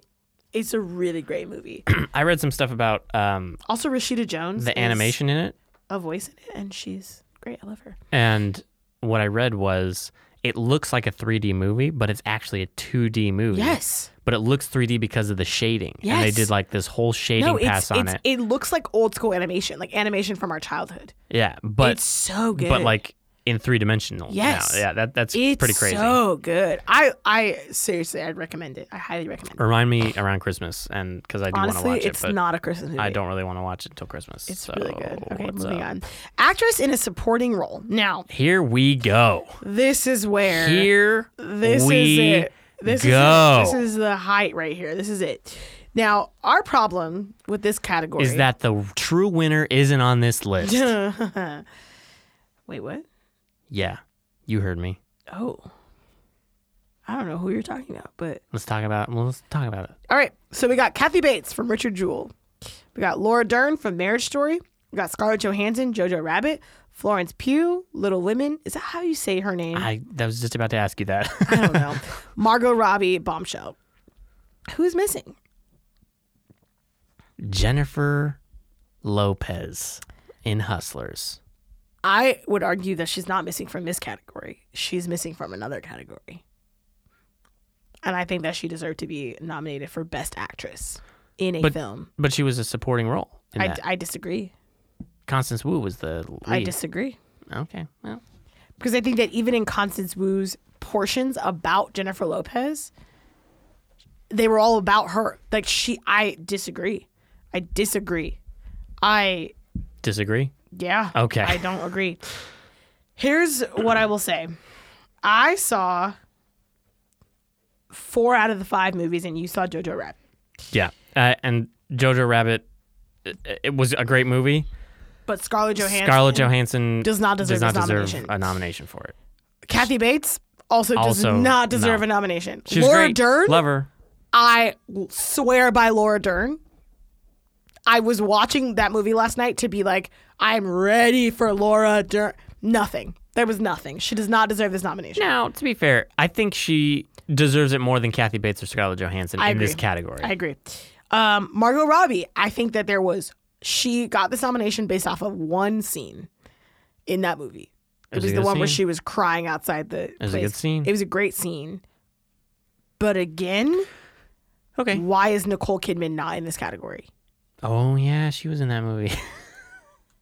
Speaker 2: it's a really great movie.
Speaker 1: I read some stuff about um,
Speaker 2: also, Rashida Jones,
Speaker 1: the
Speaker 2: is
Speaker 1: animation in it,
Speaker 2: a voice in it, and she's great. I love her.
Speaker 1: and what I read was it looks like a 3D movie, but it's actually a 2D movie.
Speaker 2: Yes.
Speaker 1: But it looks 3D because of the shading, and they
Speaker 2: Yes.
Speaker 1: did like this whole shading
Speaker 2: No,
Speaker 1: pass
Speaker 2: it's,
Speaker 1: on
Speaker 2: it's
Speaker 1: it.
Speaker 2: it looks like old school animation, like animation from our childhood.
Speaker 1: Yeah, but
Speaker 2: it's so good.
Speaker 1: but like in three dimensional.
Speaker 2: Yes.
Speaker 1: Yeah, that, that's
Speaker 2: It's
Speaker 1: pretty crazy.
Speaker 2: so good. I I seriously, I'd recommend it. I highly recommend it.
Speaker 1: Remind me around Christmas, and because I do want to
Speaker 2: Honestly,
Speaker 1: watch it,
Speaker 2: it's
Speaker 1: but
Speaker 2: not a Christmas movie.
Speaker 1: I don't really want to watch it until Christmas.
Speaker 2: It's
Speaker 1: so
Speaker 2: really good. Okay,
Speaker 1: what's
Speaker 2: moving
Speaker 1: up?
Speaker 2: on. Actress in a supporting role. Now,
Speaker 1: Here we go.
Speaker 2: this is where
Speaker 1: Here
Speaker 2: this is
Speaker 1: we
Speaker 2: it. This
Speaker 1: go.
Speaker 2: is it. This is the height right here. This is it. Now, our problem with this category
Speaker 1: is that the true winner isn't on this list.
Speaker 2: Wait, what?
Speaker 1: yeah, you heard me.
Speaker 2: Oh. I don't know who you're talking about, but
Speaker 1: Let's talk about. Well, let's talk about it.
Speaker 2: all right. So we got Kathy Bates from Richard Jewell. We got Laura Dern from Marriage Story. We got Scarlett Johansson, Jojo Rabbit, Florence Pugh, Little Women. Is that how you say her name?
Speaker 1: I that was just about to ask you that.
Speaker 2: I don't know. Margot Robbie, Bombshell. Who's missing?
Speaker 1: Jennifer Lopez in Hustlers.
Speaker 2: I would argue that she's not missing from this category. She's missing from another category. And I think that she deserved to be nominated for Best Actress in a
Speaker 1: But
Speaker 2: film.
Speaker 1: But she was a supporting role. In
Speaker 2: I,
Speaker 1: that.
Speaker 2: I disagree.
Speaker 1: Constance Wu was the lead.
Speaker 2: I disagree.
Speaker 1: okay. Well,
Speaker 2: Because I think that even in Constance Wu's portions about Jennifer Lopez, they were all about her. Like she I disagree. I disagree. I
Speaker 1: disagree.
Speaker 2: Yeah.
Speaker 1: Okay.
Speaker 2: I don't agree. Here's what I will say. I saw four out of the five movies, and you saw Jojo Rabbit.
Speaker 1: Yeah, uh, and Jojo Rabbit. It, it was a great movie.
Speaker 2: But Scarlett Johansson,
Speaker 1: Scarlett Johansson
Speaker 2: does not deserve
Speaker 1: does not
Speaker 2: this
Speaker 1: deserve
Speaker 2: nomination.
Speaker 1: a nomination for it.
Speaker 2: Kathy Bates also,
Speaker 1: Also,
Speaker 2: does not deserve
Speaker 1: no.
Speaker 2: a nomination.
Speaker 1: She was
Speaker 2: Laura
Speaker 1: great.
Speaker 2: Dern,
Speaker 1: love her.
Speaker 2: I swear by Laura Dern. I was watching that movie last night to be like, I'm ready for Laura Dern. Nothing. There was nothing. She does not deserve this nomination.
Speaker 1: Now, to be fair, I think she deserves it more than Kathy Bates or Scarlett Johansson
Speaker 2: I
Speaker 1: in this
Speaker 2: agree.
Speaker 1: category.
Speaker 2: I agree. Um, Margot Robbie, I think that there was she got this nomination based off of one scene in that movie. It
Speaker 1: was
Speaker 2: was,
Speaker 1: a
Speaker 2: the
Speaker 1: good
Speaker 2: one where
Speaker 1: scene.
Speaker 2: she was crying outside the. It
Speaker 1: was a good scene.
Speaker 2: It was a great scene. But again,
Speaker 1: okay.
Speaker 2: why is Nicole Kidman not in this category?
Speaker 1: Oh yeah, she was in that movie.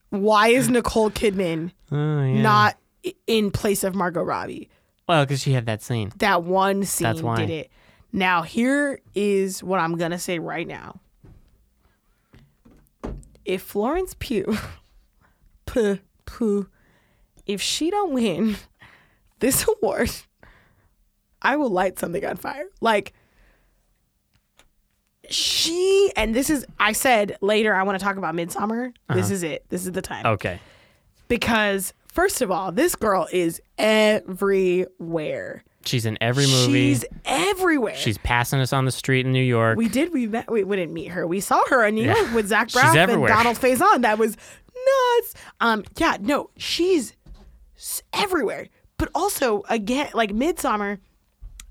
Speaker 2: Why is Nicole Kidman
Speaker 1: oh yeah.
Speaker 2: not i- in place of Margot Robbie?
Speaker 1: well, because she had that scene.
Speaker 2: That one scene
Speaker 1: That's why.
Speaker 2: did it. Now, here is what I'm going to say right now. If Florence Pugh, puh, puh, if she don't win this award, I will light something on fire. Like, she, and this is, I said later, I want to talk about Midsummer. This
Speaker 1: Uh-huh.
Speaker 2: is it. This is the time
Speaker 1: Okay.
Speaker 2: because first of all, this girl is everywhere.
Speaker 1: She's in every movie.
Speaker 2: She's everywhere.
Speaker 1: She's passing us on the street in New York.
Speaker 2: we did we met we wouldn't meet her. We saw her in New York with Zach
Speaker 1: She's
Speaker 2: Braff and
Speaker 1: everywhere.
Speaker 2: Donald Faison. That was nuts. Um, yeah, no, she's s- everywhere. But also again, like Midsummer,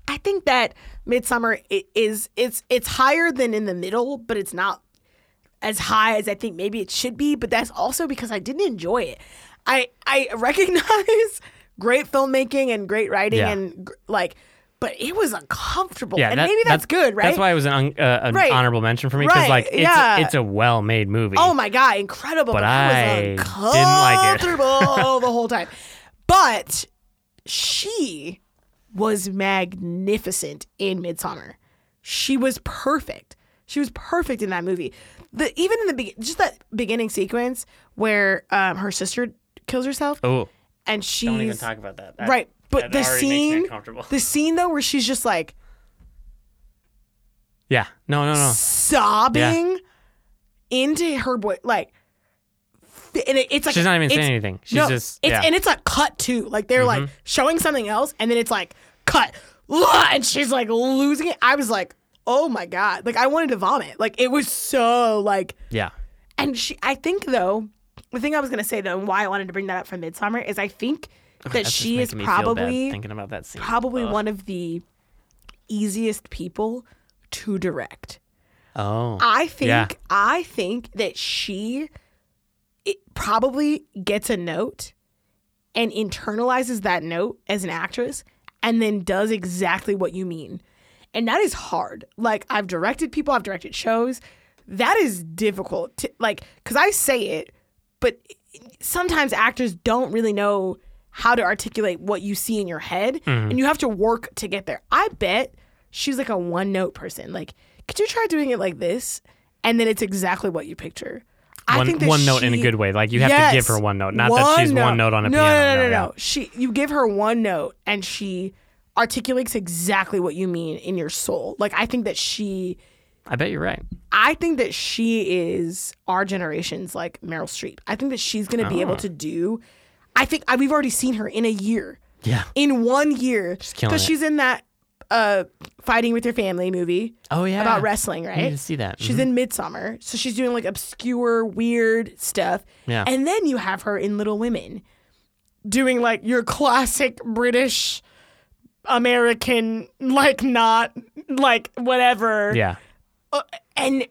Speaker 2: I think that Midsummer i- is it's it's higher than in the middle, but it's not as high as I think maybe it should be, but that's also because I didn't enjoy it. I I recognize great filmmaking and great writing
Speaker 1: Yeah.
Speaker 2: and gr- like, but it was uncomfortable.
Speaker 1: yeah,
Speaker 2: and
Speaker 1: that-
Speaker 2: maybe that's,
Speaker 1: that-
Speaker 2: good, right?
Speaker 1: That's why it was an, un, uh, an
Speaker 2: Right.
Speaker 1: honorable mention for me because
Speaker 2: Right,
Speaker 1: like it's
Speaker 2: yeah.
Speaker 1: it's a well made movie.
Speaker 2: oh my god, incredible! But,
Speaker 1: I
Speaker 2: I
Speaker 1: didn't like it.
Speaker 2: was uncomfortable the whole time. But she was magnificent in Midsummer. She was perfect. She was perfect in that movie. The even in the be- just that beginning sequence where um, her sister kills herself
Speaker 1: oh,
Speaker 2: and she's
Speaker 1: don't even talk about that. That-
Speaker 2: right.
Speaker 1: that
Speaker 2: But
Speaker 1: already
Speaker 2: the
Speaker 1: makes me
Speaker 2: scene,
Speaker 1: uncomfortable.
Speaker 2: the scene though, where she's just like
Speaker 1: Yeah. No. No. No.
Speaker 2: sobbing into her boy, like, and it, it's like
Speaker 1: She's not even saying
Speaker 2: it's-
Speaker 1: anything. She's
Speaker 2: no,
Speaker 1: just
Speaker 2: it's
Speaker 1: yeah. Mm-hmm.
Speaker 2: and it's like cut too. Like they're like showing something else, and then it's like cut, and she's like losing it. I was like, oh my god, like I wanted to vomit. Like it was so like
Speaker 1: yeah.
Speaker 2: and she, I think though, the thing I was gonna say though, and why I wanted to bring that up for Midsummer is I think that
Speaker 1: That's just
Speaker 2: she is
Speaker 1: making me feel bad
Speaker 2: probably
Speaker 1: thinking about that scene.
Speaker 2: probably
Speaker 1: Ugh.
Speaker 2: one of the easiest people to direct.
Speaker 1: Oh.
Speaker 2: I think
Speaker 1: Yeah.
Speaker 2: I think that she it probably gets a note and internalizes that note as an actress and then does exactly what you mean. And that is hard. Like I've directed people, I've directed shows. That is difficult to like cuz I say it, but sometimes actors don't really know how to articulate what you see in your head,
Speaker 1: Mm-hmm.
Speaker 2: and you have to work to get there. I bet she's like a one note person. Like, could you try doing it like this? And then it's exactly what you picture. I
Speaker 1: One-
Speaker 2: think that
Speaker 1: one note in a
Speaker 2: she-
Speaker 1: good way. Like, you have to give her one note, not that she's one note on a
Speaker 2: no,
Speaker 1: piano.
Speaker 2: No, no,
Speaker 1: No,
Speaker 2: no, no.
Speaker 1: yeah.
Speaker 2: She, you give her one note, and she articulates exactly what you mean in your soul. Like, I think that she
Speaker 1: I bet you're right.
Speaker 2: I think that she is our generation's like Meryl Streep. I think that she's going to be
Speaker 1: Ah.
Speaker 2: able to do. I think I, we've already seen her in a year,
Speaker 1: Yeah.
Speaker 2: in one year,
Speaker 1: killing it.
Speaker 2: she's in that uh, fighting with your family movie
Speaker 1: Oh yeah.
Speaker 2: about wrestling, right?
Speaker 1: I need to see that. Mm-hmm.
Speaker 2: She's in Midsummer, so she's doing like obscure, weird stuff.
Speaker 1: Yeah.
Speaker 2: and then you have her in Little Women, doing like your classic British. American, like not, like whatever
Speaker 1: yeah.
Speaker 2: and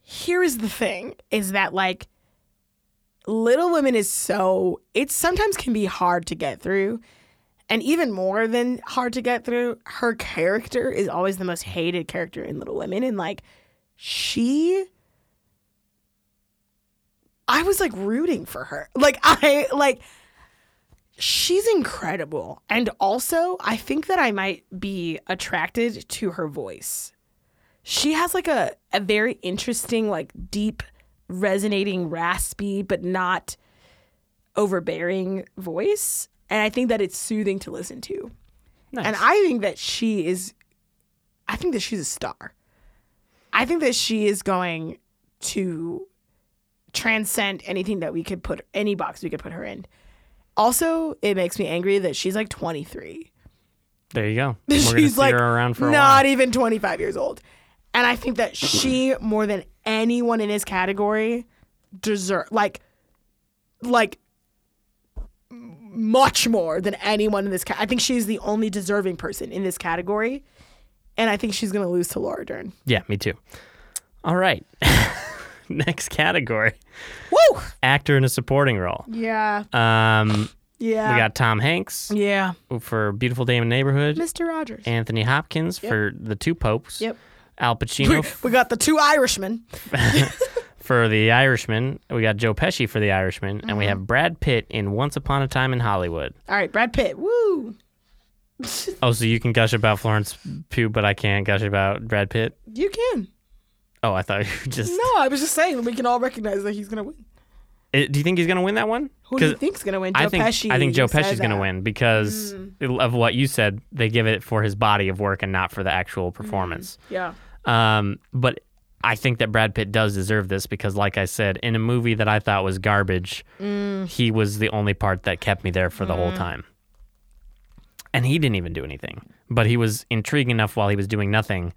Speaker 2: here is the thing is that like little women is so it sometimes can be hard to get through and even more than hard to get through her character is always the most hated character in little women and like she i was like rooting for her like i like she's incredible and also i think that i might be attracted to her voice she has like a, a very interesting like deep resonating raspy but not overbearing voice and i think that it's soothing to listen to
Speaker 1: Nice.
Speaker 2: and i think that she is i think that she's a star i think that she is going to transcend anything that we could put any box we could put her in also it makes me angry that she's like 23
Speaker 1: there you go. We're gonna
Speaker 2: she's
Speaker 1: see
Speaker 2: like
Speaker 1: her around for a
Speaker 2: not
Speaker 1: while.
Speaker 2: even 25 years old and i think that she more than anyone in his category deserve like like much more than anyone in this ca- i think she's the only deserving person in this category and i think she's going to lose to laura dern
Speaker 1: yeah, me too. All right. Next category:
Speaker 2: woo
Speaker 1: actor in a supporting role.
Speaker 2: yeah
Speaker 1: Um,
Speaker 2: yeah
Speaker 1: we got Tom Hanks
Speaker 2: yeah
Speaker 1: for Beautiful Day in the Neighborhood.
Speaker 2: mr rogers
Speaker 1: Anthony Hopkins for The Two Popes.
Speaker 2: Yep.
Speaker 1: Al
Speaker 2: we,
Speaker 1: Pacino
Speaker 2: we got the two irishmen
Speaker 1: for The Irishman. We got Joe Pesci for The Irishman, and
Speaker 2: Mm-hmm.
Speaker 1: we have Brad Pitt in Once Upon a Time in Hollywood.
Speaker 2: all right brad pitt woo
Speaker 1: Oh, so you can gush about Florence Pugh, but I can't gush about Brad Pitt.
Speaker 2: you can
Speaker 1: Oh, I thought you just.
Speaker 2: no i was just saying we can all recognize that he's going to win
Speaker 1: Eh, Do you think he's gonna win that one?
Speaker 2: Who do you
Speaker 1: 'Cause
Speaker 2: think's gonna win? Joe
Speaker 1: I think
Speaker 2: Pesci.
Speaker 1: I think Joe
Speaker 2: said
Speaker 1: Pesci's gonna
Speaker 2: that. Hmm.
Speaker 1: win because of what you said. They give it for his body of work and not for the actual performance.
Speaker 2: Yeah.
Speaker 1: Um, but I think that Brad Pitt does deserve this because, like I said, in a movie that I thought was garbage, he was the only part that kept me there for the whole time. And he didn't even do anything, but he was intriguing enough while he was doing nothing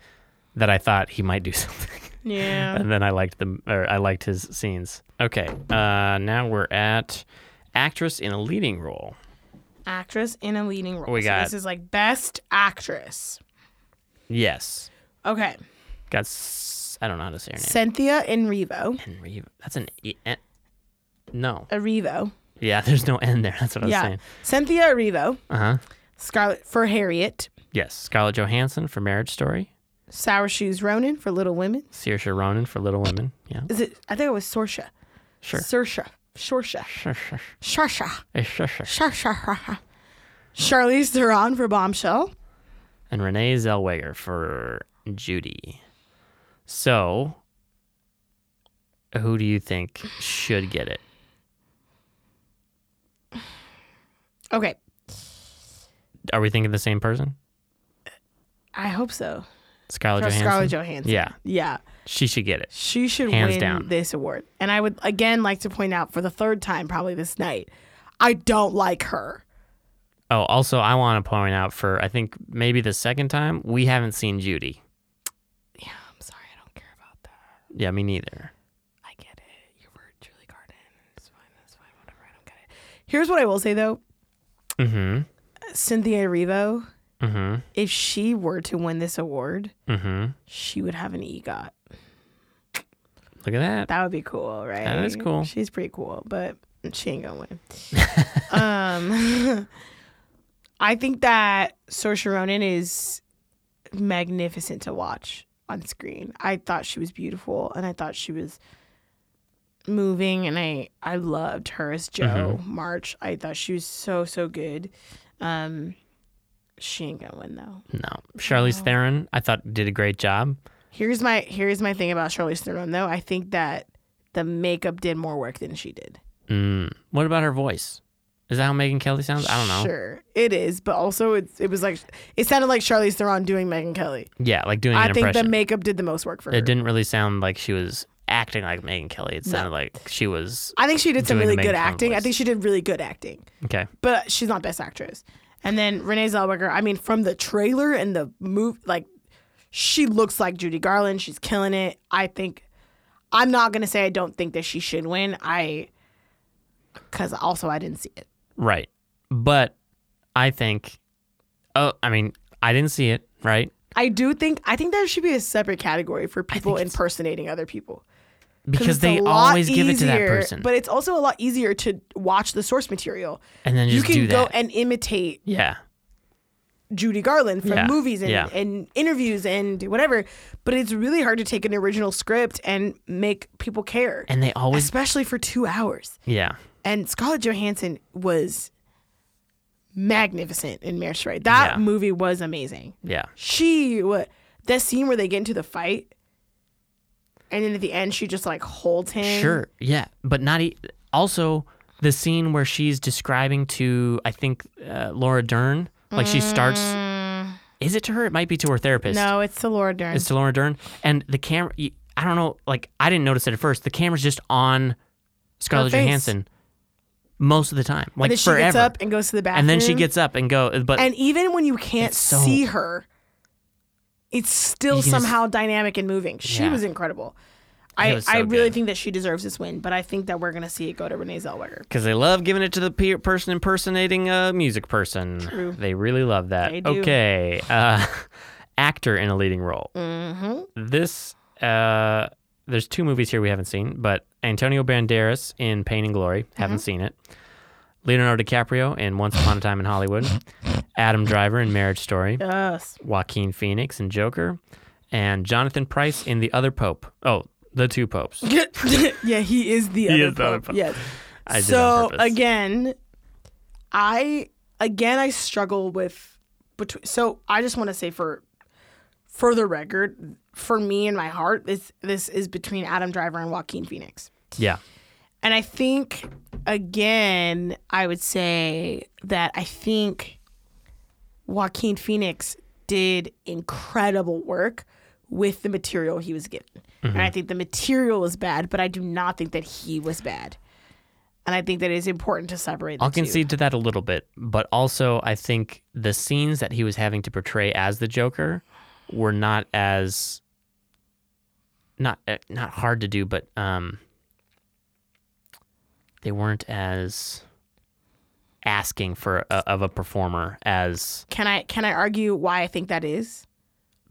Speaker 1: that I thought he might do something.
Speaker 2: Yeah.
Speaker 1: and then I liked them, or I liked his scenes. Okay, uh, now we're at actress in a leading role.
Speaker 2: Actress in a leading role.
Speaker 1: We
Speaker 2: So
Speaker 1: got-
Speaker 2: this is like best actress.
Speaker 1: Yes,
Speaker 2: Okay.
Speaker 1: got s- I don't know how to say her name.
Speaker 2: Cynthia Enrivo.
Speaker 1: Enriva. That's an E- eh. no.
Speaker 2: Arrivo.
Speaker 1: Yeah, there's no N there. That's what I was
Speaker 2: yeah.
Speaker 1: saying.
Speaker 2: Cynthia Arrivo.
Speaker 1: Uh huh.
Speaker 2: Scarlet for Harriet.
Speaker 1: Yes, Scarlett Johansson for Marriage Story,
Speaker 2: Sour Shoes Ronan for Little Women.
Speaker 1: Saoirse Ronan for Little Women. Yeah,
Speaker 2: Is it? I think it was Sorsha.
Speaker 1: Sure.
Speaker 2: Sorsha. Sorsha. Sharsha.
Speaker 1: Eh, sure, sure.
Speaker 2: Sharsha. Charlize Theron for Bombshell.
Speaker 1: and Renee Zellweger for Judy. So, who do you think should get it?
Speaker 2: Okay.
Speaker 1: Are we thinking the same person?
Speaker 2: I hope so.
Speaker 1: Scarlett
Speaker 2: For
Speaker 1: Johansson.
Speaker 2: Scarlett Johansson.
Speaker 1: Yeah,
Speaker 2: Yeah.
Speaker 1: she should get it.
Speaker 2: She should
Speaker 1: Hands
Speaker 2: win
Speaker 1: down.
Speaker 2: this award. And I would again like to point out for the third time, probably this night, I don't like her.
Speaker 1: Oh, also, I want to point out for I think maybe the second time we haven't seen Judy.
Speaker 2: I'm sorry, I don't care about that.
Speaker 1: Yeah, me neither.
Speaker 2: I get it. You were Julie Garden. It's fine. That's fine. Whatever. I don't get it. Here's what I will say though
Speaker 1: Mm
Speaker 2: Cynthia Erivo,
Speaker 1: hmm. Mm
Speaker 2: if she were to win this award,
Speaker 1: hmm. Mm hmm.
Speaker 2: she would have an EGOT.
Speaker 1: Look at that.
Speaker 2: That would be cool, right?
Speaker 1: That is cool.
Speaker 2: She's pretty cool, but she ain't gonna win. um, I think that Saoirse Ronan is magnificent to watch on screen. I thought she was beautiful, and I thought she was moving, and I I loved her as Joe
Speaker 1: Mm-hmm.
Speaker 2: March. I thought she was so so good. Um, she ain't gonna win though.
Speaker 1: No, Charlize Theron, I thought did a great job.
Speaker 2: Here's my here's my thing about Charlize Theron though. I think that the makeup did more work than she did.
Speaker 1: Mm. What about her voice? Is that how Megan Kelly sounds? I don't know.
Speaker 2: Sure, it is, but also it, it was like it sounded like Charlize Theron doing Megan Kelly.
Speaker 1: Yeah, like doing
Speaker 2: I
Speaker 1: an
Speaker 2: think the
Speaker 1: impression.
Speaker 2: makeup did the most work for her.
Speaker 1: it didn't really sound like she was acting like Megan Kelly. It sounded like she was
Speaker 2: I think she did some
Speaker 1: doing the
Speaker 2: really
Speaker 1: Megan
Speaker 2: good
Speaker 1: Kelly
Speaker 2: acting. I
Speaker 1: voice.
Speaker 2: think she did really good acting,
Speaker 1: okay.
Speaker 2: but she's not best actress. And then Renee Zellweger. I mean, from the trailer and the move, like she looks like Judy Garland. She's killing it. I think. I'm not gonna say I don't think that she should win. I, because also I didn't see it.
Speaker 1: Right. But I think, oh, I mean, I didn't see it, right?
Speaker 2: I do think I think there should be a separate category for people impersonating other people.
Speaker 1: Because
Speaker 2: it's a
Speaker 1: they
Speaker 2: lot
Speaker 1: always give it to that
Speaker 2: easier-
Speaker 1: person.
Speaker 2: But it's also a lot easier to watch the source material.
Speaker 1: And then
Speaker 2: you
Speaker 1: just
Speaker 2: can
Speaker 1: do
Speaker 2: go
Speaker 1: that.
Speaker 2: and imitate
Speaker 1: yeah.
Speaker 2: Judy Garland from
Speaker 1: Yeah,
Speaker 2: movies and,
Speaker 1: yeah.
Speaker 2: and interviews and whatever. But it's really hard to take an original script and make people care.
Speaker 1: And they always,
Speaker 2: especially for two hours.
Speaker 1: yeah.
Speaker 2: And Scarlett Johansson was magnificent in Marriage Story. That
Speaker 1: Yeah.
Speaker 2: movie was amazing.
Speaker 1: Yeah.
Speaker 2: she what that scene where they get into the fight and then at the end she just like holds him
Speaker 1: Sure. Yeah. But not e- also the scene where she's describing to, I think, uh, Laura Dern, like she starts. Is it to her? It might be to her therapist.
Speaker 2: Mm. no it's the lord Dern.
Speaker 1: It's to Laura Dern. And the camera, y- I don't know, like, I didn't notice it at first. The camera's just on Scarlett
Speaker 2: face.
Speaker 1: Johansson most of the time, like
Speaker 2: and then she
Speaker 1: forever.
Speaker 2: gets up and goes to the bathroom
Speaker 1: and then she gets up and go, but
Speaker 2: and even when you can't
Speaker 1: It's so-
Speaker 2: see her it's still
Speaker 1: You can just-
Speaker 2: somehow dynamic and moving she
Speaker 1: Yeah.
Speaker 2: was incredible I,
Speaker 1: was so
Speaker 2: I really
Speaker 1: good.
Speaker 2: think that she deserves this win, but I think that we're gonna see it go to Renee Zellweger.
Speaker 1: because they love giving it to the pe- person impersonating a music person,
Speaker 2: True.
Speaker 1: they really love that.
Speaker 2: They do.
Speaker 1: Okay, uh, actor in a leading role.
Speaker 2: Mm-hmm.
Speaker 1: This uh, there's two movies here we haven't seen, but Antonio Banderas in Pain and Glory,
Speaker 2: Mm-hmm.
Speaker 1: haven't seen it. Leonardo DiCaprio in Once Upon a Time in Hollywood. Adam Driver in Marriage Story.
Speaker 2: Yes.
Speaker 1: Joaquin Phoenix in Joker, and Jonathan Price in The Other Pope. Oh, The Two Popes.
Speaker 2: yeah, he is the other
Speaker 1: is the other
Speaker 2: pope.
Speaker 1: pope.
Speaker 2: Yes.
Speaker 1: I did on
Speaker 2: so
Speaker 1: purpose.
Speaker 2: again i again i struggle with between so i just want to say for for the record for me in my heart this this is between adam driver and joaquin phoenix
Speaker 1: Yeah.
Speaker 2: and i think again i would say that i think joaquin phoenix did incredible work with the material he was given and
Speaker 1: Mm-hmm.
Speaker 2: i think the material was bad but i do not think that he was bad and i think that it's important to separate the
Speaker 1: I'll
Speaker 2: two.
Speaker 1: concede to that a little bit, but also I think the scenes that he was having to portray as the Joker were not as not eh, not hard to do, but um they weren't as asking for a, of a performer as
Speaker 2: Can I can I argue why I think that is?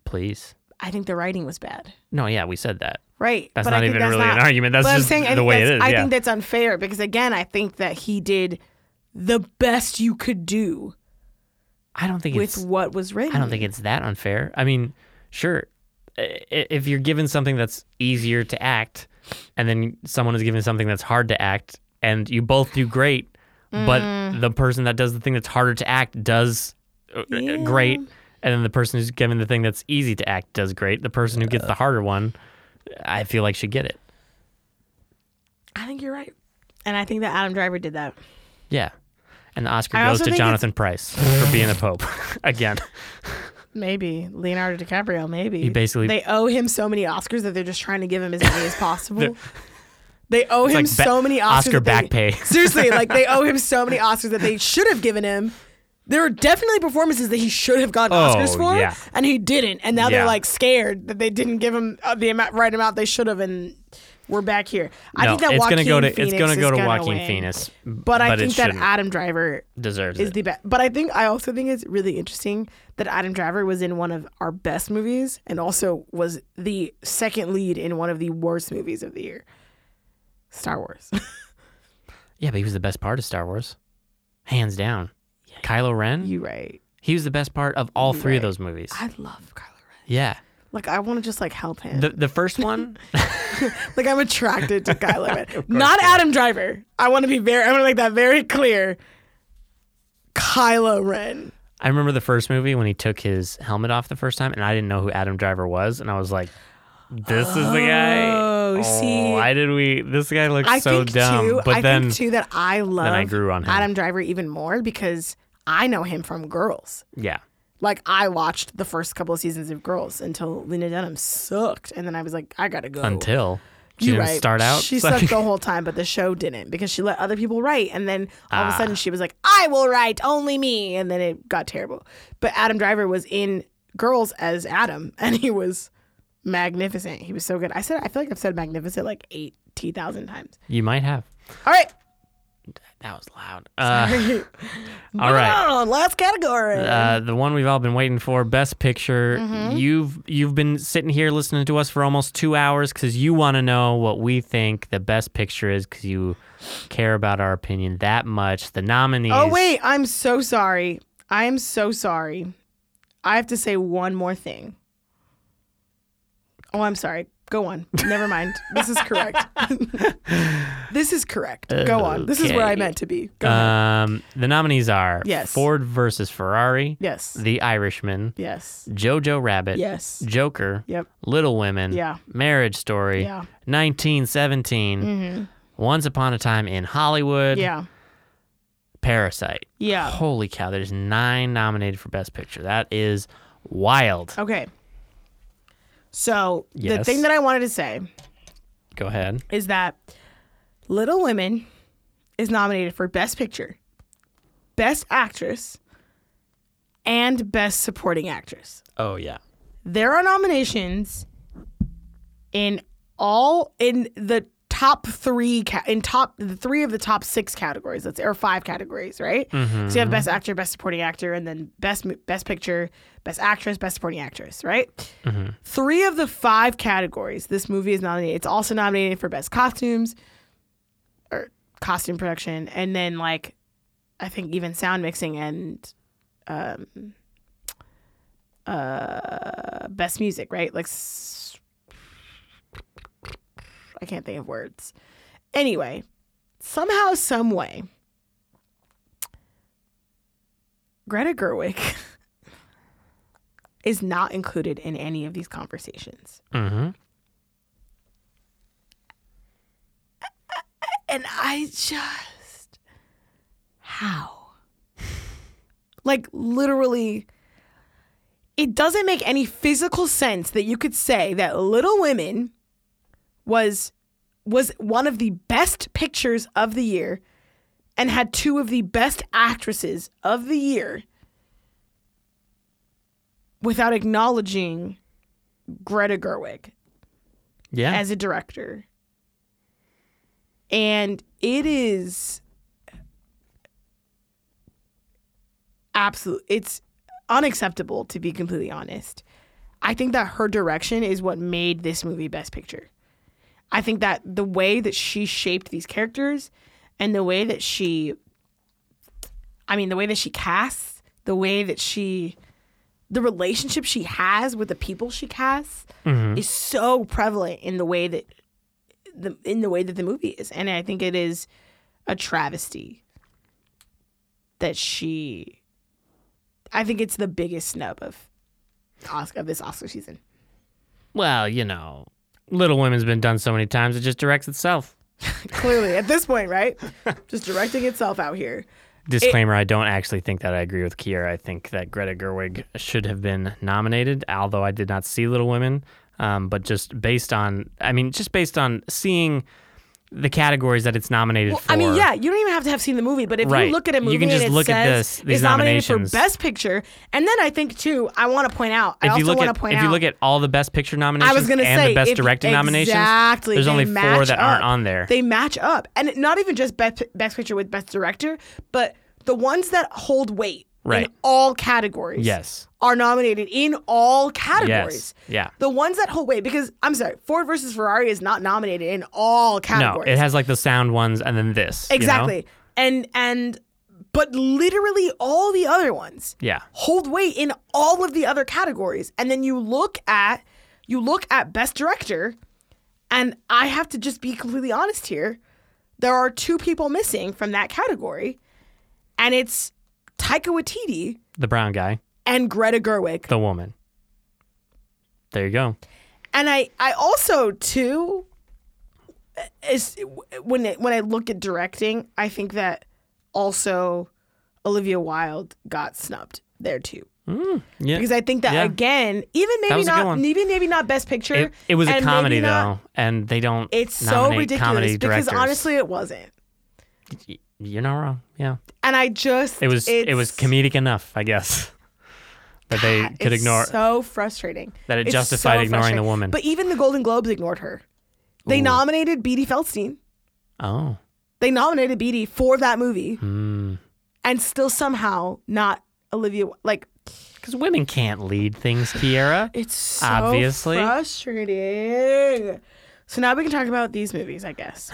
Speaker 1: please.
Speaker 2: I think the writing was bad.
Speaker 1: No, yeah, we said that.
Speaker 2: Right.
Speaker 1: That's
Speaker 2: but
Speaker 1: not
Speaker 2: I think
Speaker 1: even
Speaker 2: that's
Speaker 1: really
Speaker 2: not-
Speaker 1: an argument. That's
Speaker 2: but I'm
Speaker 1: just
Speaker 2: saying I
Speaker 1: the
Speaker 2: think
Speaker 1: way it
Speaker 2: that's-
Speaker 1: is,
Speaker 2: I
Speaker 1: yeah.
Speaker 2: think that's unfair because again, I think that he did the best you could do
Speaker 1: I don't think
Speaker 2: with
Speaker 1: it's
Speaker 2: what was written.
Speaker 1: I don't think it's that unfair. I mean, sure, i- i- if you're given something that's easier to act, and then someone is given something that's hard to act, and you both do great,
Speaker 2: Mm.
Speaker 1: but the person that does the thing that's harder to act does uh, uh, great, and then the person who's given the thing that's easy to act does great. The person who gets the harder one, I feel like should get it.
Speaker 2: I think you're right. And I think that Adam Driver did that.
Speaker 1: Yeah. And the Oscar
Speaker 2: I
Speaker 1: goes to
Speaker 2: also think it's-
Speaker 1: Jonathan Price for being a pope again.
Speaker 2: Maybe. Leonardo DiCaprio, maybe. He
Speaker 1: basically-
Speaker 2: They owe him so many Oscars that they're just trying to give him as many as possible. They owe him
Speaker 1: like ba-
Speaker 2: so many Oscars.
Speaker 1: Oscar
Speaker 2: that they-
Speaker 1: back pay.
Speaker 2: seriously, like they owe him so many Oscars that they should have given him. There are definitely performances that he should have gotten
Speaker 1: Oh,
Speaker 2: Oscars for,
Speaker 1: yeah.
Speaker 2: and he didn't. And now
Speaker 1: Yeah.
Speaker 2: they're like scared that they didn't give him uh, the amount, right amount they should have, and we're back here. I think that
Speaker 1: it's
Speaker 2: Joaquin
Speaker 1: gonna go to
Speaker 2: Phoenix
Speaker 1: it's gonna
Speaker 2: is
Speaker 1: go to
Speaker 2: gonna
Speaker 1: Joaquin
Speaker 2: win.
Speaker 1: Phoenix,
Speaker 2: But I
Speaker 1: it
Speaker 2: think that
Speaker 1: shouldn't.
Speaker 2: Adam Driver
Speaker 1: deserves
Speaker 2: is
Speaker 1: it.
Speaker 2: the best. But I think I also think it's really interesting that Adam Driver was in one of our best movies and also was the second lead in one of the worst movies of the year, Star Wars.
Speaker 1: Yeah, but he was the best part of Star Wars, hands down. Kylo Ren,
Speaker 2: you right?
Speaker 1: he was the best part of all three of those movies.
Speaker 2: I love Kylo Ren.
Speaker 1: yeah,
Speaker 2: Like I want to just like help him.
Speaker 1: the the first one,
Speaker 2: like I'm attracted to Guy Lemon, not Adam Driver. I want to be very. I want to make that very clear. Kylo Ren.
Speaker 1: I remember the first movie when he took his helmet off the first time, and I didn't know who Adam Driver was, and I was like, "This is the guy."
Speaker 2: Oh, see.
Speaker 1: why did we? This guy looks
Speaker 2: I
Speaker 1: so
Speaker 2: think
Speaker 1: dumb.
Speaker 2: too.
Speaker 1: but
Speaker 2: I
Speaker 1: then,
Speaker 2: think too that I love
Speaker 1: I grew on him.
Speaker 2: Adam Driver even more because I know him from Girls.
Speaker 1: yeah,
Speaker 2: Like I watched the first couple of seasons of Girls until Lena Dunham sucked, and then I was like, I gotta go.
Speaker 1: until she
Speaker 2: You
Speaker 1: didn't
Speaker 2: Oh. right.
Speaker 1: start out.
Speaker 2: She
Speaker 1: sucking-
Speaker 2: sucked the whole time, but the show didn't because she let other people write, and then all of a
Speaker 1: Ah.
Speaker 2: sudden she was like, "I will write only me," and then it got terrible. But Adam Driver was in Girls as Adam, and he was magnificent. He was so good. I said, I feel like I've said magnificent like eighty thousand times.
Speaker 1: you might have.
Speaker 2: All right,
Speaker 1: That was loud. Uh, all right.
Speaker 2: Oh, last category.
Speaker 1: Uh, the one we've all been waiting for, Best Picture.
Speaker 2: Mm-hmm.
Speaker 1: You've you've been sitting here listening to us for almost two hours because you want to know what we think the Best Picture is because you care about our opinion that much. The nominees.
Speaker 2: oh wait, I'm so sorry. I am so sorry. I have to say one more thing. Oh, I'm sorry. Go on. Never mind. This is correct. this is correct. Go on. This is where I
Speaker 1: Okay.
Speaker 2: meant to be. Go ahead.
Speaker 1: Um, the nominees are
Speaker 2: Yes.
Speaker 1: Ford versus Ferrari,
Speaker 2: Yes.
Speaker 1: The Irishman,
Speaker 2: Yes.
Speaker 1: Jojo Rabbit,
Speaker 2: Yes.
Speaker 1: Joker,
Speaker 2: Yep.
Speaker 1: Little Women,
Speaker 2: Yeah.
Speaker 1: Marriage Story,
Speaker 2: Yeah. Mm-hmm.
Speaker 1: 1917, Once Upon a Time in Hollywood,
Speaker 2: Yeah.
Speaker 1: Parasite.
Speaker 2: Yeah.
Speaker 1: Holy cow, there's nine nominated for Best Picture. That is wild.
Speaker 2: Okay. So the
Speaker 1: Yes.
Speaker 2: thing that I wanted to say
Speaker 1: Go ahead.
Speaker 2: is that Little Women is nominated for Best Picture, Best Actress, and Best Supporting Actress.
Speaker 1: Oh, yeah.
Speaker 2: There are nominations in all in the top three ca- in top the three of the top six categories. That's or five categories, right? So you have Best Actor, Best Supporting Actor, and then Best Mo- Best Picture, Best Actress, Best Supporting Actress, right? Three of the five categories this movie is nominated. It's also nominated for Best Costumes or Costume Production, and then like I think even sound mixing and um, uh, Best Music, right? Like s- I can't think of words. Anyway, somehow, some way, Greta Gerwig is not included in any of these conversations.
Speaker 1: Mm-hmm.
Speaker 2: And I just how? like literally it doesn't make any physical sense that you could say that Little Women was was one of the best pictures of the year and had two of the best actresses of the year without acknowledging Greta Gerwig
Speaker 1: Yeah.
Speaker 2: as a director. And it is absolute it's unacceptable to be completely honest. I think that her direction is what made this movie best picture. I think that the way that she shaped these characters and the way that she I mean the way that she casts, the way that she the relationship she has with the people she casts
Speaker 1: Mm-hmm.
Speaker 2: is so prevalent in the way that the in the way that the movie is and i think it is a travesty that she i think it's the biggest snub of oscar of this oscar season
Speaker 1: well, you know, Little Women's been done so many times, it just directs itself.
Speaker 2: clearly at this point right just directing itself out here
Speaker 1: Disclaimer: I don't actually think that I agree with Kiera. I think that Greta Gerwig should have been nominated, although I did not see Little Women. Um, but just based on, I mean, just based on seeing the categories that it's nominated for.
Speaker 2: I mean, yeah, you don't even have to have seen the movie, but if
Speaker 1: Right.
Speaker 2: you look at a
Speaker 1: You
Speaker 2: movie
Speaker 1: can just
Speaker 2: and it
Speaker 1: look at
Speaker 2: says
Speaker 1: this- these
Speaker 2: it's nominated for
Speaker 1: nominations.
Speaker 2: Best Picture, and then I think too, I want to point out, I
Speaker 1: If you
Speaker 2: also
Speaker 1: look
Speaker 2: want
Speaker 1: at
Speaker 2: to point
Speaker 1: if
Speaker 2: out,
Speaker 1: you look at all the best picture nominations
Speaker 2: I was gonna
Speaker 1: and
Speaker 2: say
Speaker 1: the best
Speaker 2: if-
Speaker 1: directing nominations,
Speaker 2: Exactly.
Speaker 1: there's
Speaker 2: they
Speaker 1: only four
Speaker 2: match
Speaker 1: that aren't
Speaker 2: up.
Speaker 1: on there.
Speaker 2: They match up, and it- not even just best best picture with best director, but the ones that hold weight
Speaker 1: Right.
Speaker 2: in all categories.
Speaker 1: Yes.
Speaker 2: Are nominated in all categories.
Speaker 1: Yeah.
Speaker 2: The ones that hold weight, because I'm sorry, Ford versus Ferrari is not nominated in all
Speaker 1: No,
Speaker 2: categories.
Speaker 1: it has like the sound ones and then this. you know?
Speaker 2: exactly, and and but literally all the other ones
Speaker 1: Yeah.
Speaker 2: hold weight in all of the other categories and then you look at you look at best director And I have to just be completely honest here. There are two people missing from that category, and it's Taika Waititi
Speaker 1: The brown guy,
Speaker 2: and Greta Gerwig.
Speaker 1: the woman. There you go.
Speaker 2: and I, I also too is when it, when I look at directing, I think that also Olivia Wilde got snubbed there too.
Speaker 1: Mm, Yeah.
Speaker 2: Because I think that
Speaker 1: Yeah.
Speaker 2: again, even maybe
Speaker 1: was a good
Speaker 2: not
Speaker 1: one.
Speaker 2: maybe maybe not best picture.
Speaker 1: it, it was a
Speaker 2: and
Speaker 1: comedy
Speaker 2: maybe not-
Speaker 1: though, and they don't.
Speaker 2: It's so
Speaker 1: nominate
Speaker 2: ridiculous
Speaker 1: comedy
Speaker 2: because
Speaker 1: directors.
Speaker 2: honestly it wasn't.
Speaker 1: Y- you're not wrong. Yeah,
Speaker 2: And I just
Speaker 1: it was it was
Speaker 2: it's-
Speaker 1: comedic enough, I guess, that they could
Speaker 2: it's
Speaker 1: ignore.
Speaker 2: So frustrating
Speaker 1: that it
Speaker 2: It's
Speaker 1: justified ignoring the
Speaker 2: frustrating.
Speaker 1: woman.
Speaker 2: But even the Golden Globes ignored her. They nominated Beatty Feldstein.
Speaker 1: oh,
Speaker 2: They nominated Beatty for that movie,
Speaker 1: Hmm.
Speaker 2: and still somehow not Olivia. Like
Speaker 1: because women can't lead things, Kiera.
Speaker 2: it's so
Speaker 1: Obviously.
Speaker 2: frustrating. So now we can talk about these movies, I guess.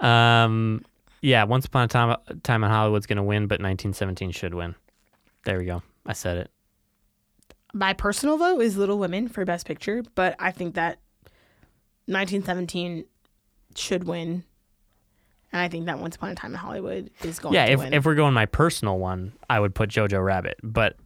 Speaker 1: Um, yeah, Once Upon a Time, Time in Hollywood's gonna win, but 1917 should win. There we go. I said it.
Speaker 2: My personal vote is Little Women for Best Picture, but I think that 1917 should win, and I think that Once Upon a Time in Hollywood is going
Speaker 1: yeah,
Speaker 2: to
Speaker 1: if,
Speaker 2: win.
Speaker 1: if we're going my personal one, I would put Jojo Rabbit, but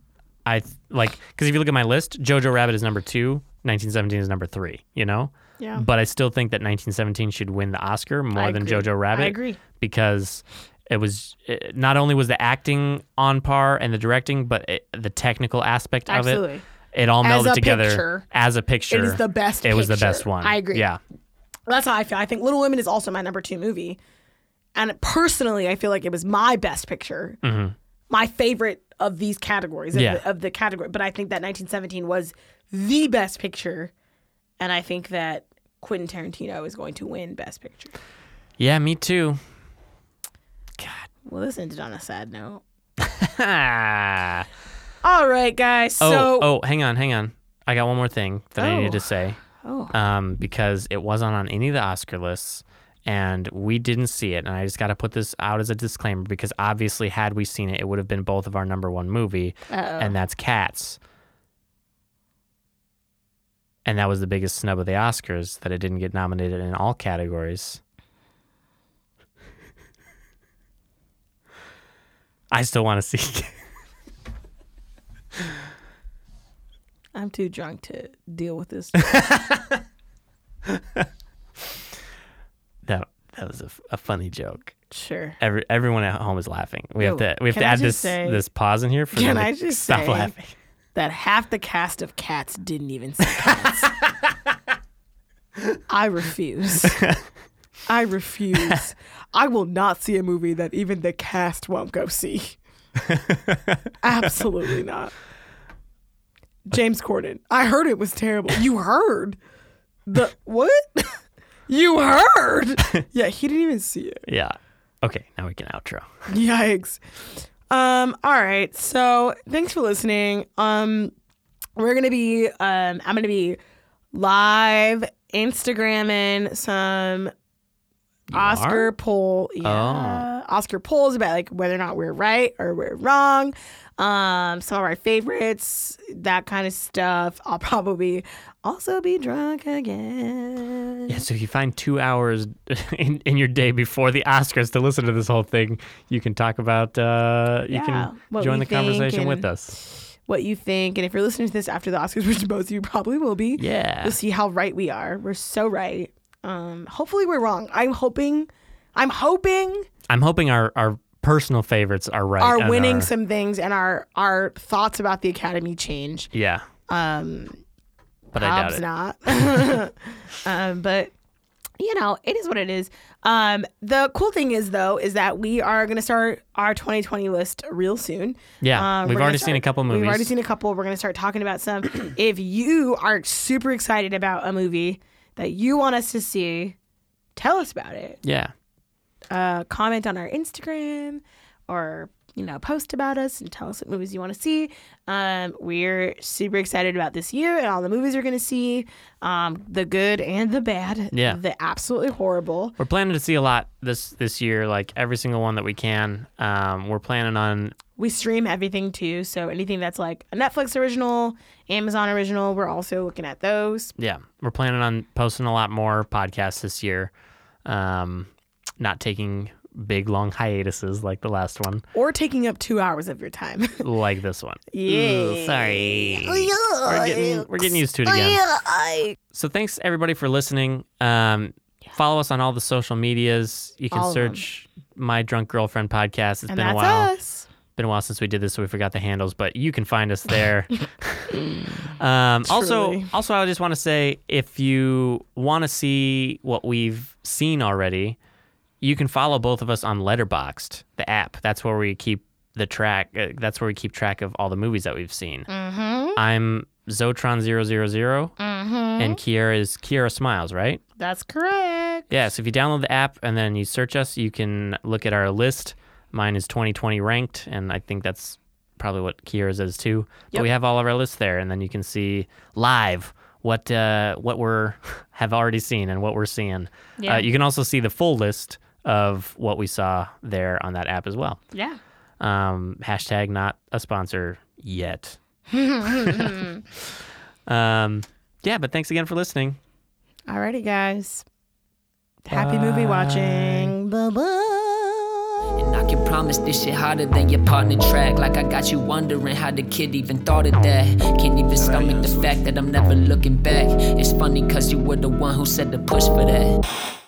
Speaker 1: I th- like because if you look at my list, Jojo Rabbit is number two, 1917 is number three. You know.
Speaker 2: yeah,
Speaker 1: But I still think that 1917 should win the Oscar more
Speaker 2: Oh. I
Speaker 1: than
Speaker 2: agree.
Speaker 1: Jojo Rabbit.
Speaker 2: I agree.
Speaker 1: because it was it, not only was the acting on par and the directing, but it, the technical aspect of
Speaker 2: Absolutely.
Speaker 1: it. It all
Speaker 2: As
Speaker 1: melded
Speaker 2: a
Speaker 1: together
Speaker 2: picture,
Speaker 1: as a picture.
Speaker 2: is the best
Speaker 1: It was the
Speaker 2: picture.
Speaker 1: best one.
Speaker 2: I agree.
Speaker 1: Yeah,
Speaker 2: That's how I feel. I think Little Women is also my number two movie. And personally, I feel like it was my best picture, my favorite of these categories, of,
Speaker 1: Mm-hmm. Yeah.
Speaker 2: the, of the category. But I think that 1917 was the best picture. And I think that Quentin Tarantino is going to win best picture.
Speaker 1: yeah, me too.
Speaker 2: Well, this ended on a sad note.
Speaker 1: Ah.
Speaker 2: All right, guys.
Speaker 1: Oh,
Speaker 2: so,
Speaker 1: oh, hang on, hang on. I got one more thing that I needed
Speaker 2: Oh.
Speaker 1: to say
Speaker 2: Oh.
Speaker 1: um, because it wasn't on any of the Oscar lists and we didn't see it. And I just got to put this out as a disclaimer because obviously, had we seen it, it would have been both of our number one movie, and that's Cats. And that was the biggest snub of the Oscars that it didn't get nominated in all categories. I still want to see.
Speaker 2: I'm too drunk to deal with this.
Speaker 1: that that was a, f- a funny joke.
Speaker 2: sure.
Speaker 1: Every, everyone at home is laughing. We have
Speaker 2: Ew.
Speaker 1: to we have
Speaker 2: Can
Speaker 1: to
Speaker 2: I
Speaker 1: add
Speaker 2: just
Speaker 1: this
Speaker 2: say-
Speaker 1: this pause in here for
Speaker 2: Can
Speaker 1: them to
Speaker 2: I just
Speaker 1: stop
Speaker 2: say-
Speaker 1: laughing.
Speaker 2: that half the cast of Cats didn't even see Cats. I refuse. I refuse. I will not see a movie that even the cast won't go see. Absolutely not. James Corden. I heard it was terrible. You heard the what? you heard? Yeah, he didn't even see it.
Speaker 1: Yeah. Okay, now we can outro.
Speaker 2: Yikes. Um, all right. So thanks for listening. Um we're gonna be um I'm gonna be live Instagramming some Oscar
Speaker 1: are?
Speaker 2: poll. Yeah. Oscar polls about like whether or not we're right or we're wrong. Um, some of our favorites, that kind of stuff. I'll probably also be drunk again.
Speaker 1: Yeah, so if you find two hours in, in your day before the Oscars to listen to this whole thing, you can talk about uh, you
Speaker 2: Yeah,
Speaker 1: can
Speaker 2: what
Speaker 1: join
Speaker 2: we
Speaker 1: the conversation
Speaker 2: think
Speaker 1: with
Speaker 2: and-
Speaker 1: us.
Speaker 2: What you think, and if you're listening to this after the Oscars, which most of you probably will be.
Speaker 1: Yeah.
Speaker 2: We'll see how right we are. We're so right. Um, hopefully we're wrong. I'm hoping, I'm hoping
Speaker 1: I'm hoping our, our personal favorites are right.
Speaker 2: are
Speaker 1: and
Speaker 2: winning
Speaker 1: our-
Speaker 2: some things and our our thoughts about the academy change.
Speaker 1: Yeah. Um but I doubt
Speaker 2: Bob's
Speaker 1: it.
Speaker 2: not. um, but you know, it is what it is. Um, the cool thing is though, is that we are gonna start our 2020 list real soon.
Speaker 1: Yeah,
Speaker 2: Um,
Speaker 1: we've
Speaker 2: we're gonna
Speaker 1: already seen a couple
Speaker 2: We've
Speaker 1: movies.
Speaker 2: already seen a couple. We're gonna start talking about some. if you are super excited about a movie that you want us to see, tell us about it.
Speaker 1: Yeah.
Speaker 2: uh, comment on our Instagram or you know, post about us and tell us what movies you want to see. Um, we're super excited about this year and all the movies you're going to see um, the good and the bad,
Speaker 1: Yeah.
Speaker 2: the absolutely horrible.
Speaker 1: We're planning to see a lot this this year, like every single one that we can. Um, we're planning on
Speaker 2: We stream everything too. So anything that's like a Netflix original, Amazon original, we're also looking at those.
Speaker 1: yeah, we're planning on posting a lot more podcasts this year. Um, not taking big long hiatuses like the last one,
Speaker 2: Or taking up two hours of your time.
Speaker 1: like this one.
Speaker 2: yeah.
Speaker 1: Sorry. We're getting we're getting used to it again. So thanks everybody for listening. Um, follow us on all the social medias. You can
Speaker 2: All of them.
Speaker 1: search my drunk girlfriend podcast. It's
Speaker 2: And
Speaker 1: been a
Speaker 2: that's
Speaker 1: while.
Speaker 2: us.
Speaker 1: Been a while since we did this, so we forgot the handles, but you can find us there. um, also,
Speaker 2: Truly.
Speaker 1: also I just want to say if you want to see what we've seen already, you can follow both of us on Letterboxed, the app. That's where we keep the track. Uh, that's where we keep track of all the movies that we've seen.
Speaker 2: Mm-hmm.
Speaker 1: I'm Zotron 000
Speaker 2: Mm-hmm.
Speaker 1: and Kiara is Kiara Smiles, right?
Speaker 2: That's correct.
Speaker 1: Yeah. So if you download the app and then you search us, you can look at our list. Mine is 2020 ranked, and I think that's probably what Kiera's is too. But we have all of our lists there, and then you can see live what uh, what we're have already seen and what we're seeing.
Speaker 2: Yeah.
Speaker 1: Uh, you can also see the full list of what we saw there on that app as well.
Speaker 2: Yeah.
Speaker 1: Um, hashtag not a sponsor yet. um, yeah, but thanks again for listening.
Speaker 2: Alrighty, guys. Happy movie watching. Bye bye.
Speaker 4: And I can promise this shit hotter than your partner track. Like I got you wondering how the kid even thought of that. Can't even stomach the fact that I'm never looking back. It's funny cause you were the one who said to push for that.